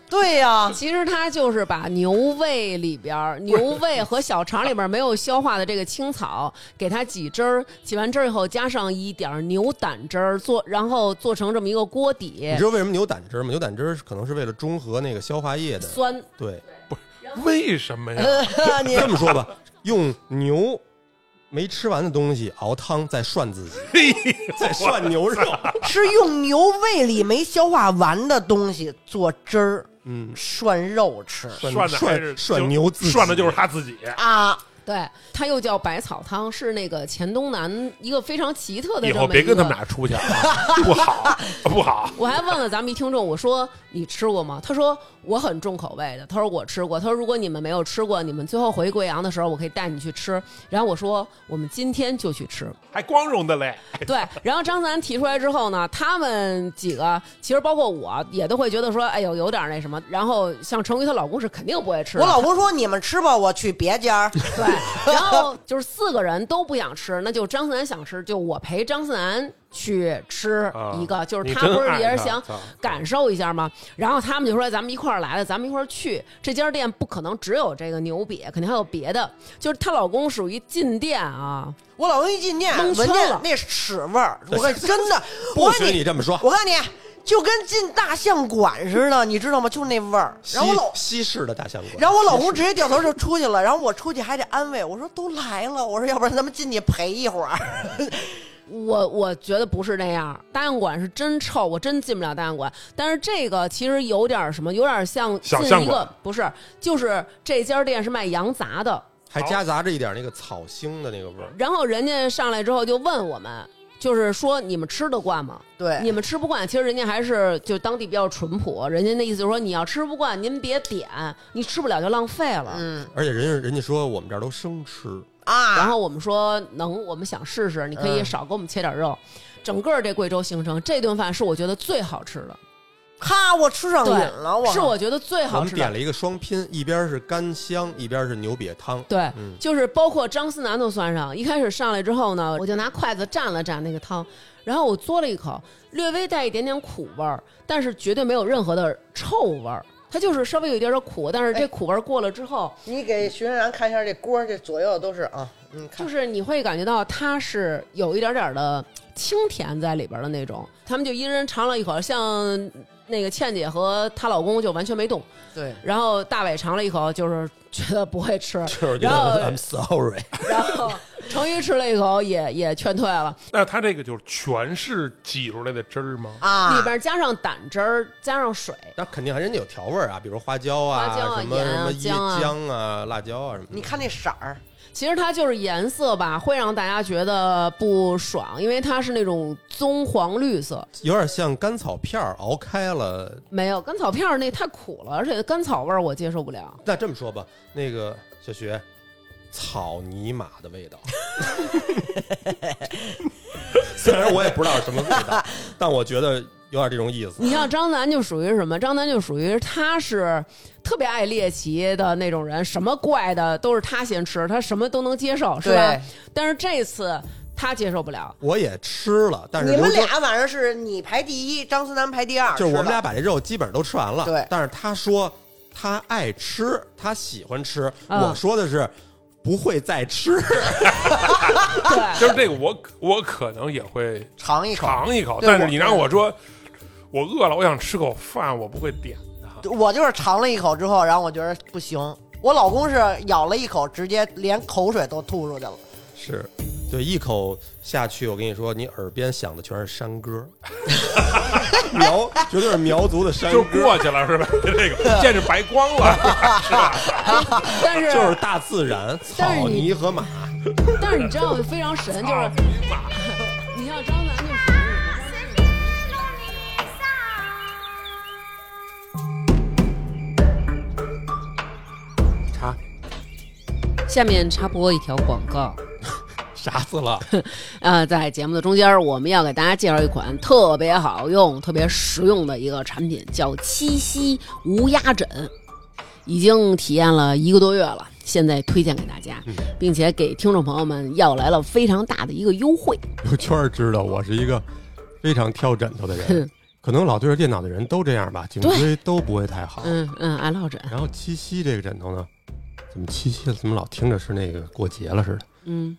Speaker 4: 对呀、
Speaker 1: 其实它就是把牛胃里边儿、牛胃和小肠里边儿没有消化的这个青草，给它挤汁儿，挤完汁儿以后加上一点儿牛胆汁儿，做然后做成这么一个锅底
Speaker 3: 你知，道为什么牛胆汁吗？牛胆汁可能是为了中和那个消化液的。
Speaker 1: 酸
Speaker 3: 对，
Speaker 2: 为什么
Speaker 4: 呃
Speaker 2: 呀？
Speaker 4: 你
Speaker 3: 这么说吧，用牛没吃完的东西熬汤，再涮自己，再涮牛肉。
Speaker 4: 是用牛胃里没消化完的东西做汁儿
Speaker 3: 嗯，
Speaker 4: 涮肉吃
Speaker 3: 涮
Speaker 2: 涮的还是
Speaker 3: 涮涮牛自己
Speaker 2: 涮的就是他自己。
Speaker 4: 啊，
Speaker 1: 对，它又叫百草汤，是那个黔东南一个非常奇特的
Speaker 2: 以
Speaker 1: 这
Speaker 2: 后
Speaker 1: 么
Speaker 2: 别
Speaker 1: 一
Speaker 2: 跟他
Speaker 1: 个
Speaker 2: 们俩出去啊， 不好，不好。
Speaker 1: 我还问了咱们一听众，我说你吃过吗？他说我很重口味的，他说我吃过，他说如果你们没有吃过，你们最后回贵阳的时候，我可以带你去吃。然后我说我们今天就去吃，
Speaker 2: 还光荣的嘞，
Speaker 1: 对。然后张楠提出来之后呢，他们几个其实包括我也都会觉得说，哎呦有点那什么。然后像程宇她老公是肯定不会吃的，
Speaker 4: 我老公说你们吃吧，我去别家儿。
Speaker 1: 对， 然后就是四个人都不想吃，那就张思楠想吃，就我陪张思楠去吃一个，
Speaker 2: 啊
Speaker 1: 就是
Speaker 2: 你
Speaker 1: 他
Speaker 2: 真
Speaker 1: 不是
Speaker 2: 爱
Speaker 1: 也是
Speaker 2: 他
Speaker 1: 想
Speaker 2: 操
Speaker 1: 感受一下吗？然后他们就说咱们一块儿来了，咱们一块儿去这家店，不可能只有这个牛瘪，肯定还有别的。就是她老公属于进店啊，
Speaker 4: 我老公一进店
Speaker 1: 蒙
Speaker 4: 闻
Speaker 1: 圈了
Speaker 4: 见那屎 味儿，我跟真的，
Speaker 3: 不
Speaker 4: 我
Speaker 3: 许
Speaker 4: 跟
Speaker 3: 你
Speaker 4: 你，
Speaker 3: 这么说。
Speaker 4: 我跟你。就跟进大象馆似的，你知道吗？就那味儿。
Speaker 3: 西
Speaker 4: 然后我老，
Speaker 3: 西式的大象馆，
Speaker 4: 然后我老公直接掉头就出去了。然后我出去还得安慰，我说都来了，我说要不然咱们进去陪一会儿。
Speaker 1: 我我觉得不是那样，大象馆是真臭，我真进不了大象馆。但是这个其实有点什么，有点像进
Speaker 2: 小
Speaker 1: 一
Speaker 2: 象
Speaker 1: 个
Speaker 2: 馆
Speaker 1: 不是，就是这家店是卖羊杂的，
Speaker 3: 还夹杂着一点那个草腥的那个味儿。
Speaker 1: 然后人家上来之后就问我们，就是说你们吃得惯吗？
Speaker 4: 对
Speaker 1: 你们吃不惯，其实人家还是就当地比较淳朴，人家那意思就是说你要吃不惯，您别点，你吃不了就浪费了。
Speaker 4: 嗯
Speaker 3: 而且人家人家说我们这儿都生吃，
Speaker 4: 啊，
Speaker 1: 然后我们说能，我们想试试，你可以少给我们切点肉。
Speaker 4: 嗯
Speaker 1: 整个这贵州行程，这顿饭是我觉得最好吃的，
Speaker 4: 咔，我吃上瘾了，我
Speaker 1: 对，是我觉得最
Speaker 3: 我
Speaker 1: 好
Speaker 3: 们
Speaker 1: 吃
Speaker 3: 点
Speaker 1: 的。
Speaker 3: 了一个双拼，一边是干香，一边是牛瘪汤。
Speaker 1: 对，
Speaker 3: 嗯
Speaker 1: 就是包括张思楠都算上。一开始上来之后呢，我就拿筷子蘸了蘸那个汤，然后我嘬了一口，略微带一点点苦味儿，但是绝对没有任何的臭味儿。它就是稍微有一点点苦，但是这苦味儿过了之后，
Speaker 4: 你给徐冉冉看一下这锅，这左右都是啊，嗯，看
Speaker 1: 就是你会感觉到它是有一点点的清甜在里边的那种。他们就一人尝了一口，像那个倩姐和她老公就完全没动，
Speaker 4: 对，
Speaker 1: 然后大伟尝了一口，就是觉得不会吃，
Speaker 3: 就是觉
Speaker 1: 然后
Speaker 3: 得 I'm sorry，
Speaker 1: 然后程昱吃了一口也也劝退了，
Speaker 2: 那他这个就是全是挤出来的汁儿吗？
Speaker 4: 啊，
Speaker 1: 里边加上胆汁儿，加上水，
Speaker 3: 但肯定还人家有调味儿啊，比如花椒啊、
Speaker 1: 花椒啊
Speaker 3: 什么
Speaker 1: 盐啊
Speaker 3: 什么
Speaker 1: 姜啊
Speaker 3: 椰姜啊、辣椒啊什么的。
Speaker 4: 你看那色儿，
Speaker 1: 其实它就是颜色吧，会让大家觉得不爽，因为它是那种棕黄绿色。
Speaker 3: 有点像甘草片儿熬开了。
Speaker 1: 没有甘草片儿那太苦了，而且甘草味儿我接受不了。
Speaker 3: 那这么说吧，那个小徐，草泥马的味道。虽然我也不知道是什么味 道，但我觉得有点这种意思。
Speaker 1: 你像张楠就属于什么？张楠就属于他是特别爱猎奇的那种人，什么怪的都是他先吃，他什么都能接受，是吧
Speaker 4: 对？
Speaker 1: 但是这次他接受不了，
Speaker 3: 我也吃了，但是
Speaker 4: 你们
Speaker 3: 刘哥
Speaker 4: 俩晚上是你排第一，张思楠排第二，
Speaker 3: 就是我们俩
Speaker 4: 吧
Speaker 3: 把这肉基本上都吃完了。
Speaker 4: 对
Speaker 3: 但是他说他爱吃，他喜欢吃。
Speaker 6: 啊
Speaker 3: 我说的是不会再吃，
Speaker 6: 对，
Speaker 2: 就是这个我我可能也会
Speaker 4: 尝一口。
Speaker 2: 尝一口，
Speaker 4: 对
Speaker 2: 但是
Speaker 4: 我
Speaker 2: 你让我说我饿了，我想吃口饭，我不会点的。
Speaker 4: 我就是尝了一口之后，然后我觉得不行。我老公是咬了一口，直接连口水都吐出去了。
Speaker 3: 是对一口下去，我跟你说，你耳边响的全是山歌， 苗绝对是苗族的山
Speaker 2: 就
Speaker 3: 歌，
Speaker 2: 过去了是吧？ 这个见着白光了，
Speaker 6: 但是
Speaker 3: 就是大自然，
Speaker 6: 但是
Speaker 3: 草
Speaker 6: 你
Speaker 3: 泥和马。
Speaker 6: 但是你知道非常神，就
Speaker 2: 操
Speaker 3: 啊
Speaker 6: 是
Speaker 2: 你妈！
Speaker 6: 你像张楠就属于。
Speaker 2: 查
Speaker 1: 下面插播一条广告。
Speaker 3: 傻 死了，
Speaker 1: 呃，在节目的中间儿，我们要给大家介绍一款特别好用、特别实用的一个产品，叫七夕无压枕，已经体验了一个多月了，现在推荐给大家，并且给听众朋友们要来了非常大的一个优惠。
Speaker 3: 有圈儿知道我是一个非常挑枕头的人
Speaker 1: 哼，
Speaker 3: 可能老对着电脑的人都这样吧，颈椎都不会太好。
Speaker 1: 嗯嗯，爱落枕，
Speaker 3: 然后七夕这个枕头呢，怎么七夕怎么老听着是那个过节了似的？
Speaker 1: 嗯，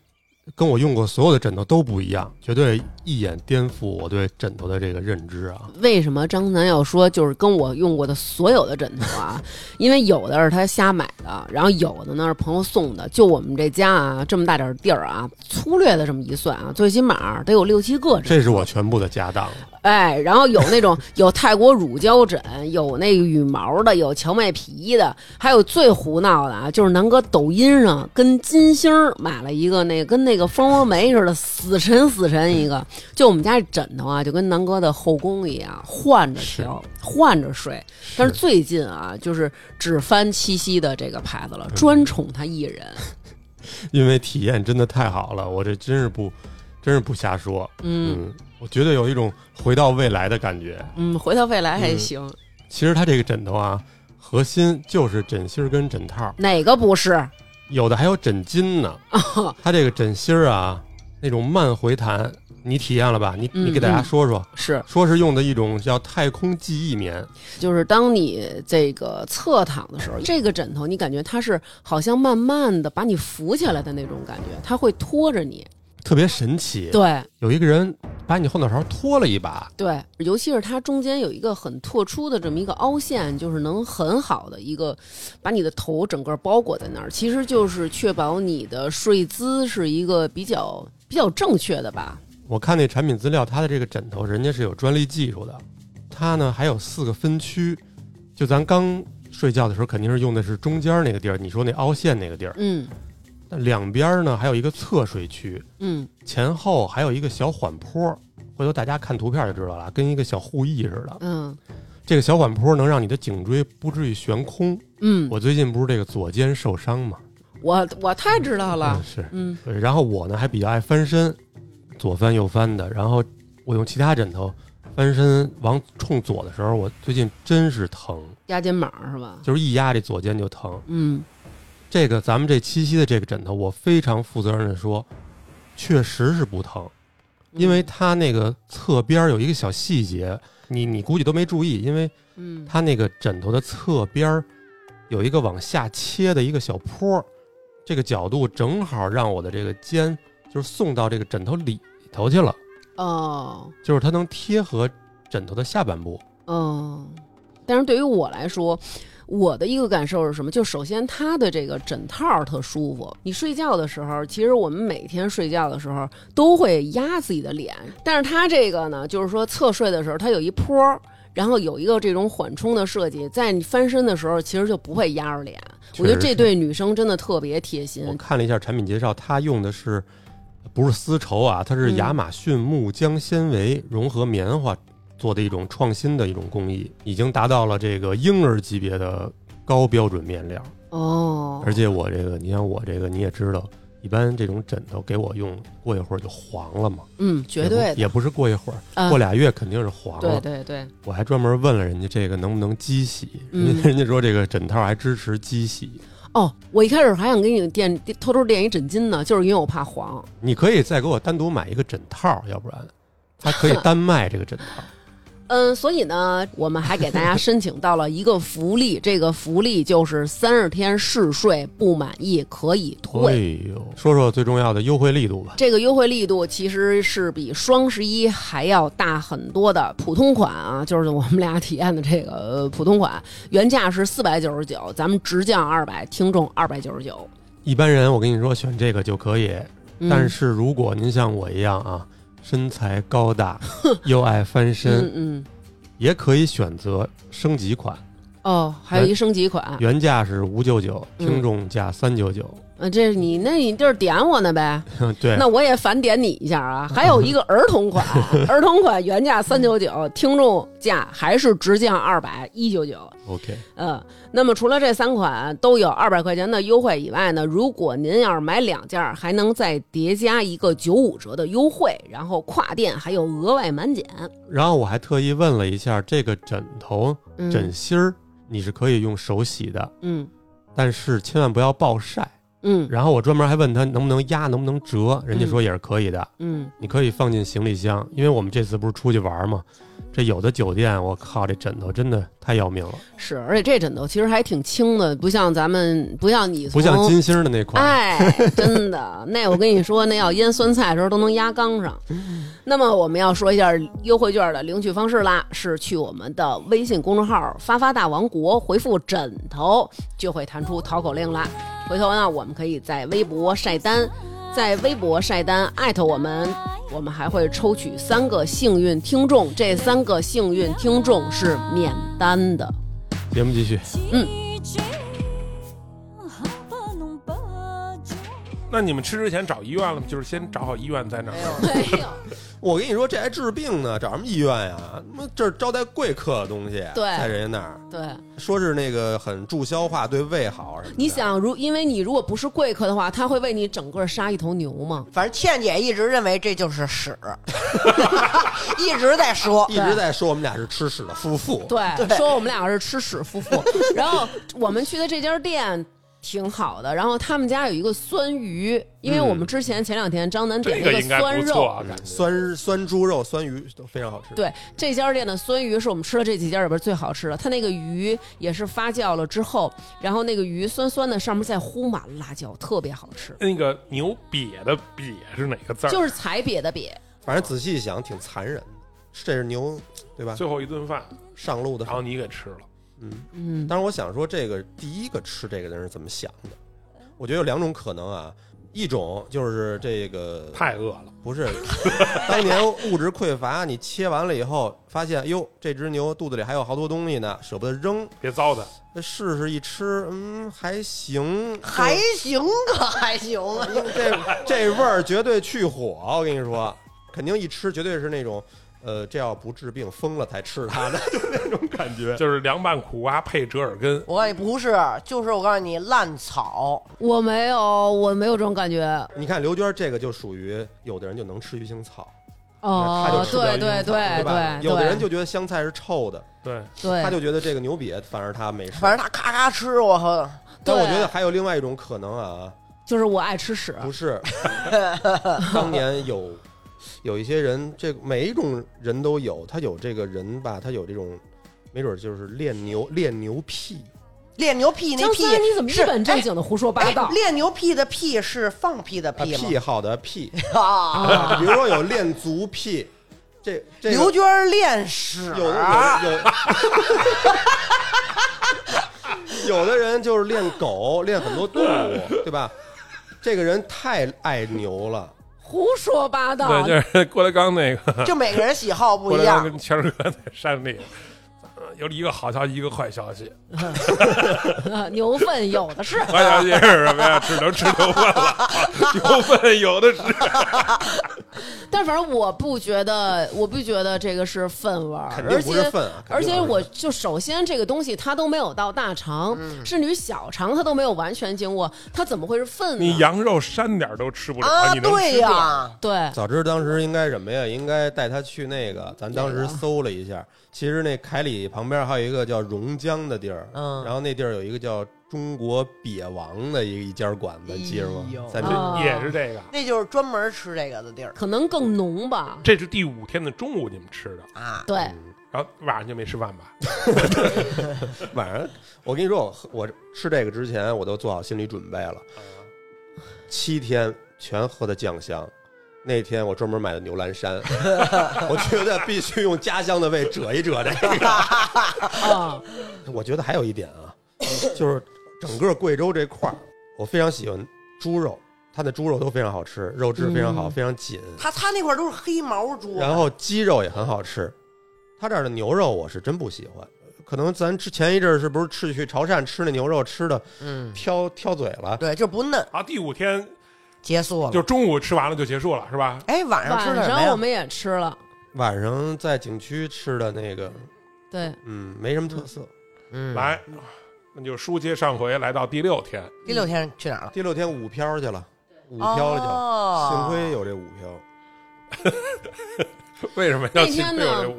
Speaker 3: 跟我用过所有的枕头都不一样，绝对一眼颠覆我对枕头的这个认知啊！
Speaker 1: 为什么张楠要说就是跟我用过的所有的枕头啊？因为有的是他瞎买的，然后有的呢是朋友送的。就我们这家啊，这么大点儿地儿啊，粗略的这么一算啊，最起码得有六七个枕。
Speaker 3: 这是我全部的家当了，
Speaker 1: 哎，然后有 那种有泰国乳胶枕，有那个羽毛的，有荞麦皮的，还有最胡闹的啊，就是南哥抖音上跟金星儿买了一个那个跟那个蜂窝煤似的，死沉死沉一 个。就我们家这枕头啊，就跟南哥的后宫一样，换着调，换着睡。但是最近啊，就是只翻七夕的这个牌子了，专宠他一人。
Speaker 3: 因为体验真的太好了，我这真是不，真是不瞎说。
Speaker 1: 嗯
Speaker 3: 嗯，我觉得有一种回到未来的感觉。
Speaker 1: 嗯，回到未来还行，
Speaker 3: 其实它这个枕头啊，核心就是枕芯儿跟枕套儿，
Speaker 1: 哪个不是？
Speaker 3: 有的还有枕 巾呢。它这个枕芯儿啊，那种慢回弹，你体验了吧？你你
Speaker 1: 嗯
Speaker 3: 给大家
Speaker 1: 嗯
Speaker 3: 说说，
Speaker 1: 是
Speaker 3: 说是用的一种叫太空记忆棉，
Speaker 1: 就是当你这个侧躺的时候，这个枕头你感觉它是好像慢慢的把你扶起来的那种感觉，它会拖着你。
Speaker 3: 特别神奇。
Speaker 1: 对
Speaker 3: 有一个人把你后脑勺拖了一把，
Speaker 1: 对，尤其是它中间有一个很突出的这么一个凹陷，就是能很好的一个把你的头整个包裹在那儿，其实就是确保你的睡姿是一个比较比较正确的吧。
Speaker 3: 我看那产品资料，它的这个枕头人家是有专利技术的，它呢还有四个分区，就咱刚睡觉的时候肯定是用的是中间那个地儿，你说那凹陷那个地儿，
Speaker 1: 嗯
Speaker 3: 那两边呢还有一个侧睡区，
Speaker 1: 嗯，
Speaker 3: 前后还有一个小缓坡，回头大家看图片就知道了，跟一个小护翼似的。
Speaker 1: 嗯
Speaker 3: 这个小缓坡能让你的颈椎不至于悬空。
Speaker 1: 嗯，
Speaker 3: 我最近不是这个左肩受伤嘛，
Speaker 1: 我我太知道了
Speaker 3: 嗯、。是，
Speaker 1: 嗯
Speaker 3: 对然后我呢还比较爱翻身，左翻右翻的。然后我用其他枕头翻身往冲左的时候，我最近真是疼，
Speaker 1: 压肩膀是吧？
Speaker 3: 就是一压这左肩就疼。
Speaker 1: 嗯
Speaker 3: 这个咱们这七夕的这个枕头，我非常负责任的说，确实是不疼，因为它那个侧边有一个小细节，嗯你你估计都没注意，因为
Speaker 1: 嗯
Speaker 3: 它那个枕头的侧边儿有一个往下切的一个小坡儿，这个角度正好让我的这个肩就是送到这个枕头里头去了，
Speaker 1: 哦。
Speaker 3: 就是它能贴合枕头的下半部。
Speaker 1: 嗯，但是对于我来说，我的一个感受是什么？就首先它的这个枕套儿特舒服，你睡觉的时候，其实我们每天睡觉的时候都会压自己的脸，但是它这个呢，就是说侧睡的时候，它有一坡儿。然后有一个这种缓冲的设计，在你翻身的时候，其实就不会压着脸。我觉得
Speaker 3: 确实
Speaker 1: 这
Speaker 3: 是
Speaker 1: 对女生真的特别贴心
Speaker 3: 我。看了一下产品介绍，它用的是不是丝绸啊？它是
Speaker 1: 嗯
Speaker 3: 亚马逊木浆纤维融合棉花做的一种创新的一种工艺，已经达到了这个婴儿级别的高标准面料。
Speaker 1: 哦，
Speaker 3: 而且我这个，你像我这个，你也知道，一般这种枕头给我用，过一会儿就黄了嘛。
Speaker 1: 嗯，绝对
Speaker 3: 也不
Speaker 1: 的，
Speaker 3: 也不是过一会儿，
Speaker 1: 嗯
Speaker 3: 过俩月肯定是黄
Speaker 1: 对
Speaker 3: 了。
Speaker 1: 对对，
Speaker 3: 我还专门问了人家这个能不能机洗，人
Speaker 1: 嗯
Speaker 3: 家人家说这个枕套还支持机洗，
Speaker 1: 哦，我一开始还想给你垫偷偷垫一枕巾呢，就是因为我怕黄。
Speaker 3: 你可以再给我单独买一个枕套，要不然它可以单卖这个枕套。
Speaker 1: 嗯，所以呢，我们还给大家申请到了一个福利，这个福利就是三十天试睡不满意可以退。
Speaker 3: 呦，说说最重要的优惠力度吧。
Speaker 1: 这个优惠力度其实是比双十一还要大很多的。普通款啊，就是我们俩体验的这个呃普通款，原价是四百九十九，咱们直降二百，听众二百九十九。
Speaker 3: 一般人我跟你说选这个就可以，
Speaker 1: 嗯
Speaker 3: 但是如果您像我一样啊，身材 高大又爱翻身，
Speaker 1: 嗯嗯，
Speaker 3: 也可以选择升级款，
Speaker 1: 哦，还有一升级款，
Speaker 3: 原价是五九九，
Speaker 1: 嗯
Speaker 3: 听众价三九 九。
Speaker 1: 嗯，这是你，那你就是点我呢呗，
Speaker 3: 对，
Speaker 1: 那我也返点你一下 啊。还有一个儿童款，儿童款原价三九九，听众价还是直降二百一九九。
Speaker 3: OK，
Speaker 1: 嗯，那么除了这三款都有二百块钱的优惠以外呢，如果您要是买两件儿，还能再叠加一个九五折的优惠，然后跨店还有额外满减。
Speaker 3: 然后我还特意问了一下，这个枕头
Speaker 1: 嗯
Speaker 3: 枕芯儿你是可以用手洗的，
Speaker 1: 嗯
Speaker 3: 但是千万不要暴晒。
Speaker 1: 嗯
Speaker 3: 然后我专门还问他能不能压，能不能折，人家说也是可以的，
Speaker 1: 嗯，
Speaker 3: 你可以放进行李箱，因为我们这次不是出去玩嘛，这有的酒店我靠，这枕头真的太要命了，
Speaker 1: 是，而且这枕头其实还挺轻的，不像咱们，不像你从，
Speaker 3: 不像金星的那款。
Speaker 1: 哎，真的，那我跟你说，那要腌酸菜的时候都能压缸上。那么我们要说一下优惠券的领取方式啦，是去我们的微信公众号“发发大王国”回复“枕头”，就会弹出淘口令啦。回头呢，我们可以在微博晒单，在微博晒单艾特我们，我们还会抽取三个幸运听众，这三个幸运听众是免单的。
Speaker 3: 节目继续，
Speaker 1: 嗯
Speaker 2: 那你们吃之前找医院了吗？就是先找好医院在哪儿。
Speaker 1: 没有，
Speaker 3: 我跟你说这还治病呢，找什么医院呀？他妈这是招待贵客的东西，
Speaker 1: 对
Speaker 3: 在人家那儿
Speaker 1: 对。
Speaker 3: 说是那个很助消化，对胃好什么的。
Speaker 1: 你想，如因为你如果不是贵客的话，他会为你整个杀一头牛吗？
Speaker 4: 反正倩姐一直认为这就 是屎， 一直在说
Speaker 3: 一直在说我们俩是吃屎的夫妇，
Speaker 1: 对，
Speaker 4: 对
Speaker 1: 说我们俩是吃屎夫妇。然后我们去的这家店挺好的，然后他们家有一个酸鱼，因为我们之前前两天张楠点
Speaker 2: 这
Speaker 1: 了
Speaker 2: 个
Speaker 1: 一
Speaker 2: 应该
Speaker 1: 酸
Speaker 2: 不错
Speaker 1: 肉。
Speaker 2: 啊，感觉
Speaker 3: 酸酸猪肉、酸鱼都非常好吃。
Speaker 1: 对这家店的酸鱼是我们吃的这几家里边最好吃的，它那个鱼也是发酵了之后，然后那个鱼酸酸的，上面再糊满了辣椒，特别好吃，
Speaker 2: 那个牛瘪的瘪是哪个字儿？
Speaker 1: 就是踩瘪的瘪。
Speaker 3: 反正仔细一想挺残忍的，这是牛对吧？
Speaker 2: 最后一顿饭，
Speaker 3: 上路的时
Speaker 2: 然
Speaker 3: 候
Speaker 2: 后，你给吃了。
Speaker 3: 嗯。
Speaker 1: 嗯，
Speaker 3: 当然，我想说这个第一个吃这个的人是怎么想的？我觉得有两种可能啊，一种就是这个
Speaker 2: 太饿了，
Speaker 3: 不 是当年物质匮乏，你切完了以后发现，哟，这只牛肚子里还有好多东西呢，舍不得扔，
Speaker 2: 别糟蹋。
Speaker 3: 那试试一吃，嗯，还行，就
Speaker 4: 还行啊，还行啊。
Speaker 3: 这这味儿绝对去火，我跟你说，肯定一吃绝对是那种，呃，这要不治病疯了才吃它的，就那种感觉。
Speaker 2: 就是凉拌苦瓜配折耳根，
Speaker 4: 我告诉你不是，就是我告诉你烂草，
Speaker 1: 我没有，我没有这种感觉。
Speaker 3: 你看刘娟这个就属于有的人就能吃鱼腥草，她
Speaker 1: 哦
Speaker 3: 就，吃不了
Speaker 1: 对
Speaker 3: 鱼
Speaker 1: 对
Speaker 3: 腥草，
Speaker 1: 对
Speaker 3: 吧？
Speaker 1: 对，
Speaker 3: 有的人就觉得香菜是臭的，
Speaker 2: 对，
Speaker 1: 对，
Speaker 3: 他就觉得这个牛瘪，反而他没事。
Speaker 4: 反正他咔咔吃，我靠，
Speaker 3: 但我
Speaker 1: 对
Speaker 3: 觉得还有另外一种可能啊，
Speaker 1: 就是我爱吃
Speaker 4: 啊
Speaker 1: 屎，
Speaker 3: 不是， 当年有有一些人，这每一种人都有，他有这个人吧，他有这种，没准就是练牛练牛癖，
Speaker 4: 练牛屁那
Speaker 1: 张
Speaker 4: 屁
Speaker 1: 三，你怎么
Speaker 4: 是
Speaker 1: 一本正经的胡说八道
Speaker 4: 哎？练牛屁的屁是放屁的
Speaker 3: 啊
Speaker 4: 屁
Speaker 3: 癖
Speaker 4: 吗？
Speaker 3: 好的 癖，
Speaker 4: 啊，
Speaker 3: 比如说有练足癖，这这
Speaker 4: 刘
Speaker 3: 个
Speaker 4: 娟儿练屎，
Speaker 3: 有
Speaker 4: 啊
Speaker 3: 的有 有有的人就是练狗，练很多动物，对吧？这个人太爱牛了，
Speaker 1: 胡说八道
Speaker 2: 对，！就是 郭德纲那个，
Speaker 4: 就每个人喜好不
Speaker 2: 郭
Speaker 4: 一
Speaker 2: 德 纲
Speaker 4: 样。
Speaker 2: 跟谦儿哥在山里，呃有一个好消息，一个坏消息。
Speaker 1: 牛粪有 的是，
Speaker 2: 坏消息是什么呀？只能吃牛粪了，牛粪有的是。
Speaker 1: 但反正我不觉得，我不觉得这个是粪味儿，
Speaker 3: 肯定
Speaker 1: 而
Speaker 3: 不是
Speaker 1: 且
Speaker 3: 粪啊肯定不
Speaker 1: 而
Speaker 3: 是
Speaker 1: 且
Speaker 3: 粪嗯
Speaker 1: 我就首先这个东西它都没有到大肠，甚至于小肠它都没有完全经过，它怎么会是粪
Speaker 2: 你
Speaker 1: 呢？
Speaker 2: 羊肉膻点儿都吃不了，
Speaker 4: 啊，
Speaker 2: 你能吃
Speaker 4: 对
Speaker 2: 点儿
Speaker 4: 呀，
Speaker 1: 对，
Speaker 3: 早知当时应该什么呀？应该带他去那个，咱当时搜了一下，其实那凯里旁边还有一个叫榕江的地儿，
Speaker 4: 嗯
Speaker 3: 然后那地儿有一个叫
Speaker 5: 中国瘪王的一一家馆子，记着吗
Speaker 4: 哎呦？
Speaker 5: 在
Speaker 2: 这
Speaker 5: 这
Speaker 1: 哦
Speaker 2: 也是这个，
Speaker 4: 那就是专门吃这个的地儿
Speaker 1: 可能更浓吧。
Speaker 2: 这是第五天的中午你们吃的，
Speaker 4: 啊。
Speaker 1: 对，
Speaker 3: 嗯
Speaker 2: 然后晚上就没吃饭吧？
Speaker 5: 晚上，我跟你说，我喝我吃这个之前，我都做好心理准备了。
Speaker 4: 嗯
Speaker 5: 七天全喝的酱香，那天我专门买的牛栏山，我觉得必须用家乡的味遮一遮这个。
Speaker 1: 啊，
Speaker 5: 我觉得还有一点啊，就是整个贵州这块儿，我非常喜欢猪肉，它的猪肉都非常好吃，肉质非常好，非常紧。
Speaker 4: 他他那块儿都是黑毛猪，啊
Speaker 5: 然后鸡肉也很好吃，他这儿的牛肉我是真不喜欢。可能咱之前一阵儿是不是去去潮汕吃那牛肉吃的
Speaker 4: 嗯，
Speaker 5: 挑挑嘴了？
Speaker 4: 对，就不嫩，
Speaker 2: 啊，第五天
Speaker 4: 结束了。
Speaker 2: 就中午吃完了就结束了，是吧？
Speaker 4: 哎，晚上吃
Speaker 1: 晚
Speaker 4: 的什么
Speaker 1: 上我
Speaker 4: 呀？
Speaker 1: 们也吃了，
Speaker 5: 晚上在景区吃的那个，
Speaker 1: 对，
Speaker 5: 嗯，没什么特色。
Speaker 4: 嗯，
Speaker 2: 来，那就书接上回，来到第六天，
Speaker 4: 第六天去哪儿了？哦
Speaker 5: 第六天五漂去了，五
Speaker 4: 五
Speaker 5: 漂去了，
Speaker 4: 了
Speaker 5: 幸亏有这五漂。
Speaker 2: 为什么要
Speaker 1: 那
Speaker 2: 去
Speaker 1: 天
Speaker 2: 没有
Speaker 1: 呢
Speaker 2: 这五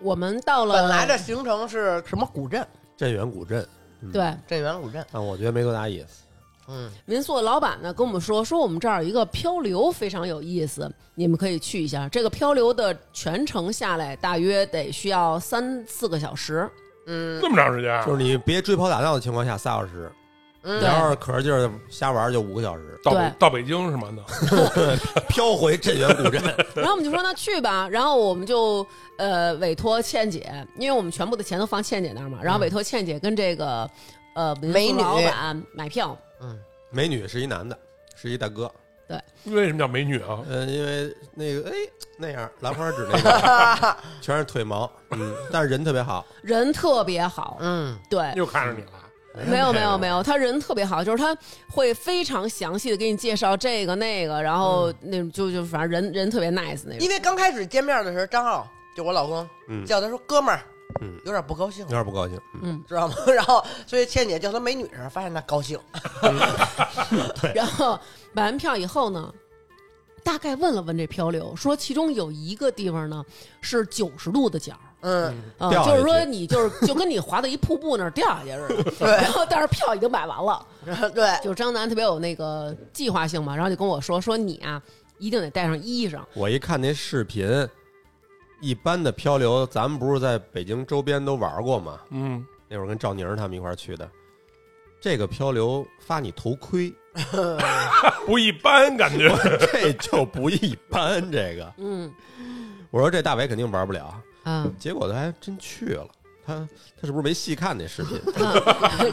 Speaker 1: 我们到了
Speaker 4: 本来这行程是什么古镇？
Speaker 5: 镇远古镇，嗯
Speaker 1: 对
Speaker 4: 镇远古镇。
Speaker 5: 但我觉得没多大意思。
Speaker 4: 嗯，
Speaker 1: 民宿的老板呢跟我们说，说我们这儿有一个漂流非常有意思，你们可以去一下。这个漂流的全程下来大约得需要三四个小时，
Speaker 4: 嗯
Speaker 2: 这么长时间啊？
Speaker 5: 就是你别追跑打闹的情况下仨小时，你
Speaker 4: 嗯，
Speaker 5: 要是可着劲儿瞎玩儿就五个小时，
Speaker 2: 到北
Speaker 1: 对
Speaker 2: 到北京是吗？那
Speaker 5: 飘回镇远古镇。
Speaker 1: 然后我们就说那去吧，然后我们就呃委托倩姐，因为我们全部的钱都放倩姐那儿嘛，然后委托倩姐跟这个呃
Speaker 4: 美
Speaker 1: 民
Speaker 4: 女
Speaker 1: 宿老板买票，
Speaker 5: 美女是一男的，是一大哥。
Speaker 2: 为什么叫美女啊？
Speaker 5: 呃，因为那个哎那样兰花指那个全是腿毛，嗯，但是人特别好，
Speaker 1: 人特别好，
Speaker 4: 嗯，
Speaker 1: 对，
Speaker 2: 又看上你了。
Speaker 1: 没有没有没有，他人特别好，就是他会非常详细的给你介绍这个那个，然后那种就就反正人人特别 nice 那
Speaker 4: 因
Speaker 1: 种。
Speaker 4: 为刚开始见面的时候，张浩就我老公
Speaker 5: 嗯，
Speaker 4: 叫他说哥们儿，
Speaker 5: 嗯
Speaker 4: 有点不高兴
Speaker 5: 有，点不高兴。嗯
Speaker 4: 知道吗？ 然后所以倩姐叫他美女的时候，发现他高兴。
Speaker 1: 然后买完票以后呢，大概问了问这漂流，说其中有一个地方呢是九十度的角。
Speaker 4: 嗯，
Speaker 1: 啊、
Speaker 5: 掉下去
Speaker 1: 就是说你就是就跟你滑到一瀑布那儿掉下去似的，
Speaker 4: 对
Speaker 1: 然后但是票已经买完了，
Speaker 4: 对，
Speaker 1: 就是张楠特别有那个计划性嘛，然后就跟我说说你啊一定得带上衣裳，
Speaker 5: 我一看那视频，一般的漂流，咱们不是在北京周边都玩过吗？
Speaker 2: 嗯，
Speaker 5: 那会儿跟赵宁他们一块儿去的，这个漂流发你头盔，
Speaker 2: 不一般，感觉
Speaker 5: 这就不一般。这个，
Speaker 1: 嗯
Speaker 5: 我说这大伟肯定玩不了，
Speaker 1: 啊，
Speaker 5: 结果他还真去了。他他是不是没细看那视 频？
Speaker 1: 嗯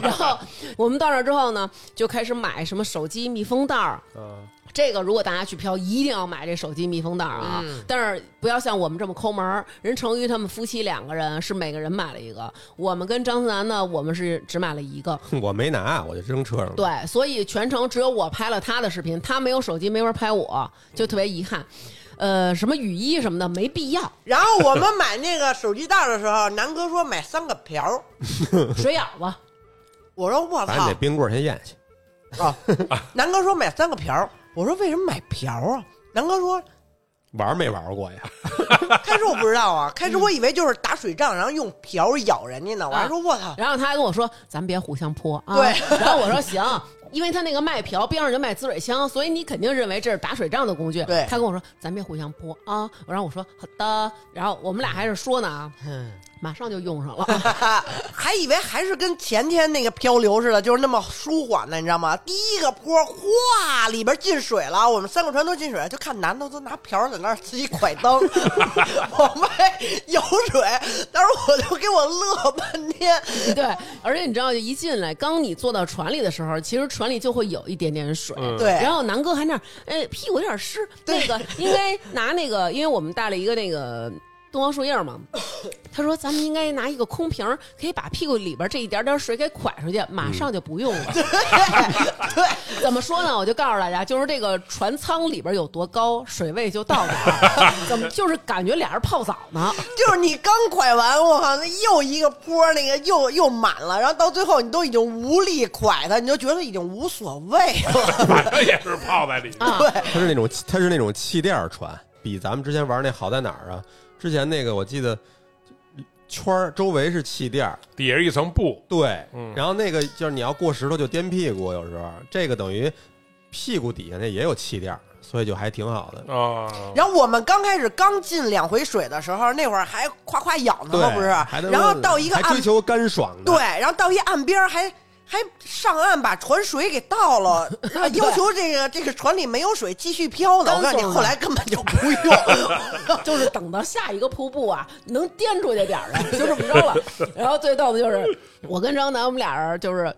Speaker 1: 然后我们到那儿之后呢，就开始买什么手机密封袋儿。
Speaker 5: 啊，
Speaker 1: 这个如果大家去漂，一定要买这手机密封袋儿啊！但是不要像我们这么抠门儿。人成瑜他们夫妻两个人是每个人买了一个，我们跟张思楠呢，我们是只买了一个。
Speaker 5: 我没拿，我就扔车上了。
Speaker 1: 对，所以全程只有我拍了他的视频，他没有手机，没法拍我，就特别遗憾。呃，什么雨衣什么的没必要，
Speaker 4: 然后我们买那个手机袋的时候，南哥说买三个瓢儿，
Speaker 1: 水舀吧。
Speaker 4: 我说我
Speaker 5: 反正
Speaker 4: 操
Speaker 5: 得，冰棍儿先咽下去。
Speaker 4: 啊！南哥说买三个瓢儿，我说为什么买瓢儿啊？南哥说
Speaker 5: 玩儿没玩儿过 呀？
Speaker 4: 开始我不知道啊，开始我以为就是打水仗，然后用瓢儿舀人家呢。我还说我操，
Speaker 1: 啊然后他还跟我说：“咱别互相泼啊。”
Speaker 4: 对。
Speaker 1: 然后我说：“行，因为他那个卖瓢边上就卖滋水枪，所以你肯定认为这是打水仗的工具。”
Speaker 4: 对
Speaker 1: 他跟我说：“咱别互相泼啊。”然后我说：“好的。”然后我们俩还是说呢啊，
Speaker 4: 嗯
Speaker 1: 马上就用上了。
Speaker 4: 还以为还是跟前天那个漂流似的，就是那么舒缓的，你知道吗？第一个坡哗，里边进水了，我们三个船都进水了，就看男的都拿瓢儿在那儿自己拐 蹬，往外舀水，当时我就给我乐半天。
Speaker 1: 对，而且你知道，一进来，刚你坐到船里的时候，其实船里就会有一点点水。
Speaker 2: 嗯
Speaker 4: 对
Speaker 1: 然后南哥还那儿，哎，屁股有点湿，那个应该拿那个，因为我们带了一个那个。东方树叶 嘛，他说咱们应该拿一个空瓶儿，可以把屁股里边这一点点水给蒯出去，马上就不用 了。
Speaker 4: 对，
Speaker 1: 怎么说呢？我就告诉大家，就是这个船舱里边有多高，水位就到哪 儿，怎么就是感觉俩人泡澡呢？
Speaker 4: 就是你刚拐完，我靠，那又一个坡，那个又又满了，然后到最后你都已经无力拐它，你就觉得已经无所谓了。
Speaker 2: 反正也是泡在里面。
Speaker 1: 啊，
Speaker 5: 它是那种它是那种气垫儿船，比咱们之前玩那好在哪儿啊？之前那个我记得圈儿，周围是气垫儿，
Speaker 2: 底下是一层布，
Speaker 5: 对，
Speaker 2: 嗯
Speaker 5: 然后那个就是你要过石头就颠屁股，有时候这个等于屁股底下那也有气垫儿，所以就还挺好的。
Speaker 2: 啊，
Speaker 1: 哦
Speaker 4: 然后我们刚开始刚进两回水的时候，那会儿还夸夸咬呢嘛，
Speaker 5: 对，
Speaker 4: 哦不是
Speaker 5: 还能？
Speaker 4: 然后到一个
Speaker 5: 还追
Speaker 4: 岸，
Speaker 5: 求干爽的，
Speaker 4: 对，然后到一岸边儿还还上岸把船水给倒 了，然后要求这个这个船里没有水继续漂呢。我告诉
Speaker 1: 干
Speaker 4: 你，
Speaker 1: 爽啊
Speaker 4: 后来根本就不用。
Speaker 1: 就是等到下一个瀑布啊，能颠出去点儿的，就这么着了。然后最逗的就是，我跟张楠我们俩人就是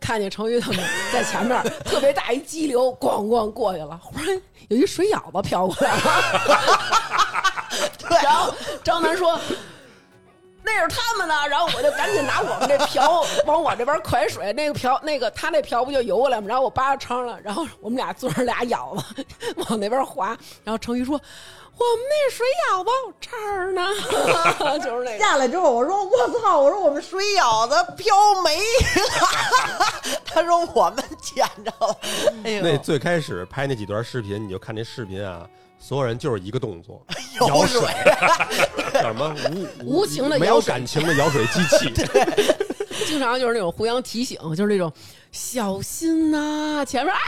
Speaker 1: 看见程宇他们在前面，特别大一激流，咣咣过去了，忽然有一水舀子飘过来了。 然后张楠说。那是他们呢，然后我就赶紧拿我们这瓢往我这边蒯水，那个瓢，那个他那瓢不就游过来吗？然后我扒着撑了，然后我们俩坐着俩舀子往那边滑，然后程宇说：“我们那水舀子这儿呢， 就是那个。
Speaker 4: 下来之后，我说我操，我说我们水舀子漂没了。 他说我们捡着 了。哎
Speaker 5: 那
Speaker 4: 呦，
Speaker 5: 最开始拍那几段视频，你就看那视频啊，所有人就是一个动作，
Speaker 4: 有
Speaker 5: 舀
Speaker 4: 水
Speaker 5: 水，叫什么无
Speaker 1: 无情的
Speaker 5: 没有
Speaker 1: 舀水
Speaker 5: 感情的舀水机器，
Speaker 1: 经常就是那种互相提醒，就是那种小心呐、前面啊，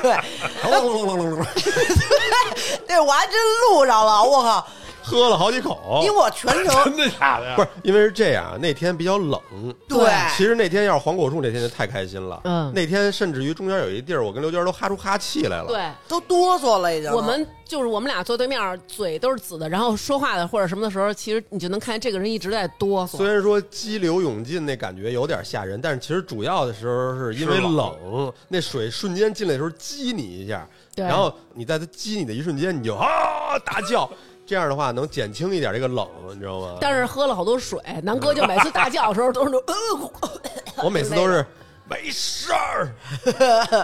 Speaker 4: 对
Speaker 5: 轰隆隆隆隆隆
Speaker 4: 对，我还真录上了，我靠！
Speaker 5: 哦喝了好几口
Speaker 4: 因为。我全程
Speaker 2: 真的假的呀？
Speaker 5: 不是，因为是这样，那天比较冷。
Speaker 4: 对
Speaker 5: 其实那天要是黄果树那天就太开心了。
Speaker 1: 嗯
Speaker 5: 那天甚至于中间有一地儿，我跟刘娟都哈出哈气来了。，
Speaker 1: 对。
Speaker 4: 都哆嗦了，已经。
Speaker 1: 我们就是我们俩坐对面，嘴都是紫的，然后说话的或者什么的时候，其实你就能看见这个人一直在哆嗦。
Speaker 5: 虽然说激流勇进那感觉有点吓人，但是其实主要的时候是因为
Speaker 2: 是冷
Speaker 5: 冷，那水瞬间进来的时候激你一下，
Speaker 1: 对
Speaker 5: 然后你在它激你的一瞬间，你就啊大叫，这样的话能减轻一点这个冷，你知道吗？
Speaker 1: 但是喝了好多水，南哥就每次大叫的时候都是那种 呃，
Speaker 5: 我每次都是没事儿，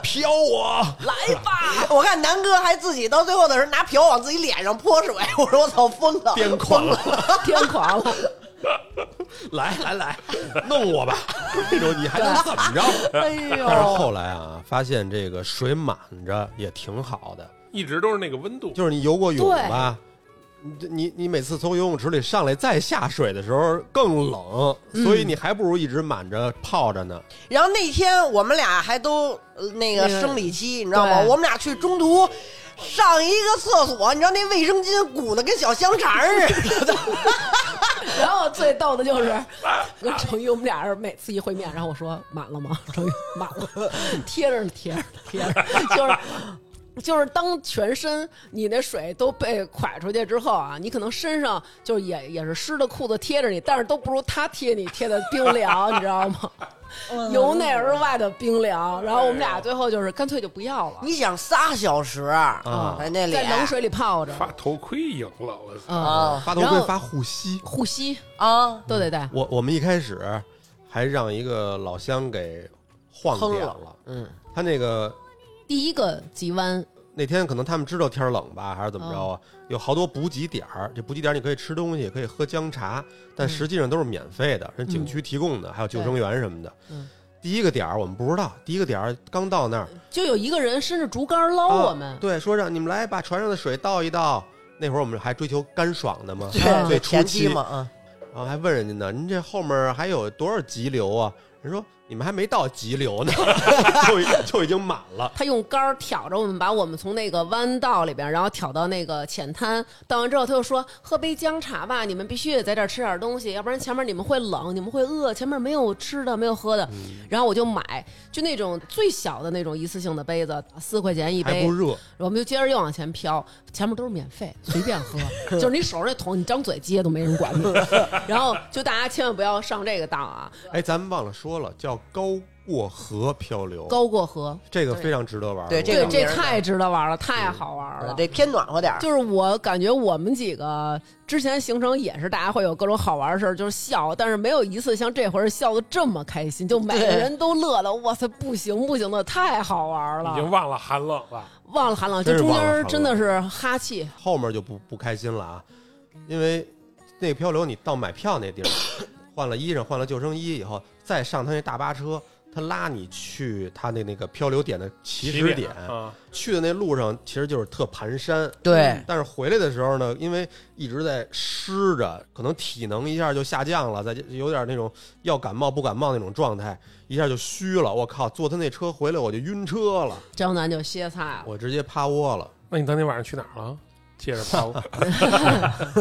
Speaker 5: 飘我。
Speaker 1: 来吧，
Speaker 4: 我看南哥还自己到最后的时候拿瓢往自己脸上泼水， 我说我操疯了，
Speaker 5: 癫狂了，
Speaker 1: 癫狂了。
Speaker 5: 来来来，弄我吧！ 这种你还能怎 么着？
Speaker 4: 哎呦
Speaker 5: 但是后来啊，发现这个水满着也挺好的，
Speaker 2: 一直都是那个温度，
Speaker 5: 就是你游过泳吧，你你你每次从游泳池里上来再下水的时候更冷，所
Speaker 4: 嗯
Speaker 5: 以你还不如一直满着泡着呢。
Speaker 4: 然后那天我们俩还都呃那个
Speaker 1: 那个
Speaker 4: 生理期，你知道吗？
Speaker 1: 对
Speaker 4: 我们俩去中途上一个厕所，你知道那卫生巾鼓的跟小香肠 似的。
Speaker 1: 然后最逗的就是跟程宇，我们俩人每次一会面，然后我说满了吗？程宇满了，贴着呢，贴着呢，贴着呢，就是。就是当全身你那水都被蒯出去之后啊，你可能身上就是也也是湿的裤子贴着你，但是都不如他贴你贴的冰凉，你知道吗？由内而外的冰凉。然后我们俩最后就是干脆就不要了，
Speaker 4: 你想仨小时
Speaker 5: 啊
Speaker 4: 在那里
Speaker 1: 在冷水里泡着，
Speaker 2: 发头盔赢了，我操！
Speaker 1: 嗯，
Speaker 4: 啊
Speaker 5: 发头
Speaker 1: 然
Speaker 5: 盔
Speaker 1: 后
Speaker 5: 发护膝，
Speaker 1: 护膝
Speaker 4: 啊，
Speaker 1: 都得戴。
Speaker 5: 我我们一开始还让一个老乡给晃
Speaker 4: 哼
Speaker 5: 点
Speaker 4: 了
Speaker 5: 了，
Speaker 4: 嗯，
Speaker 5: 他那个
Speaker 1: 第一个急弯，
Speaker 5: 那天可能他们知道天儿冷吧，还是怎么着
Speaker 4: 哦
Speaker 5: 啊？有好多补给点儿，这补给点儿你可以吃东西，可以喝姜茶，
Speaker 4: 嗯
Speaker 5: 但实际上都是免费的，人景区提供的，还有救生员什么的。
Speaker 1: 嗯
Speaker 5: 第一个点儿我们不知道，第一个点儿刚到那儿，
Speaker 4: 嗯
Speaker 1: 就有一个人伸着竹竿捞我们
Speaker 5: 啊，对，说让你们来把船上的水倒一倒。那会儿我们还追求干爽的嘛，
Speaker 4: 对，
Speaker 5: 最初
Speaker 4: 前期
Speaker 5: 期
Speaker 4: 嘛，啊，
Speaker 5: 然后还问人家呢，您这后面还有多少急流啊？人说你们还没到急 流呢，就已就已经满了。
Speaker 1: 他用杆儿挑着我们，把我们从那个弯道里边，然后挑到那个浅滩。到完之后，他又说：“喝杯姜茶吧，你们必须得在这儿吃点东西，要不然前面你们会冷，你们会饿，前面没有吃的，没有喝的。
Speaker 5: 嗯
Speaker 1: 然后我就买，就那种最小的那种一次性的杯子，四块钱一
Speaker 5: 还
Speaker 1: 杯
Speaker 5: 不，热，
Speaker 1: 我们就接着又往前飘，前面都是免费，随便 喝，就是你手上那桶，你张嘴接都没人管你。然后就大家千万不要上这个当啊，
Speaker 5: 哎，咱们忘了说了，叫高过河漂流。
Speaker 1: 高过河，
Speaker 5: 这个非常值得玩儿。
Speaker 4: 对
Speaker 5: 我
Speaker 4: 这个
Speaker 1: 对，
Speaker 5: 觉
Speaker 1: 这
Speaker 5: 得
Speaker 1: 太值得玩了，太好玩了。
Speaker 4: 啊得偏暖和点儿。
Speaker 1: 就是我感觉我们几个之前行程也是，大家会有各种好玩的事儿，就是笑，但是没有一次像这回儿笑的这么开心，就每个
Speaker 4: 对
Speaker 1: 人都乐的，哇塞，不行不行的，太好玩
Speaker 2: 已经
Speaker 1: 了，
Speaker 2: 忘了寒冷了，
Speaker 1: 忘了寒冷，就是
Speaker 5: 真
Speaker 1: 中间
Speaker 5: 忘了寒
Speaker 1: 儿
Speaker 5: 冷
Speaker 1: 真的是哈气，
Speaker 5: 后面就不不开心了啊，因为那个漂流你到买票那地儿，换了衣裳，换了救生衣以后，再上他那大巴车，
Speaker 3: 他拉你去他那那个漂流点的起
Speaker 2: 起
Speaker 3: 始
Speaker 2: 点
Speaker 3: 点，
Speaker 2: 啊，
Speaker 3: 去的那路上其实就是特盘山，嗯
Speaker 4: 对
Speaker 3: 但是回来的时候呢，因为一直在湿着，可能体能一下就下降了，再有点那种要感冒不感冒那种状态，一下就虚了。我靠，坐他那车回来我就晕车了，
Speaker 5: 张楠就歇菜了。
Speaker 3: 我直接趴窝了。
Speaker 2: 那你当天晚上去哪儿了？接着跑，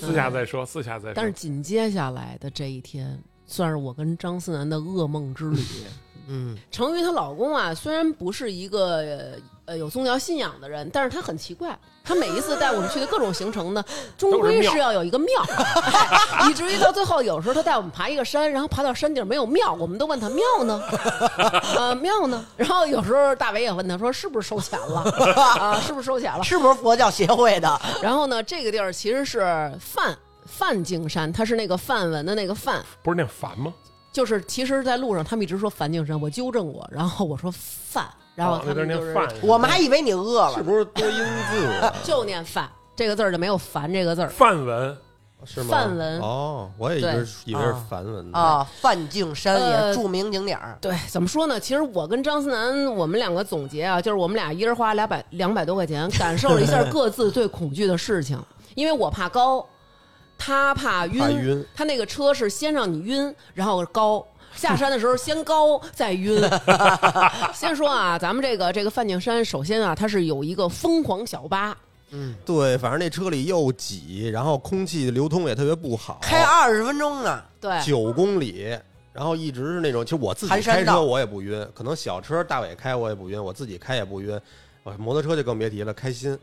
Speaker 2: 私下再说，私下再说。
Speaker 1: 但是紧接下来的这一天，算是我跟张思南的噩梦之 旅。
Speaker 3: 嗯，
Speaker 1: 成瑜她老公啊，虽然不是一个呃呃有宗教信仰的人，但是他很奇怪，他每一次带我们去的各种行程呢，终归是要有一个庙， 以至于到最后，有时候他带我们爬一个山，然后爬到山顶没有庙，我们都问他庙呢， 呃庙呢，然后有时候大伟也问他说是不是收钱了 啊，是不是收钱了？
Speaker 4: 是不是佛教协会的？
Speaker 1: 然后呢，这个地儿其实是梵梵净山，它是那个梵文的那个梵，
Speaker 2: 不是念烦吗？
Speaker 1: 就是其实，在路上他们一直说梵净山，我纠正过，然后我说梵，然
Speaker 2: 哦
Speaker 1: 后
Speaker 2: 那
Speaker 1: 他
Speaker 2: 边
Speaker 1: 们
Speaker 2: 念
Speaker 1: 就是、
Speaker 2: 饭，
Speaker 4: 我们还以为你饿
Speaker 3: 是
Speaker 4: 了，
Speaker 3: 不是多音字啊？
Speaker 1: 就念梵这个字儿就没有梵这个字儿。
Speaker 2: 梵文
Speaker 3: 是吗？
Speaker 1: 梵文
Speaker 3: 哦，我也一直以为是梵文呢。
Speaker 4: 嗯啊，梵净山也
Speaker 1: 呃
Speaker 4: 是著名景点儿，
Speaker 1: 对，怎么说呢？其实我跟张思南，我们两个总结啊，就是我们俩一人花两百两百多块钱，感受了一 下各自最恐惧的事情。因为我怕高，他怕晕，
Speaker 3: 怕晕
Speaker 1: 他那个车是先让你晕，然后高。下山的时候先高再 晕。先说啊，咱们这个这个梵净山，首先啊，它是有一个疯狂小巴，
Speaker 3: 对，反正那车里又挤，然后空气流通也特别不好，
Speaker 4: 开二十分钟啊呢。
Speaker 1: 对，
Speaker 3: 九公里，然后一直是那种，其实我自己
Speaker 4: 哎盘山
Speaker 3: 开车
Speaker 4: 道
Speaker 3: 我也不晕，可能小车大伟开我也不晕，我自己开也不晕，我摩托车就更别提了，开心。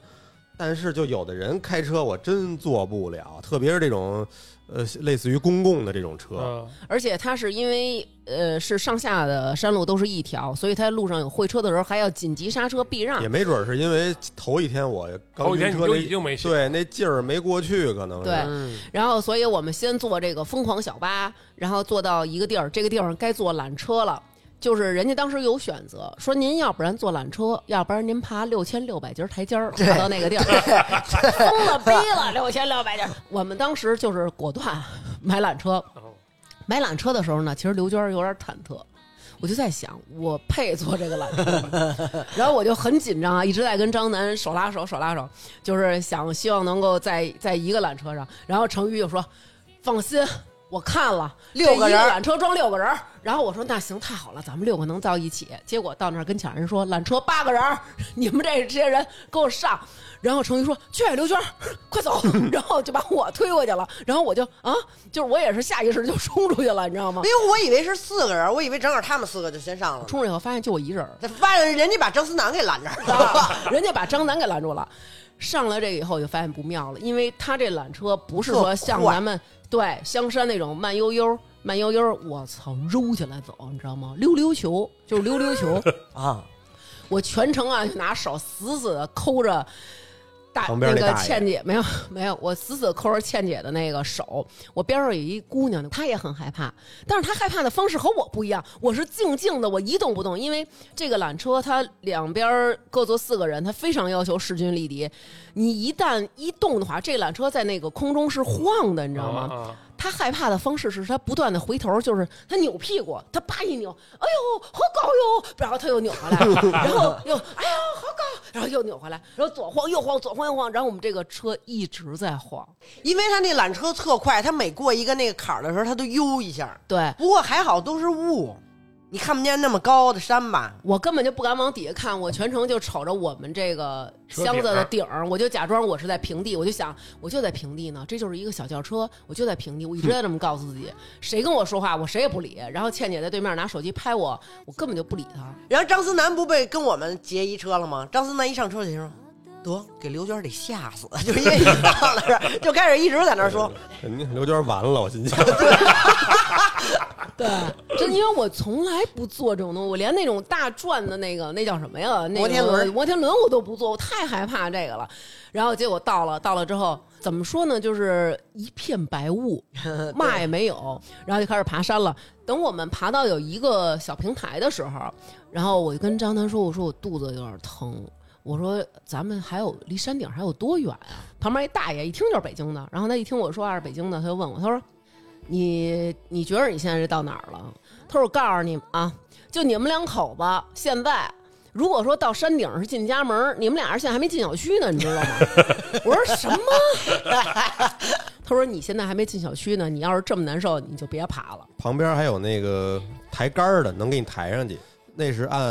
Speaker 3: 但是就有的人开车我真做不了，特别是这种，呃，类似于公共的这种车，
Speaker 2: 啊，
Speaker 1: 而且它是因为呃是上下的山路都是一条，所以它路上有会车的时候还要紧急刹车避让
Speaker 3: 也。没准是因为头一天我
Speaker 2: 嗯
Speaker 3: 刚
Speaker 2: 头一天
Speaker 3: 晕
Speaker 2: 你
Speaker 3: 车
Speaker 2: 就
Speaker 3: 那
Speaker 2: 已经没戏
Speaker 5: 啊
Speaker 3: 对那劲儿没过去，可能是
Speaker 1: 对
Speaker 4: 嗯，
Speaker 1: 然后，所以我们先坐这个疯狂小巴，然后坐到一个地儿，这个地方该坐缆车了。就是人家当时有选择，说您要不然坐缆车，要不然您爬六千六百节台阶儿爬到那个地儿，疯了逼了六千六百节儿。我们当时就是果断买缆车，买缆车的时候呢，其实刘娟儿有点忐忑，我就在想，我配坐这个缆车吗？ 然后我就很紧张啊，一直在跟张楠手拉手手拉手，就是想希望能够在在一个缆车上。然后程昱就说：“放心。”我看了
Speaker 4: 六个人
Speaker 1: 这一缆车装六个人儿，然后我说那行太好了，咱们六个能到一起。结果到那儿跟前人说缆车八个人儿， 你们这这些人给我上。然后程昱说去刘娟儿，快 走，然后就把我推过去了。然后我就啊，就是我也是下意识就冲出去了，你知道吗
Speaker 4: 因？为我以为是四个人，我以为正好他们四个就先上了呢。
Speaker 1: 冲出去以后发现就我一人儿，
Speaker 4: 这发现人家把张思楠给拦这儿了，
Speaker 1: 啊 人家把张楠给拦住了。上了这个以后就发现不妙了，因为他这缆车不是说像咱们对香山那种慢悠悠、慢悠悠，我操，揉起来走，你知道吗？溜溜球就是溜溜球，
Speaker 4: 啊，
Speaker 1: 我全程啊就拿手死死的抠着大
Speaker 3: 旁边那
Speaker 1: 个
Speaker 3: 大爷
Speaker 1: 倩姐，没有没有，我死死地抠着倩姐的那个手。我边上有一姑娘，她也很害怕，但是她害怕的方式和我不一样，我是静静的，我一动不动，因为这个缆车它两边儿各坐四个人，它非常要求势均力敌。你一旦一动的话，这缆车在那个空中是晃的，你
Speaker 2: 你
Speaker 1: 知
Speaker 3: 啊
Speaker 1: 道吗？
Speaker 2: 吗？啊
Speaker 1: 他害怕的方式是他不断的回头，就是他扭屁股，他叭一扭，哎呦，好高哟，然后他又扭回来， 然后又哎呦，好高，然后又扭回来，然后左晃右晃，左晃右晃，然后我们这个车一直在晃。
Speaker 4: 因为他那缆车特快，他每过一个那个坎儿的时候，他都悠一下。
Speaker 1: 对
Speaker 4: 不过还好都是雾，你看不见那么高的山吧？
Speaker 1: 我根本就不敢往底下看，我全程就瞅着我们这个箱子的顶儿，我就假装我是在平地，我就想我就在平地呢，这就是一个小轿车，我就在平地，我一直在这么告诉自己，谁跟我说话我谁也不理。然后倩姐在对面拿手机拍我，我根本就不理她。
Speaker 4: 然后张思楠不被跟我们劫一车了吗？张思楠一上车就说：“得给刘娟得吓死， 就是因为你到了这儿，就开始一直在那儿说，
Speaker 3: 肯定刘娟完了，我心想。
Speaker 1: 对，真因为我从来不坐这种东西，我连那种大转的那个那叫什么呀？那个
Speaker 4: 摩天轮
Speaker 1: 摩天轮我都不坐，我太害怕这个了。然后结果到了，到了之后怎么说呢？就是一片白 雾，嘛也没有，然后就开始爬山了。等我们爬到有一个小平台的时候，然后我就跟张楠说：“我说我肚子有点疼。”我说咱们还有离山啊顶还有多远啊？旁边一大爷一听就是北京的，然后他一听我说话是北京的，他就问我，他说你你觉得你现在是到哪儿了？他说我告诉你们啊，就你们两口子现在。如果说到山顶是进家门，你们俩人现在还没进小区呢，你知道吗？ 我说什么？ 他说你现在还没进小区呢，你要是这么难受，你就别爬了。
Speaker 5: 旁边还有那个抬杆儿的，能给你抬上去。那是按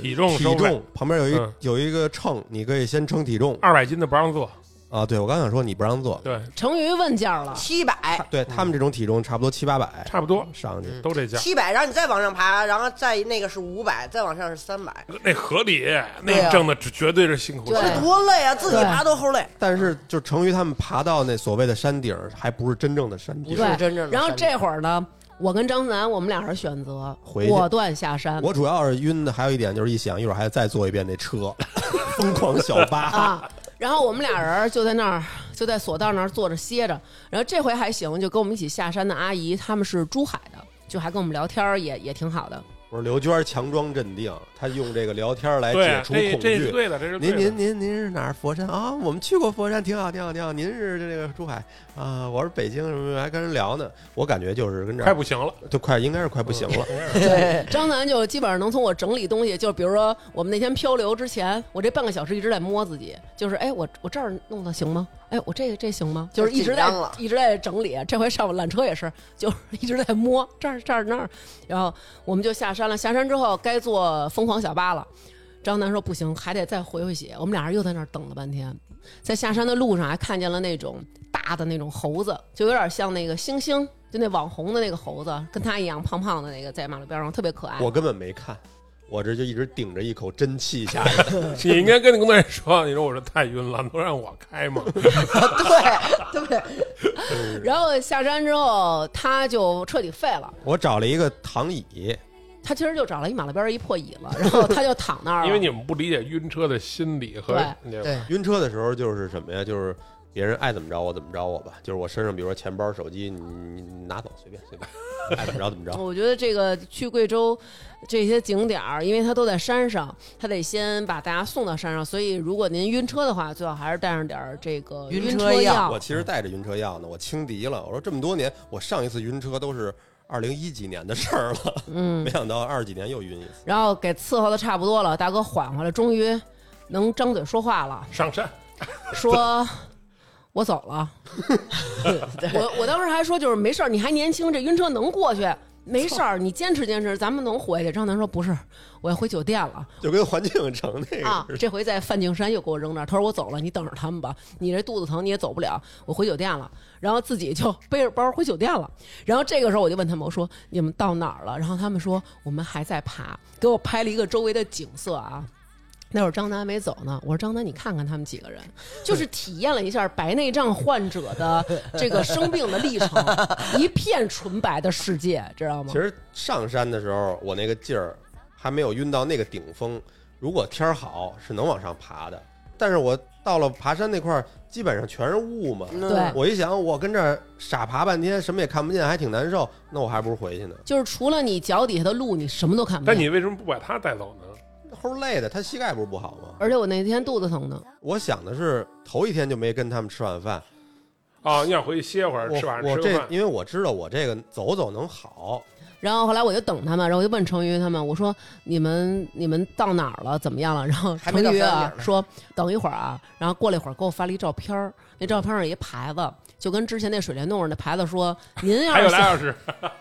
Speaker 2: 体重
Speaker 5: 体
Speaker 2: 收费
Speaker 5: 重，旁边有一、
Speaker 2: 嗯
Speaker 5: 有一个秤，你可以先称体重
Speaker 2: 二百斤的不让坐，
Speaker 5: 啊。对我刚想说你不让坐，
Speaker 2: 对，
Speaker 1: 成瑜问价了，
Speaker 4: 七
Speaker 2: 哎
Speaker 4: 百，
Speaker 5: 对啊他们这种体重差不多七八百
Speaker 2: 差不多
Speaker 5: 上去，
Speaker 2: 都这价，
Speaker 4: 七百，然后你再往上爬，然后再那个是五百，再往上是三百，
Speaker 2: 那合理，
Speaker 4: 对
Speaker 2: 那
Speaker 4: 啊
Speaker 2: 挣的只绝对是辛苦
Speaker 1: 对
Speaker 2: 钱。
Speaker 4: 多累啊！自己
Speaker 1: 对
Speaker 4: 爬都齁累。
Speaker 5: 但是就成于他们爬到那所谓的山顶儿，还不是真正的山顶
Speaker 4: 不
Speaker 5: 儿。
Speaker 4: 是
Speaker 1: 对
Speaker 4: 真正的
Speaker 1: 然后
Speaker 4: 山
Speaker 1: 这会儿呢，我跟张楠，我们俩人选择
Speaker 5: 回去
Speaker 1: 果断下
Speaker 2: 嗯
Speaker 1: 山。
Speaker 5: 我主要是晕的，还有一点就是一想一会儿还再坐一遍那车， 疯狂小 巴。
Speaker 1: 啊，然后我们俩人就在那儿，就在索道那儿坐着歇着。然后这回还行，就跟我们一起下山的阿姨，他们是珠海的，就还跟我们聊天儿，也也挺好的。
Speaker 5: 我说刘娟强装镇定，她用这个聊天儿来
Speaker 2: 对
Speaker 1: 啊
Speaker 5: 解，除
Speaker 2: 这
Speaker 5: 恐
Speaker 2: 这是
Speaker 5: 惧。
Speaker 2: 对的，这是对
Speaker 5: 您
Speaker 2: 的
Speaker 5: 您您您是哪儿？佛山啊，我们去过佛山，挺好挺好挺好。您是这个珠海啊，我是北京什么，还跟人聊呢。我感觉就是跟这
Speaker 2: 快嗯
Speaker 5: 儿
Speaker 2: 不行了，
Speaker 5: 就快应该是快不行了。
Speaker 1: 对，张楠就基本上能从我整理东西，就比如说我们那天漂流之前，我这半个小时一直在摸自己，就是哎，我我这儿弄的行吗？哎，我这个这行吗？就是一直在
Speaker 4: 紧张了
Speaker 1: 一直在整理。这回上我缆车也是，就是一直在摸这儿这儿那儿，然后
Speaker 2: 嗯
Speaker 1: 我们就下山了。下山之后该坐疯狂小巴了。张楠说不行，还得再回回血。我们俩人又在那儿等了半天，在下山的路上还看见了那种大的那种猴子，就有点像那个星星，就那网红的那个猴子，跟他一样胖胖的那个，在马路边上特别可爱。
Speaker 5: 我根本没看，我这就一直顶着一口真气下来。
Speaker 2: 你应该跟你工作人员说，你说我这太晕了，能让我开 吗？
Speaker 1: 对对。然后下山之后，他就彻底废了。
Speaker 5: 我找了一个躺椅，
Speaker 1: 他其实就找了一马路边儿一破椅子，然后他就躺
Speaker 5: 啊
Speaker 1: 那儿了。
Speaker 2: 因为你们不理解晕车的心理和对
Speaker 4: 对
Speaker 5: 晕车的时候就是什么呀？就是别人爱怎么着我怎么着我吧。就是我身上，比如说钱包、手机，你你你拿走随便随便，爱怎么着怎么着。
Speaker 1: 我觉得这个去贵州这些景点儿，因为它都在山上，它得先把大家送到山上，所以如果您晕车的话，最好还是带上点儿这个
Speaker 4: 晕
Speaker 1: 晕
Speaker 4: 车药
Speaker 1: 药
Speaker 5: 我。其实带着晕车药呢，我轻敌了。我说这么多年，我上一次晕车都是二零一几年的事儿了，
Speaker 1: 嗯
Speaker 5: 没，想到二十几年又晕一次。
Speaker 1: 然后给伺候的差不多了，大哥缓回来，终于能张嘴说话了，
Speaker 2: 上山，
Speaker 1: 说。我走了，我我当时还说就是没事儿，你还年轻，这晕车能过去，没事儿，你坚持坚持，咱们能回去。张楠说不是，我要回酒店了，
Speaker 5: 就跟环境影城 那
Speaker 1: 啊
Speaker 5: 个，似的，
Speaker 1: 这回在梵净山又给我扔那儿，他说我走了，你等着他们吧，你这肚子疼你也走不了，我回酒店了，然后自己就背着包回酒店了。然后这个时候我就问他们，我说你们到哪儿了？然后他们说我们还在爬，给我拍了一个周围的景色啊。那会儿张楠还没走呢，我说张楠，你看看他们几个人，就是体验了一下白内障患者的这个生病的历程，一片纯白的世界，知道吗
Speaker 5: 其？实上山的时候，我那个劲儿还没有晕到那个顶峰。如果天儿好，是能往上爬的。但是我到了爬山那块儿，基本上全是雾嘛。
Speaker 4: 嗯
Speaker 1: 对，
Speaker 5: 我一想，我跟这儿傻爬半天，什么也看不见，还挺难受。那我还不如回去呢。
Speaker 1: 就是除了你脚底下的路，你什么都
Speaker 5: 嗯
Speaker 1: 看不见。
Speaker 2: 但你为什么不把他带走呢？
Speaker 5: 齁累的，他膝盖不是不好吗？
Speaker 1: 而且我那天肚子疼呢。
Speaker 5: 我想的是，头一天就没跟他们吃晚饭，
Speaker 2: 啊，你想回去歇会儿，
Speaker 5: 我
Speaker 2: 吃晚上
Speaker 5: 我
Speaker 2: 吃
Speaker 5: 这
Speaker 2: 个饭，
Speaker 5: 因为我知道我这个走走能好，
Speaker 1: 然后后来我就等他们，然后我就问程云他们，我说你们你们到哪儿了？怎么样了？然后
Speaker 4: 还
Speaker 1: 程
Speaker 4: 没到
Speaker 1: 云
Speaker 4: 山
Speaker 1: 啊
Speaker 4: 顶呢
Speaker 1: 说等一会儿啊，然后过了一会儿给我发了一照片儿，那照片上有一牌子，就跟之前那水帘洞上的牌子说，您要
Speaker 2: 还
Speaker 1: 是
Speaker 2: 有俩
Speaker 1: 想
Speaker 2: 小时，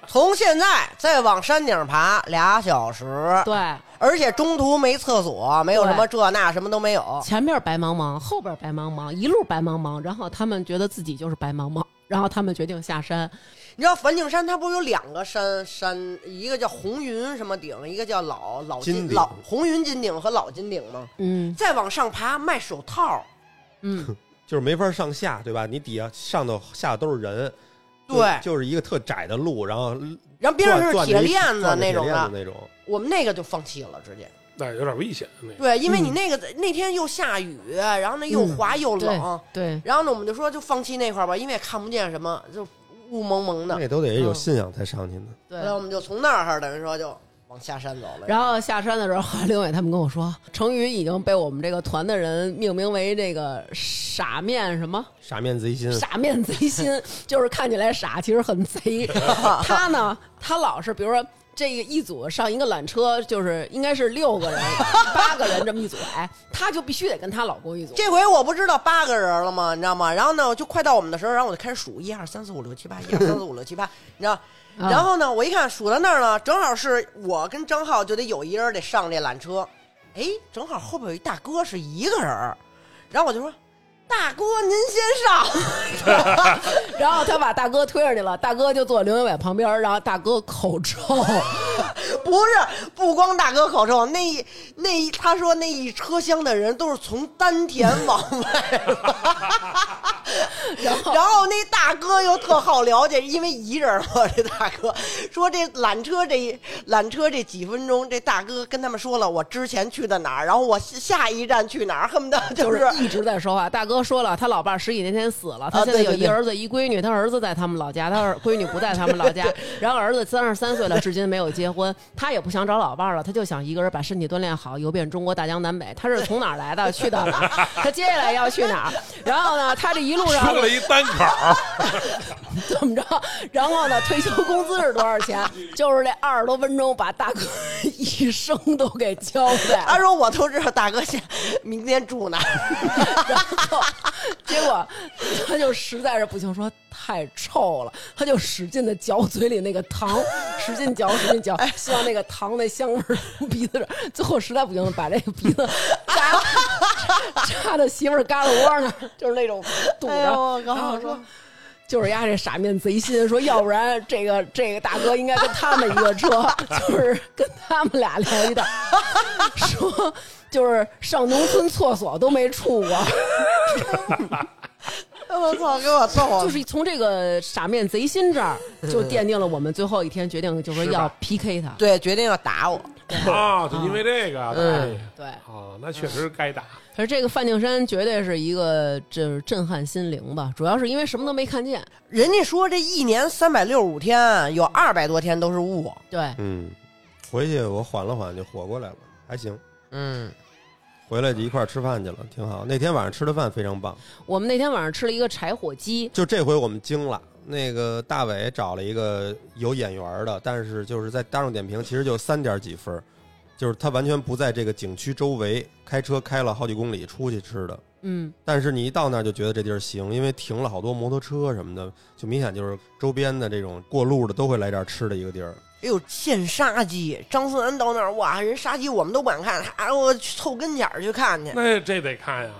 Speaker 4: 从现在再往山顶爬俩小时，
Speaker 1: 对
Speaker 4: 而且中途没厕所，没有什么这那，什么都没有。
Speaker 1: 前面白茫茫，后边白茫茫，一路白茫茫，然后他们觉得自己就是白茫茫，然后他们决定下山，
Speaker 4: 你知道梵净山它不是有两个山山，一个叫红云什么顶，一个叫老老
Speaker 5: 金
Speaker 4: 金
Speaker 5: 顶
Speaker 4: 老红云金顶和老金顶吗？
Speaker 1: 嗯
Speaker 4: 再往上爬卖手套，
Speaker 1: 嗯，
Speaker 5: 就是没法上下，对吧？你底下上头下头都是人，就
Speaker 4: 对
Speaker 5: 就是一个特窄的路，然后
Speaker 4: 然后边上是
Speaker 5: 转
Speaker 4: 铁
Speaker 5: 转着一
Speaker 4: 链子
Speaker 5: 转着
Speaker 4: 那
Speaker 5: 铁
Speaker 4: 种
Speaker 5: 链
Speaker 4: 的
Speaker 5: 子，那种。嗯
Speaker 4: 我们那个就放弃了，直接。
Speaker 2: 那有点危险。那个
Speaker 4: 对，因为你那个、那天又下雨，然后那
Speaker 5: 嗯
Speaker 4: 又滑又冷，啊
Speaker 1: 对
Speaker 4: 然后呢，我们就说就放弃那块儿吧，因为也看不见什么，就雾蒙蒙的。
Speaker 5: 那都得有
Speaker 1: 嗯
Speaker 5: 信仰才上去呢。
Speaker 1: 对
Speaker 4: 然后我们就从那儿等于说就往下山走了。
Speaker 1: 然后下山的时候， 后来刘伟他们跟我说，成语已经被我们这个团的人命名为这个“傻面”什么
Speaker 5: 傻面贼
Speaker 1: “
Speaker 5: 心
Speaker 1: 傻面贼心”，就是看起来傻，其实很贼。他呢，他老是比如说。这个一组上一个缆车，就是应该是六个人、 八个人这么一组，哎，她就必须得跟她老公一组。
Speaker 4: 这回我不知道八个人了吗？你知道吗？然后呢，我就快到我们的时候，然后我就开始数一二三四五六七八，一二三四五六七八，你知道。
Speaker 1: 嗯
Speaker 4: 然后呢，我一看数到那儿呢，正好是我跟张浩就得有一人得上这缆车，哎，正好后边有一大哥是一个人儿，然后我就说：“大哥，您先上。
Speaker 1: 然后他把大哥推上去了，大哥就坐刘云伟旁边，然后大哥口臭，”
Speaker 4: 不是，不光大哥口臭，那一那一他说那一车厢的人都是从丹田往外
Speaker 1: 然后
Speaker 4: 然后那大哥又特好了解，因为一人嘛，这大哥说这缆车这缆车这几分钟，这大哥跟他们说了我之前去的哪儿，然后我下一站去哪儿，恨不得就
Speaker 1: 就是是一直在说话。大哥说了，他老伴儿十几年前死了，他
Speaker 4: 啊
Speaker 1: 现在
Speaker 4: 对
Speaker 1: 有
Speaker 4: 对
Speaker 1: 一
Speaker 4: 对
Speaker 1: 儿子一闺女，他儿子在他们老家，他儿闺女不在他们老 家。然后儿子三十三岁了，至今没有结婚，他也不想找老伴儿了，他就想一个人把身体锻炼好，游遍中国大江南北。他是从哪儿来的？去到哪儿？他接下来要去哪儿？然后呢，他这一路上
Speaker 2: 说了一单口儿，
Speaker 1: 怎么着？然后呢，退休工资是多少钱？就是这二十多分钟把大哥 一生都给交代了
Speaker 4: 他。说我都知道大哥现明天住哪儿，
Speaker 1: 然后 结果他就实在是不行，说太臭了，他就使劲的嚼嘴里那个糖，使劲嚼，使劲嚼，希望那个糖那香味儿从鼻子上。最后实在不行了，把这个鼻子扎扎到媳妇儿嘎子窝儿那儿，就是那种堵着。
Speaker 4: 哎呦我靠
Speaker 1: 然后说。就是丫这傻面贼心，说要不然这个这个大哥应该跟他们一个车，就是跟他们俩聊一道， 说就是上农村厕所都没处过，
Speaker 4: 我操，给我揍
Speaker 1: 就是从这个傻面贼心这儿就奠定了我们最后一天决定，就是
Speaker 2: 是
Speaker 1: 要
Speaker 2: 吧
Speaker 1: PK 他。
Speaker 4: 对，决定要打我，
Speaker 2: 啊，就因为这个，
Speaker 1: 嗯
Speaker 2: 哎，
Speaker 1: 对，
Speaker 2: 啊，那确实是该打。
Speaker 5: 嗯
Speaker 1: 可是这个范定山绝对是一个就是震撼心灵吧，主要是因为什么都没看见。
Speaker 4: 人家说这一年三百六十五天，有二百多天都是雾，
Speaker 1: 对，
Speaker 5: 嗯，回去我缓了缓就活过来了，还行。
Speaker 4: 嗯，
Speaker 5: 回来就一块儿吃饭去了，挺好。那天晚上吃的饭非常棒，
Speaker 1: 我们那天晚上吃了一个柴火鸡，
Speaker 5: 就这回我们惊了。那个大伟找了一个有眼缘儿的，但是就是在大众点评其实就三点几分儿，就是他完全不在这个景区周围，开车开了好几公里出去吃的。
Speaker 1: 嗯，
Speaker 5: 但是你一到那儿就觉得这地儿行，因为停了好多摩托车什么的，就明显就是周边的这种过路的都会来这儿吃的一个地儿。
Speaker 4: 哎呦，现杀鸡！张思楠到那儿，哇，人杀鸡我们都不敢看，啊，我去凑跟前儿去看去。
Speaker 2: 那这得看呀，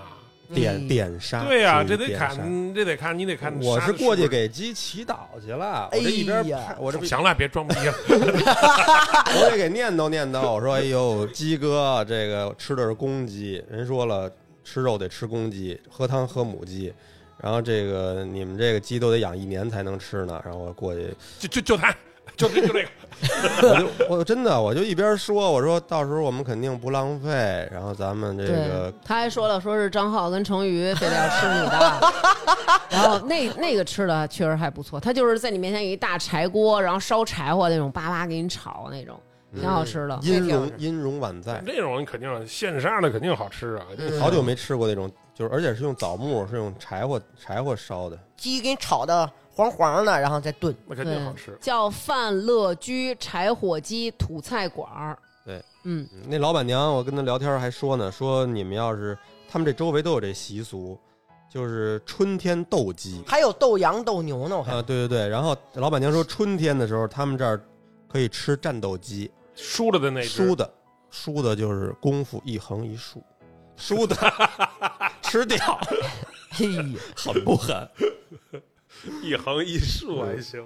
Speaker 5: 点
Speaker 1: 嗯
Speaker 5: 点杀，
Speaker 2: 对呀，
Speaker 5: 属于
Speaker 2: 这得
Speaker 5: 啊点杀
Speaker 2: 看，这得看，你得看。
Speaker 5: 我是过去，给鸡祈祷去了，我这一边
Speaker 4: 哎呀
Speaker 5: 拍我这不
Speaker 2: 行了，别装逼了。
Speaker 5: 我也给念叨念叨，我说：“哎呦，鸡哥，这个吃的是公鸡，人说了吃肉得吃公鸡，喝汤喝母鸡，然后这个你们这个鸡都得养一年才能吃呢。”然后我过去，
Speaker 2: 就就就他，就就就这个，
Speaker 5: 我就我真的我就一边说，我说到时候我们肯定不浪费，然后咱们这
Speaker 1: 对
Speaker 5: 个，
Speaker 1: 他还说了，说是张浩跟成瑜非得要吃你的，然后那那个吃的确实还不错，他就是在你面前有一大柴锅，然后烧柴火那种，叭叭给你炒那种，挺好吃的。
Speaker 5: 音
Speaker 4: 挺好吃
Speaker 5: 容音容宛在，
Speaker 2: 那种肯定现杀的肯定好吃啊。
Speaker 5: 哎嗯好久没吃过那种，就是而且是用枣木，是用柴火柴火烧的，
Speaker 4: 鸡给你炒的黄黄的，然后再炖。
Speaker 2: 那肯定好吃。
Speaker 1: 叫范乐居柴火鸡土菜馆儿。
Speaker 5: 对，
Speaker 1: 嗯，
Speaker 5: 嗯那老板娘，我跟她聊天还说呢，说你们要是他们这周围都有这习俗，就是春天 斗鸡
Speaker 4: 还有斗羊斗牛呢，我 看。
Speaker 5: 啊，对对对。然后老板娘说，春天的时候他们这儿可以吃战斗鸡，
Speaker 2: 输了的那只
Speaker 5: 输的输的就是功夫一横一竖，输的吃掉，
Speaker 4: 嘿呀，
Speaker 5: 狠不狠？
Speaker 2: 一横一竖还行。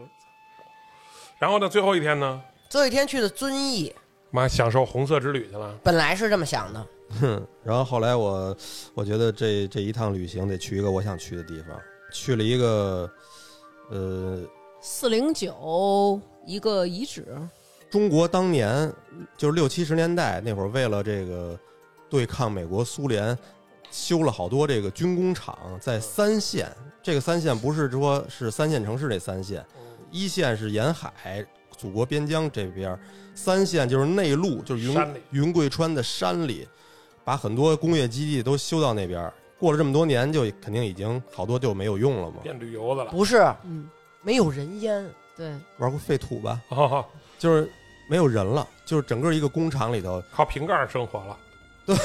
Speaker 2: 然后呢，最后一天呢，
Speaker 4: 最后一天去的遵义，
Speaker 2: 妈享受红色之旅去了。
Speaker 4: 本来是这么想的，
Speaker 5: 哼。然后后来我我觉得这这一趟旅行得去一个我想去的地方，去了一个呃
Speaker 1: 四零九一个遗址，
Speaker 5: 中国当年就是六七十年代那会儿，为了这个对抗美国、苏联，修了好多这个军工厂
Speaker 2: 嗯
Speaker 5: 在三
Speaker 2: 嗯
Speaker 5: 线。这个三线不是说是三线城市这三线，一线是沿海，祖国边疆这边儿，三县就是内陆，就是云
Speaker 2: 山里
Speaker 5: 云贵川的山里，把很多工业基地都修到那边儿。过了这么多年，就肯定已经好多就没有用了嘛。
Speaker 2: 变旅游的了。
Speaker 4: 不是
Speaker 1: 嗯，
Speaker 4: 没有人烟，
Speaker 1: 对，
Speaker 5: 玩过废土吧，
Speaker 2: 哦，
Speaker 5: 就是没有人了，就是整个一个工厂里头，
Speaker 2: 靠瓶盖生活了，
Speaker 5: 对，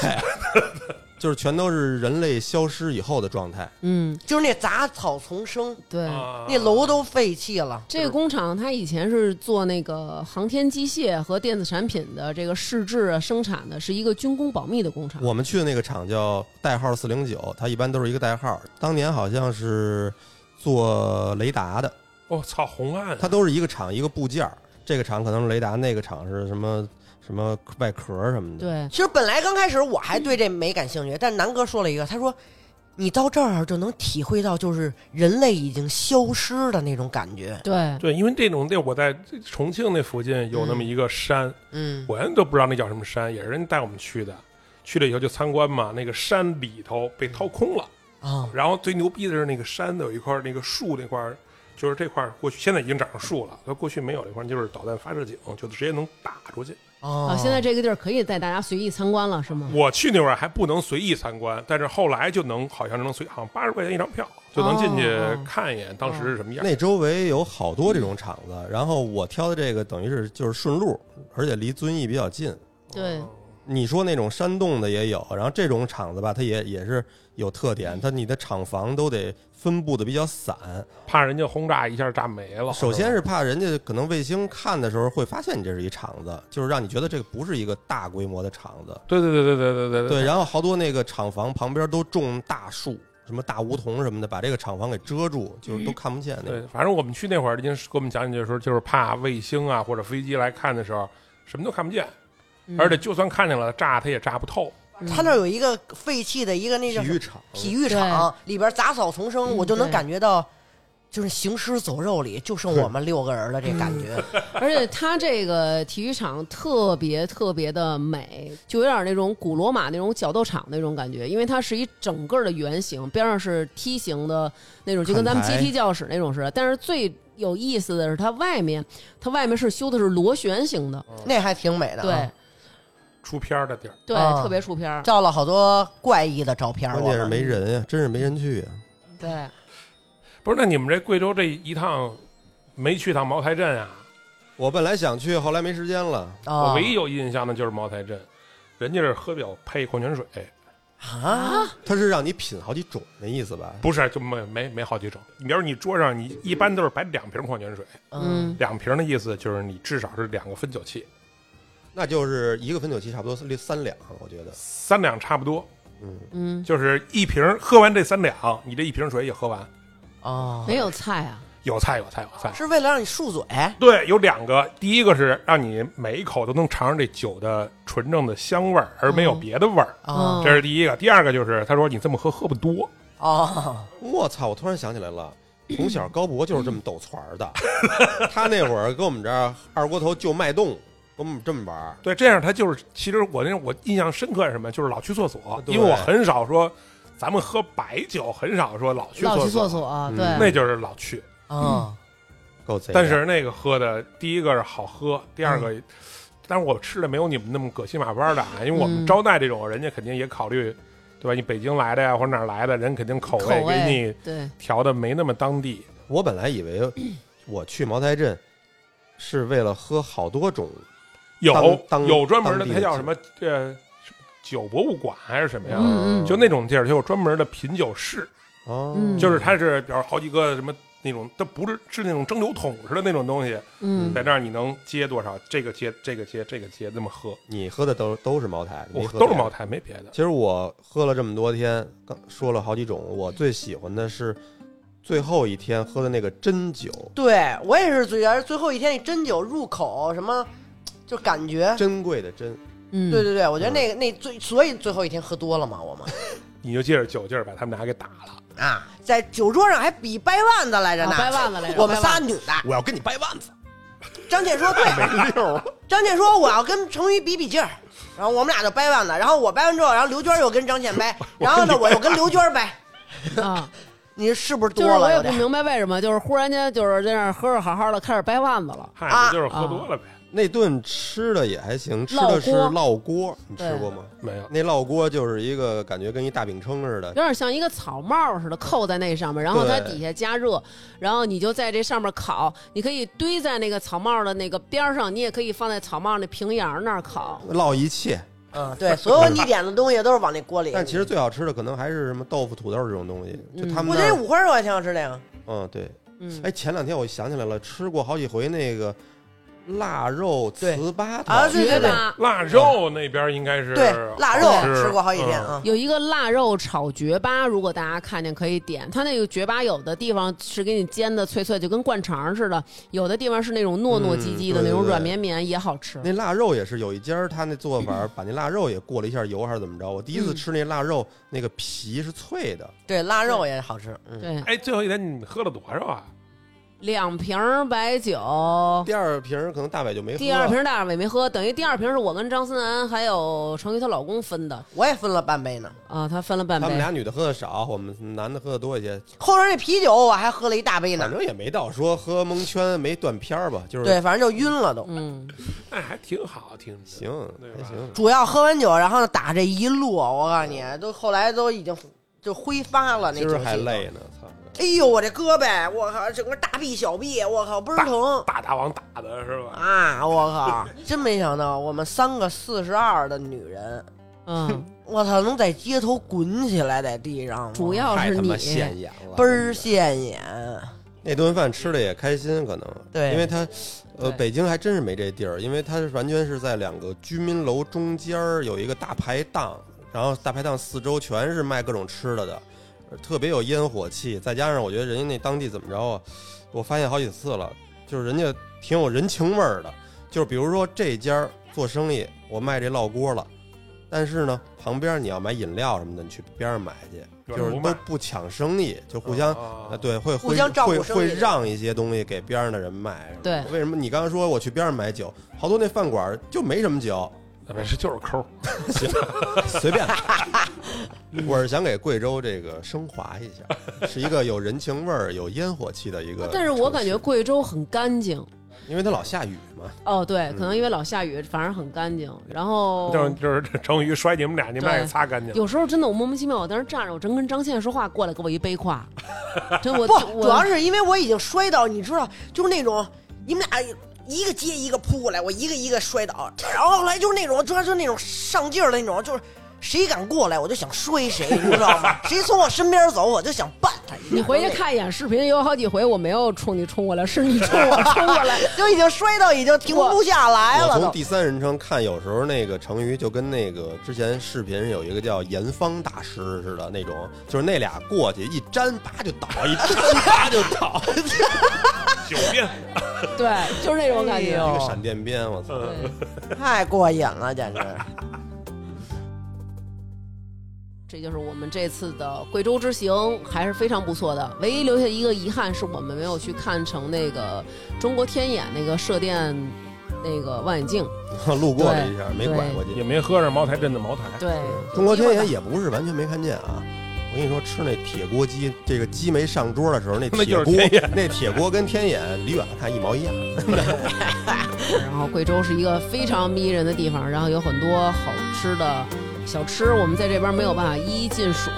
Speaker 5: 就是全都是人类消失以后的状态。
Speaker 1: 嗯，
Speaker 4: 就是那杂草丛生，
Speaker 1: 对。
Speaker 2: 啊
Speaker 4: 那楼都废弃了。
Speaker 1: 这个工厂它以前是做那个航天机械和电子产品的这个试制啊生产的，是一个军工保密的工厂。
Speaker 5: 我们去的那个厂叫代号四零九，它一般都是一个代号。当年好像是做雷达的，
Speaker 2: 我哦操，红岸啊
Speaker 5: 它都是一个厂一个部件儿。这个厂可能是雷达，那个厂是什么什么外壳什么的。
Speaker 1: 对，
Speaker 4: 其实本来刚开始我还对这没感兴趣，但南哥说了一个，他说你到这儿就能体会到就是人类已经消失的那种感觉。
Speaker 1: 对，
Speaker 2: 对，因为这种地儿我在重庆那附近有那么一个山，
Speaker 4: 嗯，
Speaker 2: 我原来都不知道那叫什么山，也是人带我们去的。去了以后就参观嘛，那个山里头被掏空了，
Speaker 4: 啊，
Speaker 2: 然后最牛逼的是那个山的有一块那个树那块儿，就是这块儿过去现在已经长上树了，它过去没有这块儿就是导弹发射井，就直接能打出去。
Speaker 4: 哦
Speaker 1: 啊，现在这个地儿可以带大家随意参观了，是吗？
Speaker 2: 我去那会儿还不能随意参观，但是后来就能好像是能随，好像八十块钱一张票就能进去
Speaker 1: 哦
Speaker 2: 看一眼当时是什么样。
Speaker 5: 那周围有好多这种厂子，然后我挑的这个等于是就是顺路，而且离遵义比较近。
Speaker 1: 对，
Speaker 5: 你说那种山洞的也有，然后这种厂子吧，它也也是有特点，它你的厂房都得分布的比较散。
Speaker 2: 怕人家轰炸一下炸没了。
Speaker 5: 首先
Speaker 2: 是
Speaker 5: 是怕人家可能卫星看的时候会发现你这是一厂子，就是让你觉得这个不是一个大规模的厂子。
Speaker 2: 对对对对对对
Speaker 5: 对，然后好多那个厂房旁边都种大树，什么大梧桐什么的，把这个厂房给遮住，就是都看不见那个。
Speaker 2: 对，反正我们去那会儿，您给我们讲解的时候，就是怕卫星啊或者飞机来看的时候，什么都看不见，而且就算看见了，炸它也炸不透。
Speaker 4: 他那儿有一个废弃的一个那
Speaker 5: 体
Speaker 4: 叫
Speaker 5: 育场，
Speaker 4: 体育场里边杂草丛生，
Speaker 1: 嗯
Speaker 4: 我就能
Speaker 1: 对
Speaker 4: 感觉到，就是行尸走肉里就剩我们六个人了，这感觉。
Speaker 1: 而且它这个体育场特别特别的美，就有点那种古罗马那种角斗场那种感觉，因为它是一整个的圆形，边上是梯形的那种，就跟咱们阶
Speaker 5: 看台
Speaker 1: 梯教室那种似的。但是最有意思的是，它外面它外面是修的是螺旋形的，
Speaker 4: 那还挺美的、
Speaker 1: 对
Speaker 4: 啊，
Speaker 2: 出片儿的地儿，
Speaker 1: 对，
Speaker 4: 啊
Speaker 1: 特别出片儿，
Speaker 4: 照了好多怪异的照片。
Speaker 5: 关
Speaker 4: 我
Speaker 5: 键是
Speaker 4: 们
Speaker 5: 没人呀，真是没人去呀。
Speaker 1: 对。
Speaker 2: 不是？那你们这贵州这一趟没去趟茅台镇啊？
Speaker 5: 我本来想去，后来没时间了。
Speaker 4: 啊
Speaker 2: 我唯一有印象的就是茅台镇，人家是喝酒配矿泉水，
Speaker 4: 啊，
Speaker 5: 它是让你品好几种的意思吧？
Speaker 2: 不是就没没没好几种。你比如你桌上你一般都是摆两瓶矿泉水，
Speaker 1: 嗯，
Speaker 2: 两瓶的意思就是你至少是两个分酒器，
Speaker 5: 那就是一个汾酒期差不多三三两，我觉得。
Speaker 2: 三两差不多，
Speaker 1: 嗯，
Speaker 2: 就是一瓶喝完这三两，你这一瓶水也喝完，
Speaker 4: 啊，
Speaker 1: 没有菜啊，
Speaker 2: 有菜有菜有菜。
Speaker 4: 是为了让你漱嘴。
Speaker 2: 对，有两个，第一个是让你每一口都能尝上这酒的纯正的香味儿，而没有别的味儿，
Speaker 4: 啊
Speaker 1: 嗯
Speaker 2: 这是第一个。第二个就是他说你这么喝喝不多，
Speaker 4: 啊，
Speaker 5: 我操！我突然想起来了，从小高博就是这么抖团儿的。 他那会儿跟我们这儿二锅头就脉动，跟我们这么玩儿。
Speaker 2: 对，这样他就是其实我那我印象深刻是什么，就是老去厕所，
Speaker 5: 对
Speaker 2: 因为我很少说咱们喝白酒，很少说老去
Speaker 1: 老去厕
Speaker 2: 所，
Speaker 1: 所啊，
Speaker 5: 嗯
Speaker 1: 对，
Speaker 2: 那就是老去。
Speaker 4: 啊，
Speaker 5: 够贼的。
Speaker 2: 但是那个喝的，第一个是好喝，第
Speaker 1: 嗯
Speaker 2: 二个，但是我吃的没有你们那么葛西马班的啊，因为我
Speaker 1: 嗯
Speaker 2: 们招待这种人家肯定也考虑，对吧？你北京来的呀，或者哪儿来的人，肯定口
Speaker 1: 口
Speaker 2: 给你
Speaker 1: 味对，
Speaker 2: 调的没那么当地。
Speaker 5: 我本来以为我去茅台镇是为了喝好多种，
Speaker 2: 有
Speaker 5: 当当
Speaker 2: 有专门的，
Speaker 5: 当地
Speaker 2: 它
Speaker 5: 的
Speaker 2: 叫
Speaker 5: 酒
Speaker 2: 什么？呃，酒博物馆还是什么呀？
Speaker 1: 嗯嗯
Speaker 2: 就那种地儿，它有专门的品酒室，
Speaker 5: 哦，
Speaker 1: 嗯
Speaker 2: 就是它是比如好几个什么那种，它不是是那种蒸馏桶似的那种东西，
Speaker 1: 嗯，
Speaker 2: 在那儿你能接多少？这个接这个接这个接，那么喝，
Speaker 5: 你喝的都都是茅台，
Speaker 2: 我
Speaker 5: 没喝
Speaker 2: 哦都是
Speaker 5: 别的
Speaker 2: 茅。台，没别的。
Speaker 5: 其实我喝了这么多天，刚说了好几种，我最喜欢的是最后一天喝的那个真酒，
Speaker 4: 对我也是最最后一天，那真酒入口什么，就感觉。
Speaker 5: 珍贵的珍。
Speaker 1: 嗯，
Speaker 4: 对对对，我觉得那个那最所以最后一天喝多了嘛，我们
Speaker 2: 你就借着酒劲儿把他们俩给打了。
Speaker 4: 啊，在酒桌上还比掰腕子来着呢，
Speaker 1: 啊掰腕子来着
Speaker 4: 我们
Speaker 1: 掰
Speaker 4: 仨
Speaker 1: 腕
Speaker 4: 女的，
Speaker 5: 我要跟你掰腕子，
Speaker 4: 张姐 说对，
Speaker 5: 没溜儿。
Speaker 4: 张健说我要跟程宇比比劲儿，然后我们俩就 掰腕子，然后我掰完之后，然后刘娟又跟张健掰，然后呢我又跟刘娟掰，
Speaker 1: 啊，
Speaker 4: 你是不是
Speaker 1: 就
Speaker 4: 多
Speaker 1: 是我
Speaker 4: 了
Speaker 1: 也
Speaker 4: 有
Speaker 1: 不
Speaker 4: 点？
Speaker 1: 明白为什么，就是忽然间就是在那儿喝着好好的开始掰腕子了。
Speaker 2: 嗨，
Speaker 4: 啊
Speaker 2: 你就是喝多了呗，
Speaker 5: 那顿吃的也还行，吃
Speaker 1: 烙
Speaker 5: 的是
Speaker 1: 锅
Speaker 5: 烙锅，你吃
Speaker 1: 对
Speaker 5: 过吗？
Speaker 2: 没有。
Speaker 5: 那烙锅就是一个感觉跟一大饼铛似的
Speaker 1: 有，点像一个草帽似的扣在那上面，然后它
Speaker 5: 对
Speaker 1: 底下加热，然后你就在这上面烤。你可以堆在那个草帽的那个边儿上，你也可以放在草帽那平沿儿那儿烤。
Speaker 5: 烙一切。
Speaker 4: 嗯，对，所有你点的东西都是往那锅里。
Speaker 5: 但其实最好吃的可能还是什么豆腐、土豆这种东西，就他
Speaker 4: 嗯我
Speaker 5: 们
Speaker 4: 觉
Speaker 5: 那
Speaker 4: 得
Speaker 5: 儿，
Speaker 4: 五花肉还挺好吃的呀。
Speaker 5: 嗯，对。
Speaker 1: 嗯，
Speaker 5: 哎，前两天我想起来了，吃过好几回那个腊肉
Speaker 4: 对
Speaker 5: 糍粑
Speaker 4: 啊
Speaker 5: 头
Speaker 4: 对
Speaker 1: 绝吧！
Speaker 2: 腊肉那边应该是
Speaker 4: 对，腊肉
Speaker 2: 好吃
Speaker 4: 吃过好几天
Speaker 2: 嗯
Speaker 4: 啊。
Speaker 1: 有一个腊肉炒绝巴，如果大家看见可以点。它那个绝巴有的地方是给你煎的脆脆，就跟灌肠似的；有的地方是那种糯糯唧唧的、
Speaker 5: 嗯
Speaker 1: 那
Speaker 5: 对
Speaker 1: 种
Speaker 5: 对对
Speaker 1: 软绵绵，也好吃。
Speaker 5: 那腊肉也是有一家儿，他那做法儿把那腊肉也过了一下油，还是怎么着？我第一次
Speaker 1: 嗯
Speaker 5: 吃那腊肉，那个皮是脆的，
Speaker 4: 对，腊肉也好吃。嗯，
Speaker 1: 对，
Speaker 2: 哎，最后一天你喝了多少啊？
Speaker 1: 两瓶儿白酒，
Speaker 5: 第二瓶儿可能大伟就没喝。
Speaker 1: 第二瓶大伟没喝，等于第二瓶是我跟张思楠还有程昱她老公分的
Speaker 4: 我也分了半杯呢。
Speaker 1: 啊，他分了半
Speaker 5: 他们
Speaker 1: 杯。
Speaker 5: 俩女的喝的少，我们男的喝的多一些，
Speaker 4: 后边那啤酒我还喝了一大杯
Speaker 5: 反
Speaker 4: 呢。
Speaker 5: 正也没到说喝蒙圈没断片儿吧，就是
Speaker 4: 对，反正就晕了都。
Speaker 1: 嗯，
Speaker 2: 那还挺好，听着
Speaker 5: 行，
Speaker 2: 对
Speaker 5: 还
Speaker 2: 吧？
Speaker 5: 行。
Speaker 4: 主要喝完酒，然后打这一路，我告诉你，都后来都已经就挥发了。那
Speaker 5: 今
Speaker 4: 酒
Speaker 5: 儿
Speaker 4: 气
Speaker 5: 还。累呢，操！
Speaker 4: 哎呦，我这胳膊，我靠，整个大臂小臂，我靠，倍儿
Speaker 2: 大
Speaker 4: 疼
Speaker 2: 大大王打的是吧？
Speaker 4: 啊！我靠，真没想到我们三个四十二的女人，
Speaker 1: 嗯，
Speaker 4: 我操，能在街头滚起来，在地上，
Speaker 1: 主要
Speaker 5: 太
Speaker 1: 是
Speaker 5: 他
Speaker 1: 你
Speaker 5: 妈现眼了，
Speaker 4: 倍
Speaker 5: 真
Speaker 4: 儿
Speaker 5: 的
Speaker 4: 现眼。
Speaker 5: 那顿饭吃的也开心，可能
Speaker 4: 对
Speaker 5: 因为它，呃，
Speaker 1: 对
Speaker 5: 北京还真是没这地儿，因为它是完全是在两个居民楼中间儿有一个大排档，然后大排档四周全是卖各种吃的的，呃特别有烟火气，再加上我觉得人家那当地怎么着啊，我发现好几次了，就是人家挺有人情味儿的，就是比如说这家儿做生意，我卖这烙锅了。但是呢，旁边儿你要买饮料什么的，你去边上买去，
Speaker 2: 有
Speaker 5: 就
Speaker 2: 人
Speaker 5: 是
Speaker 2: 不
Speaker 5: 都
Speaker 2: 卖
Speaker 5: 不抢生意，就互相
Speaker 2: 啊
Speaker 5: 啊，，对，会
Speaker 4: 互
Speaker 5: 会
Speaker 4: 相照顾
Speaker 5: 会
Speaker 4: 生意
Speaker 5: 会
Speaker 4: 的
Speaker 5: 让一些东西给边上的人卖。
Speaker 1: 对
Speaker 5: 为什么你刚刚说我去边上买酒，好多那饭馆儿就没什么酒，
Speaker 2: 没事，就是抠。
Speaker 5: 随便。 我是想给贵州这个升华一下，是一个有人情味儿、有烟火气的一个城市。
Speaker 1: 啊但是我感觉贵州很干净。
Speaker 5: 因为它老下雨嘛，
Speaker 1: 哦，对，
Speaker 5: 嗯
Speaker 1: 可能因为老下雨，反而很干净。然
Speaker 4: 哦
Speaker 1: 后
Speaker 2: 就是就是 这成语摔你们俩，你们俩给擦干净。
Speaker 1: 有时候真的我莫名其妙，我在那儿站着，我正跟张倩说话，过来给我一背 胯，真我
Speaker 4: 不，
Speaker 1: 呃我
Speaker 4: 主要是因为我已经摔到，你知道，就是那种你们俩一个接一个扑过来，我一个一个摔倒，然后后来就是那种，主要就是那种上劲儿的那种，就是谁敢过来，我就想摔谁，你知道吗？谁从我身边走，我就想绊他一下。
Speaker 1: 你回去看一眼视频，有好几回我没有冲你冲过来，是你冲我冲过 来。
Speaker 4: 就已经摔到已经停不下
Speaker 1: 哎
Speaker 4: 来
Speaker 5: 我
Speaker 4: 了
Speaker 5: 从
Speaker 4: 都。
Speaker 5: 第三人称看，有时候那个成语就跟那个之前视频有一个叫严方大师似的那种，就是那俩过去一粘，啪就倒，一粘啪就倒，
Speaker 2: 酒店，
Speaker 1: 对，就是那种感
Speaker 4: 哎
Speaker 1: 觉。
Speaker 4: 呦
Speaker 5: 一个闪电鞭，我操！
Speaker 2: 嗯，
Speaker 1: 对
Speaker 4: 太过瘾了，简直！
Speaker 1: 这就是我们这次的贵州之行，还是非常不错的。唯一留下一个遗憾是我们没有去看成那个中国天眼那个射电那个望远镜。
Speaker 5: 路过了一下，没拐过
Speaker 2: 也
Speaker 5: 去。
Speaker 2: 没喝上茅台镇的茅台。
Speaker 1: 对，
Speaker 5: 中国天眼也不是完全没看见啊。我跟你说，吃那铁锅鸡，这个鸡没上桌的时候，那
Speaker 2: 那
Speaker 5: 铁
Speaker 2: 就是
Speaker 5: 锅
Speaker 2: 天眼，
Speaker 5: 那铁锅跟天眼离远了看一毛一样。
Speaker 1: 然后贵州是一个非常迷人的地方，然后有很多好吃的小吃，我们在这边没有办法一一尽数。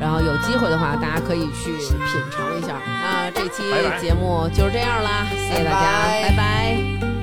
Speaker 1: 然后有机会的话，大家可以去品尝一下。那这期
Speaker 2: 拜拜
Speaker 1: 节目就是这样啦，谢谢大家，
Speaker 4: 拜拜
Speaker 1: 拜拜